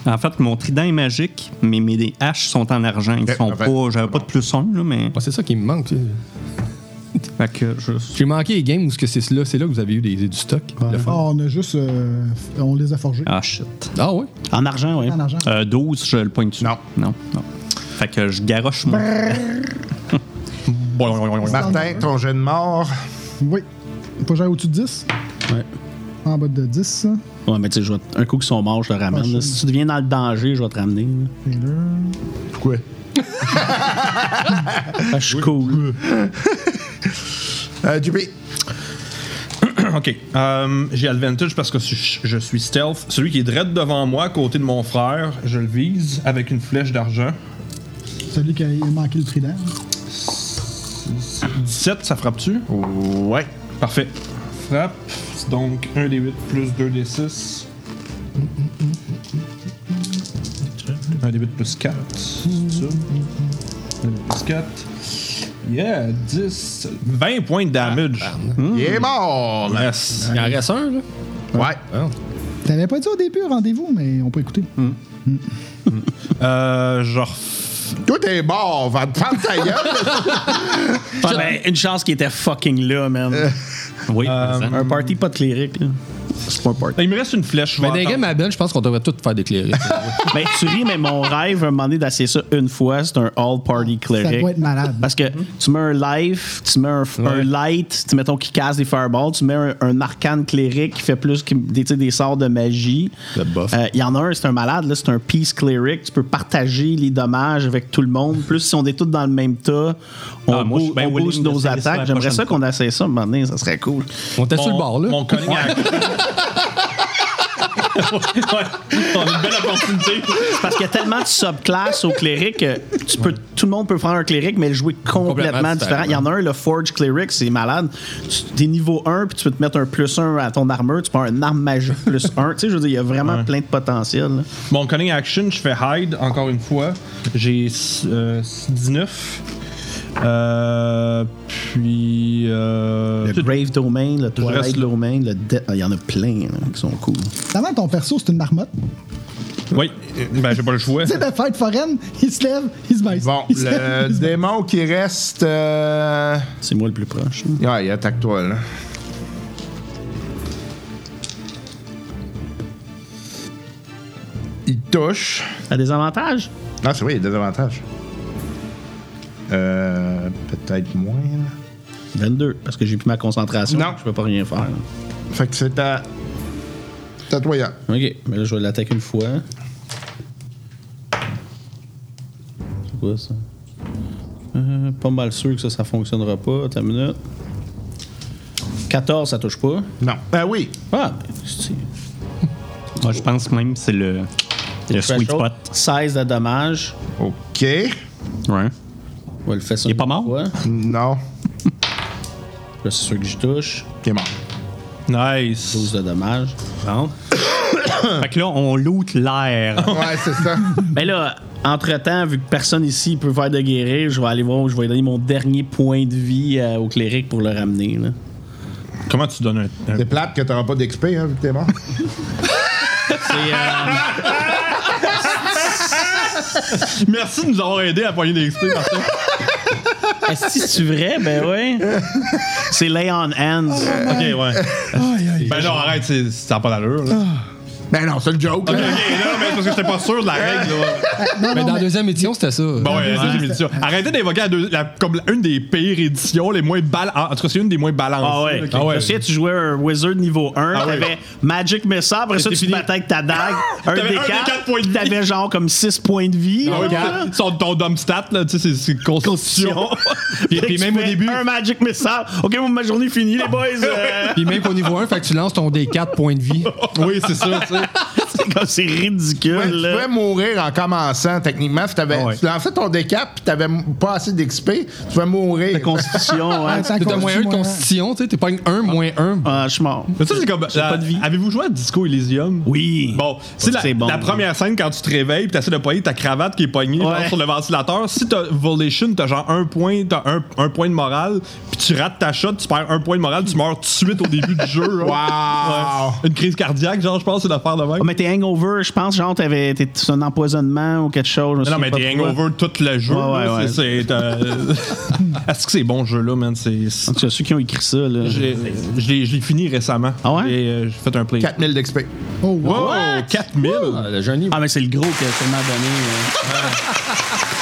H: En fait, mon trident est magique, mais mes haches sont en argent. Ils
B: Ok,
H: sont euh,
B: parfait.
H: pas. J'avais pas de plus 1, là, mais.
I: Ouais, c'est ça qui me manque. tu sais. Fait que J'ai manqué les games où ce que c'est là, c'est là que vous avez eu des, du stock. Le fun.
D: Ah, on a juste. euh, on les a forgés.
H: Ah, shit.
I: Ah, ouais?
H: En argent, oui.
D: En argent.
H: 12, je le pointe dessus. Non. Non, non. Fait que je garoche mon.
B: Martin, ton jeu de mort.
D: Oui. Pas genre au-dessus de 10
F: Ouais.
D: En bas de 10, ça.
F: Ouais, mais tu sais, je vais te- un coup qu'ils sont morts, je te ramène.
D: Ah,
F: là.
D: je-
F: Si tu deviens dans le danger, je vais te ramener.
D: Et là.
F: Pourquoi? je suis cool.
B: Euh, JP.
G: ok. euh, J'ai advantage parce que je je suis stealth. Celui qui est direct devant moi, à côté de mon frère, je le vise avec une flèche d'argent.
D: Celui qui a manqué le trident.
G: 17, ça frappe-tu? Ouais. Parfait. Frappe. C'est Donc 1 des 8 plus 2 des 6. 1 des 8 plus 4. C'est ça. 1 des 8 plus 4. Yeah, 10. 20 points de damage.
I: Ah,
B: Il est mort, là.
G: Yes.
I: Il en reste un, là?
B: Ouais.
D: T'avais pas dit au début rendez-vous, mais on peut écouter.
G: Euh, genre.
B: Toi, t'es mort, va te prendre ta gueule.
F: Ben, une chance qu'il était fucking là, man.
H: oui.
F: un party pas de cléric, là. C'est pas un party.
G: Il me reste une flèche.
I: Mais dans les games à Ben, je pense qu'on devrait tout faire déclarer.
F: Ben, tu ris, mais mon rêve, un moment donné, d'essayer ça une fois, c'est un all-party cleric.
D: Ça doit être malade.
F: Parce que tu mets un life, tu mets un, f- un light, tu mettons qui casse des fireballs, tu mets un, un arcane cléric qui fait plus que des, tu sais, des sorts de magie.
I: Le
F: Euh,
I: buff.
F: Il y en a un, c'est un malade, là, c'est un peace cleric. Tu peux partager les dommages avec tout le monde. Plus si on est tous dans le même tas, on,
H: Ah, moi, je suis
F: bou-
H: bien
F: on
H: willing
F: booste
H: d'essayer
F: nos
H: ça la
F: attaques. J'aimerais
H: prochaine
F: ça qu'on essaye ça un moment donné, ça serait cool.
I: On était sur le
G: Mon-
I: bord, là.
G: Mon cunning action. ouais. On a une belle opportunité.
F: C'est parce qu'il y a tellement de subclasses au cléric que tu peux, tout le monde peut prendre un cléric, mais le jouer complètement,
I: Complètement
F: différent.
I: différent.
F: Il y en a un, le Forge Cleric, c'est malade. Tu- T'es niveau 1, puis tu peux te mettre un plus 1 à ton armure, tu prends un arme magique plus 1. Tu sais, je veux dire, il y a vraiment plein de potentiel. là.
G: Mon cunning action, je fais hide encore une fois. J'ai euh, 19. Euh, puis. Euh,
F: Le Brave Domain, le
G: reste
F: Twilight
G: là.
F: Domain, le Death. ah, Il y en a plein là, qui sont cool.
D: Avant, ton perso, c'est une marmotte.
G: oui, ben j'ai pas le choix.
D: Tu sais, de fête foraine, il se lève, il se baisse.
B: Bon,
D: il se
B: le
D: lève, il se baisse.
B: démon qui reste. euh,
F: C'est moi le plus proche. là.
B: Ouais, il attaque toi, là. Il touche.
F: Ça a des avantages?
B: Ah, c'est vrai, il y a des avantages. Euh, peut-être moins, là.
F: 22, parce que j'ai plus ma concentration.
B: Non.
F: Je peux pas rien faire. là.
B: Fait que c'est à. C'est à toi, Yann.
F: Ok, mais là, je vais l'attaquer une fois. C'est quoi ça? Euh, pas mal sûr que ça, ça fonctionnera pas. Attends une minute. 14, ça touche pas.
B: Non. Ah oui.
F: Ah, ben, c'est-
H: Moi, je pense même que c'est le, le sweet
F: threshold.
H: spot.
F: 16 de dommages.
B: OK.
H: Ouais.
F: On va le faire ça.
H: Il est pas mort?
F: Ouais. Là,
B: Non.
F: c'est sûr que j'y touche.
B: T'es mort.
G: Nice.
F: 12 de dommages.
H: Bon. fait que là, on loot l'air.
G: Oh,
B: Ouais, c'est ça.
F: Mais Ben là, entre-temps, vu que personne ici peut faire de guérir, je vais aller voir, je vais donner mon dernier point de vie euh, au cléric pour le ramener. là.
G: Comment tu donnes un. un-
B: C'est plate que t'auras pas d'XP, hein, vu que t'es mort.
F: C'est, euh,
G: Merci de nous avoir aidés à poigner des XP, Martin.
F: Est-ce que c'est vrai? Ben oui. C'est Lay on Hands.
G: Ok, ouais. Ben non, arrête, c'est- ça n'a pas d'allure. là. Ah,
B: ben non, c'est le joke,
G: Ok,
B: là.
G: ok, non, mais c'est parce que j'étais pas sûr de la règle. Là.
I: mais dans la deuxième édition, c'était ça.
G: Bon, ouais, deuxième édition. Arrêtez d'évoquer la deux- la- comme une des pires éditions, les moins bal- En tout cas, c'est une des moins balancées.
F: Ah ouais.
G: Ok.
F: Ah ouais. Tu sais, tu jouais un Wizard niveau 1,
G: Ah ouais.
F: t'avais Magic Missile, après ça, tu te battais avec ta dague, un
G: T'avais
F: des
G: un des quatre points de
F: puis
G: vie.
F: t'avais genre comme 6 points de vie.
G: Ah ouais, puis Son, ton dumb stat, là, tu sais, c'est- c'est constitution.
F: Et
G: puis, puis même au début.
F: Un Magic Missile. OK, bon, ma journée est finie, les boys. Euh,
I: Puis même qu'au niveau 1, fait que tu lances ton D4 points de vie.
G: Oui, c'est ça, tu sais.
F: c'est comme- c'est ridicule.
B: Ouais, tu
F: là.
B: pouvais mourir en commençant, techniquement. Si t'avais-
G: Ouais.
B: Tu lançais ton décap puis t'avais m- pas assez d'XP, tu pouvais mourir.
F: La Constitution, hein.
D: Attends,
I: T'as moins 1 de
D: continue,
I: constitution, tu sais. T'es pas 1 moins 1.
F: Ah, je suis mort.
G: Mais ça, c'est comme. la-
F: pas de vie.
G: Avez-vous joué à Disco Elysium?
F: Oui.
G: Bon, c'est la,
F: C'est bon,
G: la
F: oui.
G: première scène quand tu te réveilles, puis t'essaies de poigner ta cravate qui est poignée genre,
F: Ouais.
G: sur le ventilateur. Si t'as Volition, t'as genre un point, t'as un, un point de morale, puis tu rates ta shot, tu perds un point de morale, tu meurs tout de suite au début du jeu. hein.
B: Wow!
G: Ouais. Une crise cardiaque, genre, je pense, c'est l'affaire de même.
F: Ah, mais t'es tes hangovers, je pense, genre, t'avais t'es- c'est un empoisonnement ou quelque chose. je me
G: Non,
F: souviens
G: mais
F: pas
G: t'es
F: pourquoi.
G: hangover tout le jeu.
F: Ouais, ouais,
G: là,
F: ouais.
G: c'est- c'est, euh, Est-ce que c'est bon jeu là, man? En
F: tout cas, ceux qui ont écrit ça, là.
G: Je l'ai je l'ai fini récemment. Ah ouais? Et euh, j'ai fait un play.
J: 4000 d'XP.
D: Oh,
G: wow! 4000!
F: Ah, mais c'est le gros qui a sûrement donné. euh.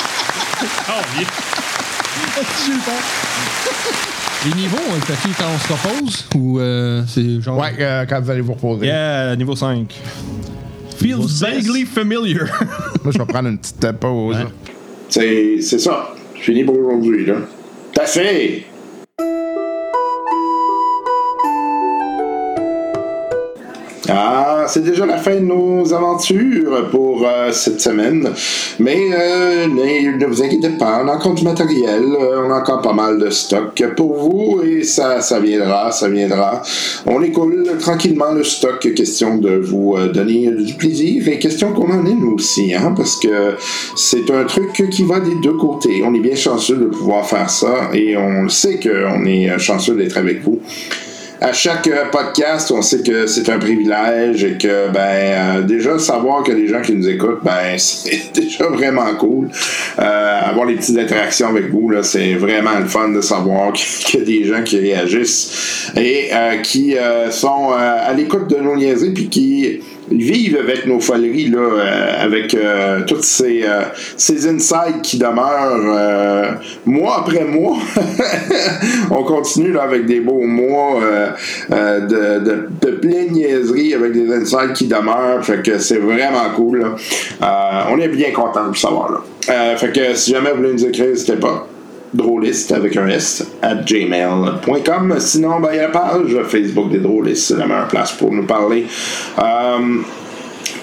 I: Les niveaux, on le fait quand on se repose ou euh, c'est genre.
J: Ouais, euh, quand vous allez vous reposer.
G: Yeah, Euh, niveau 5.
J: Feels
G: vaguely familiar.
J: Moi, je vais prendre une petite euh, pause.
C: C'est c'est ça. Fini pour aujourd'hui, là. T'as fait! Ah, c'est déjà la fin de nos aventures pour euh, cette semaine. Mais euh, ne, ne vous inquiétez pas, on a encore du matériel, euh, on a encore pas mal de stock pour vous et ça, ça viendra, ça viendra. On écoule tranquillement le stock, question de vous euh, donner du plaisir et question qu'on en ait nous aussi, hein, parce que c'est un truc qui va des deux côtés. On est bien chanceux de pouvoir faire ça et on sait qu'on est euh, chanceux d'être avec vous à chaque euh, podcast, on sait que c'est un privilège et que ben euh, déjà savoir qu'il y a des gens qui nous écoutent, ben c'est déjà vraiment cool. Euh, avoir les petites interactions avec vous là, c'est vraiment le fun de savoir qu'il y a des gens qui réagissent et euh, qui euh, sont euh, à l'écoute de nos niaiseries puis qui vivent avec nos foleries là, euh, avec euh, toutes ces euh, ces insights qui demeurent euh, mois après mois. on continue là, avec des beaux mois euh, euh, de, de, de pleine niaiserie avec des insights qui demeurent. Fait que c'est vraiment cool. là. Euh, on est bien content de vous savoir là. Euh, fait que si jamais vous voulez nous écrire, n'hésitez pas drôliste avec un S à gmail.com. Sinon, ben, il y a la page Facebook des drôlistes, c'est la meilleure place pour nous parler. Euh,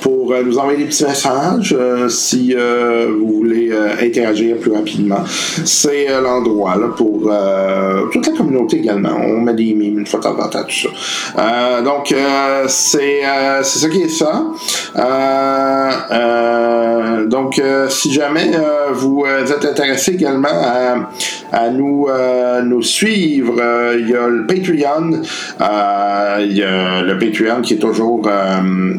C: pour euh, nous envoyer des petits messages, euh, si euh, vous voulez euh, interagir plus rapidement, c'est euh, l'endroit là, pour euh, toute la communauté également. On met des mimes une fois de temps en temps, tout ça. Euh, donc, euh, c'est, euh, c'est ça qui est ça. Euh, euh, donc, euh, si jamais euh, vous euh, êtes intéressé également à, à nous, euh, nous suivre, euh, il y a le Patreon. Euh, Il y a le Patreon qui est toujours. euh,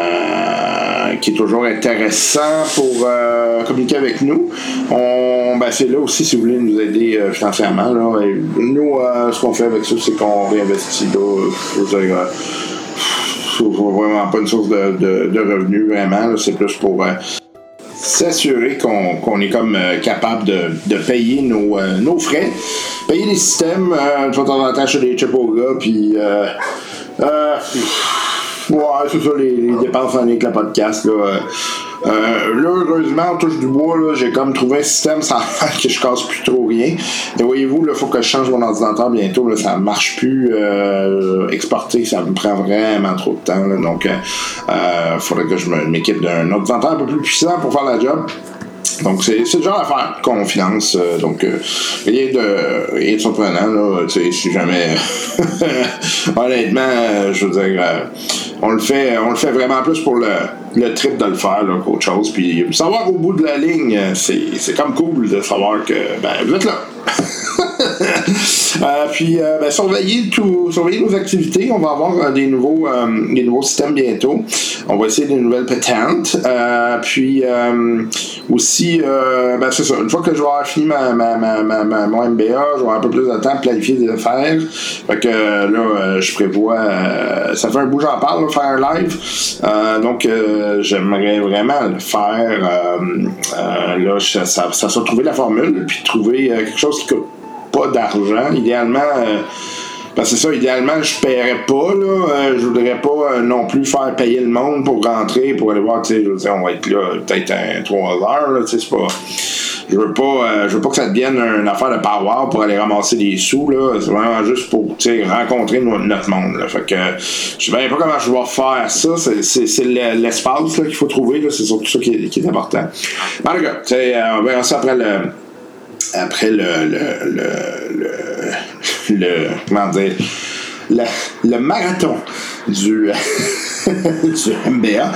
C: euh, qui est toujours intéressant pour euh, communiquer avec nous. On, ben, c'est là aussi si vous voulez nous aider euh, financièrement. là. Et nous, euh, ce qu'on fait avec ça, c'est qu'on réinvestit là, euh, je veux dire, euh, c'est vraiment pas une source de, de- de revenus, vraiment. là. C'est plus pour euh, s'assurer qu'on qu'on est comme euh, capable de, de payer nos, euh, nos frais, payer les systèmes. Euh, de temps en temps, acheter des chips aux gars, puis. euh, euh, ouais, c'est ça, les, les dépenses en lien avec le podcast. Là, euh, euh, là, heureusement, on touche du bois, là, j'ai comme trouvé un système sans que je casse plus trop rien. Et voyez-vous, il faut que je change mon ordinateur bientôt, là, ça marche plus. euh, exporter, ça me prend vraiment trop de temps. là. donc, il faudrait que je me- m'équipe d'un ordinateur un peu plus puissant pour faire la job. Donc, c'est c'est le genre d'affaire qu'on finance. euh, donc, euh, rien de, rien de surprenant, là. Tu sais, si jamais. Honnêtement, euh, je veux dire, euh, on le fait, on le fait vraiment plus pour le, le trip de le faire, là, qu'autre chose. Puis, savoir au bout de la ligne, euh, c'est c'est comme cool de savoir que, ben, vous êtes là. Euh, puis euh, ben, surveillez tout, surveillez nos activités. On va avoir euh, des nouveaux, euh, des nouveaux systèmes bientôt. On va essayer des nouvelles patentes. Euh, puis euh, aussi, euh, ben, c'est ça. Une fois que je vais avoir fini ma, ma, ma, ma- ma- mon MBA, je vais avoir un peu plus de temps pour planifier des affaires. Fait que euh, là, euh, je prévois. euh, ça fait un bout que j'en parle, là, faire un live. Euh, donc euh, j'aimerais vraiment le faire. Euh, euh, là, ça, ça, ça sera trouver la formule, puis trouver euh, quelque chose qui coûte pas d'argent. Idéalement, euh, parce que c'est ça, idéalement, je paierais pas, là. Euh, je voudrais pas euh, non plus faire payer le monde pour rentrer, pour aller voir, tu sais, je veux dire, on va être là euh, peut-être un- trois heures, là, tu sais, c'est pas. Je veux pas, euh, je veux pas que ça devienne une affaire de power pour aller ramasser des sous, là. C'est vraiment juste pour, tu sais, rencontrer no- notre monde, là. Fait que, je sais bien pas comment je vais faire ça. C'est- C'est c'est le- l'espace, là, qu'il faut trouver, là. C'est surtout ça qui est, qui est important. En tout cas, tu sais, euh, on verra ça après le après le le le le, le- comment dire le, le marathon du du MBA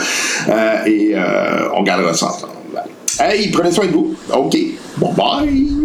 C: Euh, et euh, on gardera ça ensemble. Hey, prenez soin de vous. OK. Bye bye.